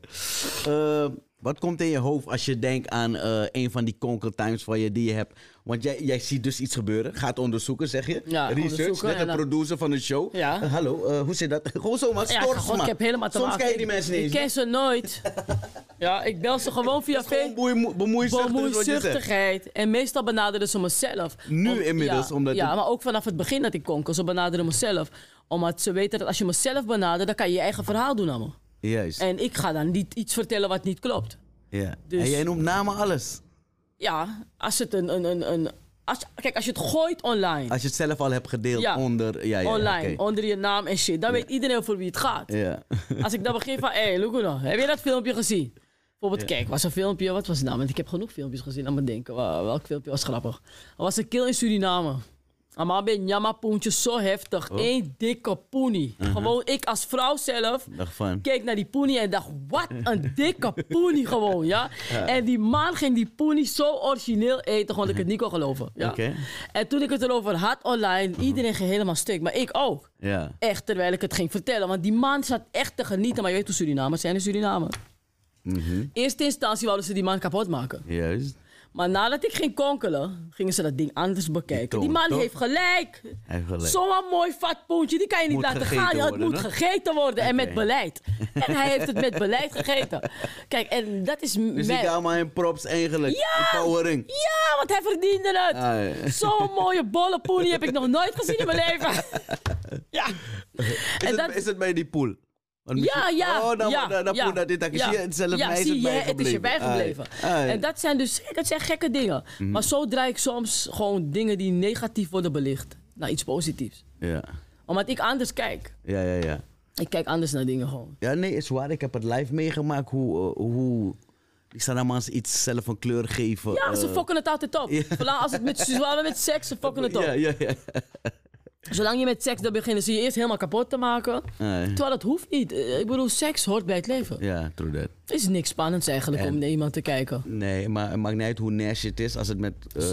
Ehm, wat komt in je hoofd als je denkt aan eh, een van die conquer times van je die je hebt? Want jij, jij ziet dus iets gebeuren, gaat onderzoeken, zeg je. Ja, Research, onderzoeken net en een dan- producer van een show. Ja. Eh, hallo, eh, hoe zit dat? *laughs* Gewoon zomaar, Ja, stort ze god, maar. ik heb helemaal te Soms maken. ken je die mensen niet Ik eens. ken ze *laughs* nooit. Ja, ik bel ze gewoon via Het is gewoon Facebook. bemoei- bemoeizuchtig, is wat je zegt. Bemoeizuchtigheid. En meestal benaderen ze mezelf. Nu inmiddels, ja, omdat Ja, het- maar ook vanaf het begin dat ik konkel. Ze benaderen mezelf. Omdat ze weten dat als je mezelf benadert, dan kan je je eigen verhaal doen aan me. Juist, En ik ga dan niet iets vertellen wat niet klopt. ja. dus- En jij noemt namen alles. Ja, als het een... een, een, een als, kijk, als je het gooit online. Als je het zelf al hebt gedeeld Ja. onder... Ah, Ja, ja, online, oké. onder je naam en shit. Dan weet iedereen voor wie het gaat. Ja. *laughs* Als ik dan begin van, hé, hey, Luguno, heb je dat filmpje gezien? Bijvoorbeeld, kijk, was een filmpje, wat was het nou? Want ik heb genoeg filmpjes gezien aan me denken. Wa- Welk filmpje was grappig? Er was een kill in Suriname. Allemaal ben njama poentje zo heftig. Oh. Eén dikke poenie. Mhm. Gewoon, ik als vrouw zelf Dag van. keek naar die poenie en dacht, wat *laughs* een dikke poenie gewoon, ja? En die man ging die poenie zo origineel eten, gewoon dat ik het niet kon geloven. Ja? Hm. Oké. Hm. En toen ik het erover had online, iedereen ging helemaal stuk, maar ik ook. Ja. Echt, terwijl ik het ging vertellen. Want die man zat echt te genieten. Maar je weet hoe Surinamers zijn in Suriname. Mhm. Eerste instantie wouden ze die man kapot maken. Juist. Maar nadat ik ging konkelen, gingen ze dat ding anders bekijken. toon, Die man toch? heeft gelijk. Hij heeft gelijk. Zo'n mooi vat poontje, die kan je niet Moet laten gegeten gaan. Ja, het worden, moet hè? gegeten worden. En met Oké. beleid. En hij heeft het met beleid gegeten. Kijk, en dat is Dus die mijn... gaan maar in props eigenlijk. Ja! Een powering. Ja, want hij verdiende het. Ah, ja. Zo'n mooie bolle poenie heb ik nog nooit gezien in mijn *laughs* leven. ja. Is, het, is het bij die pool? Want Ja, misschien- ja. Oh, dan, ja, dan, dan ja, poel dat dit. Dan ja. zie je het zelf Ja, mij is zie het je, bijgebleven. het is je bijgebleven. Ah, ja. Mhm. Ah, ja. En dat zijn dus dat zijn gekke dingen. Maar zo draai ik soms gewoon dingen die negatief worden belicht naar iets positiefs. Ja. Omdat ik anders kijk. ja, ja, ja. Ik kijk anders naar dingen gewoon. Ja, nee, is waar. Ik heb het live meegemaakt hoe... eh, hoe die Saramans iets zelf een kleur geven. Ja, eh, ze fokken het altijd op. Zolang als het met, zowel met seks, ze fokken het op. Ja, ja, ja. Zolang je met seks dan beginnen ze je eerst helemaal kapot te maken. Ah, ja. Terwijl dat hoeft niet. Eh, Ik bedoel, seks hoort bij het leven. Ja, true that. Het is niks spannends eigenlijk om naar iemand te kijken. Nee, maar het maakt niet uit hoe nasty het is. Als het met eh,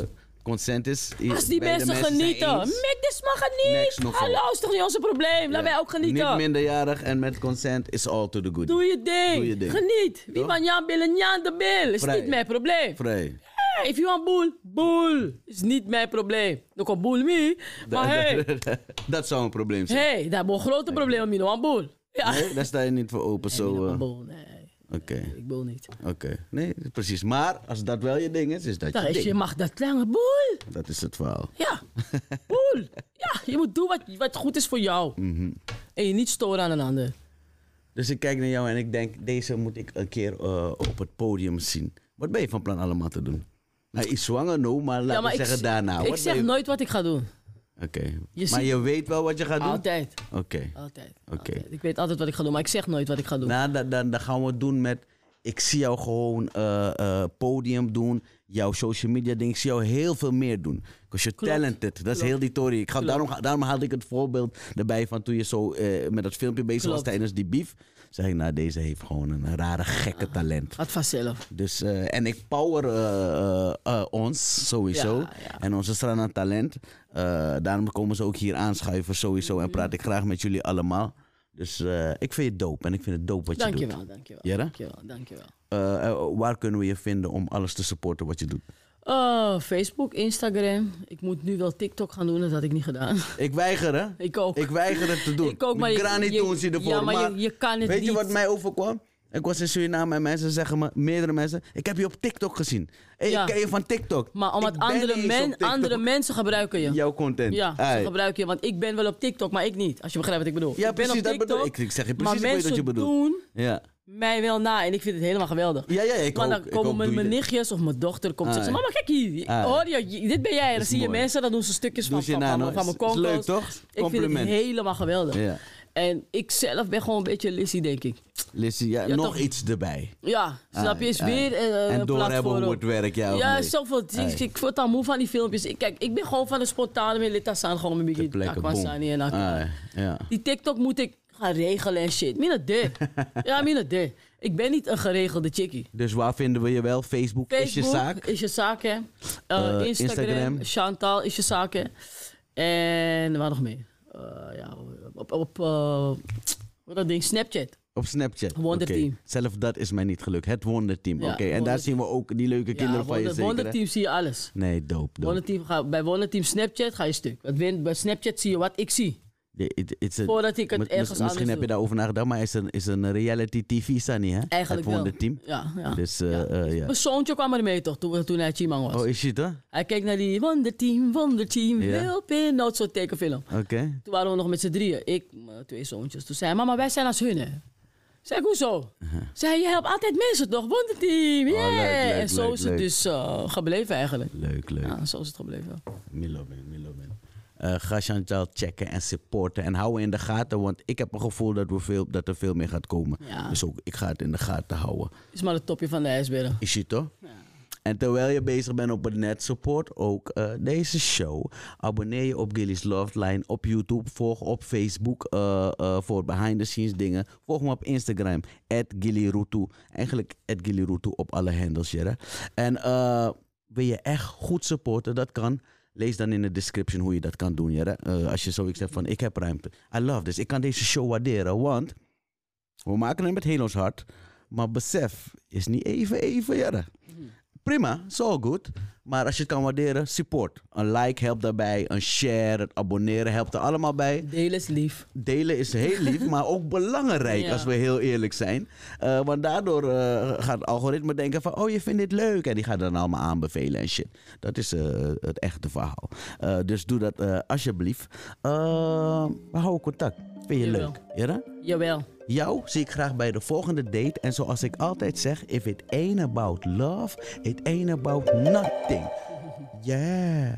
consent is. i- Als die beide mensen, zijn genieten. eens. Migdis mag Niks genieten. nogal. Hallo, is toch niet onze probleem? Laat Ja. wij ook genieten. Niet minderjarig en met consent is all to the good. Doe je ding. Doe je ding. Geniet. Wie van Jan Billen, Jan de Bil. Is Vrij. niet mijn probleem. Vrij. Hey, if you want boel, boel. Is niet mijn probleem. Dan komt boel me. Maar hey, *laughs* dat zou een probleem zijn. hey, daar hebben we een grote probleem om je want boel. Ja. Nee, daar sta je niet voor open. Ik Zo, wil eh, een Oké, boel, nee. oké. Ik wil niet. Nee, precies. Maar als dat wel je ding is, is dat Dan je Nou, is je ding. mag dat lange boel. Dat is het verhaal. *laughs* Ja, boel. Ja, je moet doen wat, wat goed is voor jou. Mhm. En je niet storen aan een ander. Dus ik kijk naar jou en ik denk, deze moet ik een keer eh, op het podium zien. Wat ben je van plan allemaal te doen? Nou, iets zwanger, no, maar laten ja, maar we zeggen ik, daarna. Ik Wat zeg ben je- nooit wat ik ga doen. Oké. Je maar ziet- Ah, je weet wel wat je gaat doen? Altijd. Oké. Altijd. Oké. altijd. Ik weet altijd wat ik ga doen, maar ik zeg nooit wat ik ga doen. Nou, dan, dan, dan gaan we het doen met. Ik zie jou gewoon eh, eh, podium doen, jouw social media ding. Ik zie jou heel veel meer doen. Because you're Klopt. talented. Dat is Klopt. heel die tory. Ik ga, Klopt. daarom, daarom haalde ik het voorbeeld erbij van toen je zo eh, met dat filmpje bezig was Klopt. tijdens die beef. Zeg ik, nou, deze heeft gewoon een rare Ah. gekke talent. Gaat vanzelf. Dus, eh, en ik power eh, eh, eh, ons sowieso. Ja, ja. En onze Strana Talent. Eh, daarom komen ze ook hier aanschuiven sowieso. En praat ik graag met jullie allemaal. Dus eh, ik vind je dope. En ik vind het dope wat je doet. Dankjewel, dankjewel. Ja, hè? Dankjewel, dankjewel. Eh, eh, waar kunnen we je vinden om alles te supporten wat je doet? Oh, Facebook, Instagram. Ik moet nu wel TikTok gaan doen, dat had ik niet gedaan. *laughs* Ik weiger, hè? Ik ook. Ik weiger het te doen. Ik ook, maar je- Grani je- Toons hier ervoor. ja, maar je- je kan het Weet je niet. wat mij overkwam? Ik was in Suriname en mensen zeggen me, meerdere mensen, ik heb je op TikTok gezien. Hey, Ja. Ik ken je van TikTok. Maar Ik omdat ben andere, niet eens men- op TikTok. andere mensen gebruiken je. Jouw content. Ja, Ai. ze gebruiken je. Want ik ben wel op TikTok, maar ik niet. Als je begrijpt wat ik bedoel. Ja, ik ben precies, op dat TikTok, bedoel ik. Ik zeg je maar precies, ik weet wat je mensen bedoelt. doen Ja. mij wel na. En ik vind het helemaal geweldig. Ja, ja, ik Want ook. dan ik komen ook, mijn, doe mijn je dit. nichtjes of mijn dochter komt Ah, zeggen: ja. Mama, kijk hier. Ah, ja. Hoor je, je- dit ben jij. En dan is zie je mooi. mensen, dan doen ze stukjes Doe van, ze van, na, van, hoor. van mijn Is- is leuk, congo's. toch? Ik vind het Compliment. helemaal geweldig. Ja. En ik zelf ben gewoon een beetje Lissy, denk ik. Lissy, ja, Ja, nog toch? iets erbij. Ja, snap je? Is Ah, weer ah. een, een En doorhebben platform. hoe het werkt, ja, of Ja, nee? zoveel. dingen. Ah. Ik word dan moe van die filmpjes. Ik, kijk, ik ben gewoon van de spontane Melita San. Gewoon een De beetje plekken, boom. Takwasani en Akira. Ah, ja. Die TikTok moet ik gaan regelen en shit. Mina de. ja, mina de. Ik ben niet een geregelde chickie. Dus waar vinden we je wel? Facebook, Facebook is je zaak. is je zaak, hè? Eh, Instagram, Instagram. Chantal is je zaak, hè? En waar nog meer? Eh, ja, op, op eh, wat dat ding, Snapchat. Op Snapchat. Wonderteam. Oké. Zelf dat is mij niet gelukt. Het Wonderteam. Ja, Oké, en daar Wonderteam. zien we ook die leuke kinderen van je Wonder, zeker. hè? Wonderteam zie je alles. Nee, dope. dope. Wonderteam ga, bij Wonderteam Snapchat ga je stuk. Want win- bij Snapchat zie je wat ik zie. De- it- it's a- Voordat ik het mis- ergens Misschien anders heb je doe. daarover nagedacht, maar is een, is een reality TV, Sunny, hè? Eigenlijk het wel. Wonderteam. Ja, ja. Dus, eh, eh, ja. Mijn zoontje kwam er mee toch, toen, toen hij Chimang was. Oh, is het, hoor? Hij keek naar die Wonderteam, Wonderteam, Ja. help in, dat nou, soort tekenfilm. Oké. Toen waren we nog met z'n drieën. Ik, mijn twee zoontjes. Toen zei hij, mama, wij zijn als hun, hè. Zeg, *laughs* hoezo? Zei, je helpt altijd mensen toch? Wonderteam, yeah! Oh, leuk, leuk, en zo leuk, is het leuk. dus eh, gebleven eigenlijk. Leuk, leuk. Ja, zo is het gebleven. Milo man, Milo man. Eh, ga Chantal checken en supporten en houden in de gaten, want ik heb een gevoel dat, we veel, dat er veel meer gaat komen. Ja. Dus ook ik ga het in de gaten houden. Is maar het topje van de ijsberg. Is het toch? En terwijl je bezig bent op het net, support ook eh, deze show. Abonneer je op Gilly's Love Line op YouTube. Volg op Facebook eh, eh, voor behind the scenes dingen. Volg me op Instagram, @gillyroetu. Eigenlijk @gillyroetu op alle handles, Jere. En eh, wil je echt goed supporten? Dat kan. Lees dan in de description hoe je dat kan doen, Jere. Eh, als je zoiets hebt van, ik heb ruimte. I love this. Ik kan deze show waarderen, want... We maken het met heel ons hart. Maar besef is niet even, even, jaren. Prima, zo goed. Maar als je het kan waarderen, support. Een like helpt daarbij. Een share, het abonneren helpt er allemaal bij. Deel is lief. Delen is heel lief, maar ook belangrijk *laughs* Ja. als we heel eerlijk zijn. Eh, want daardoor eh, gaat het algoritme denken van, oh je vindt dit leuk. En die gaat dan allemaal aanbevelen en shit. Dat is eh, het echte verhaal. Eh, dus doe dat eh, alsjeblieft. Eh, we houden contact. Vind je Jawel. leuk? Ja? dan? Jawel. Jou zie ik graag bij de volgende date. En zoals ik altijd zeg, if it ain't about love, it ain't about nothing. Yeah.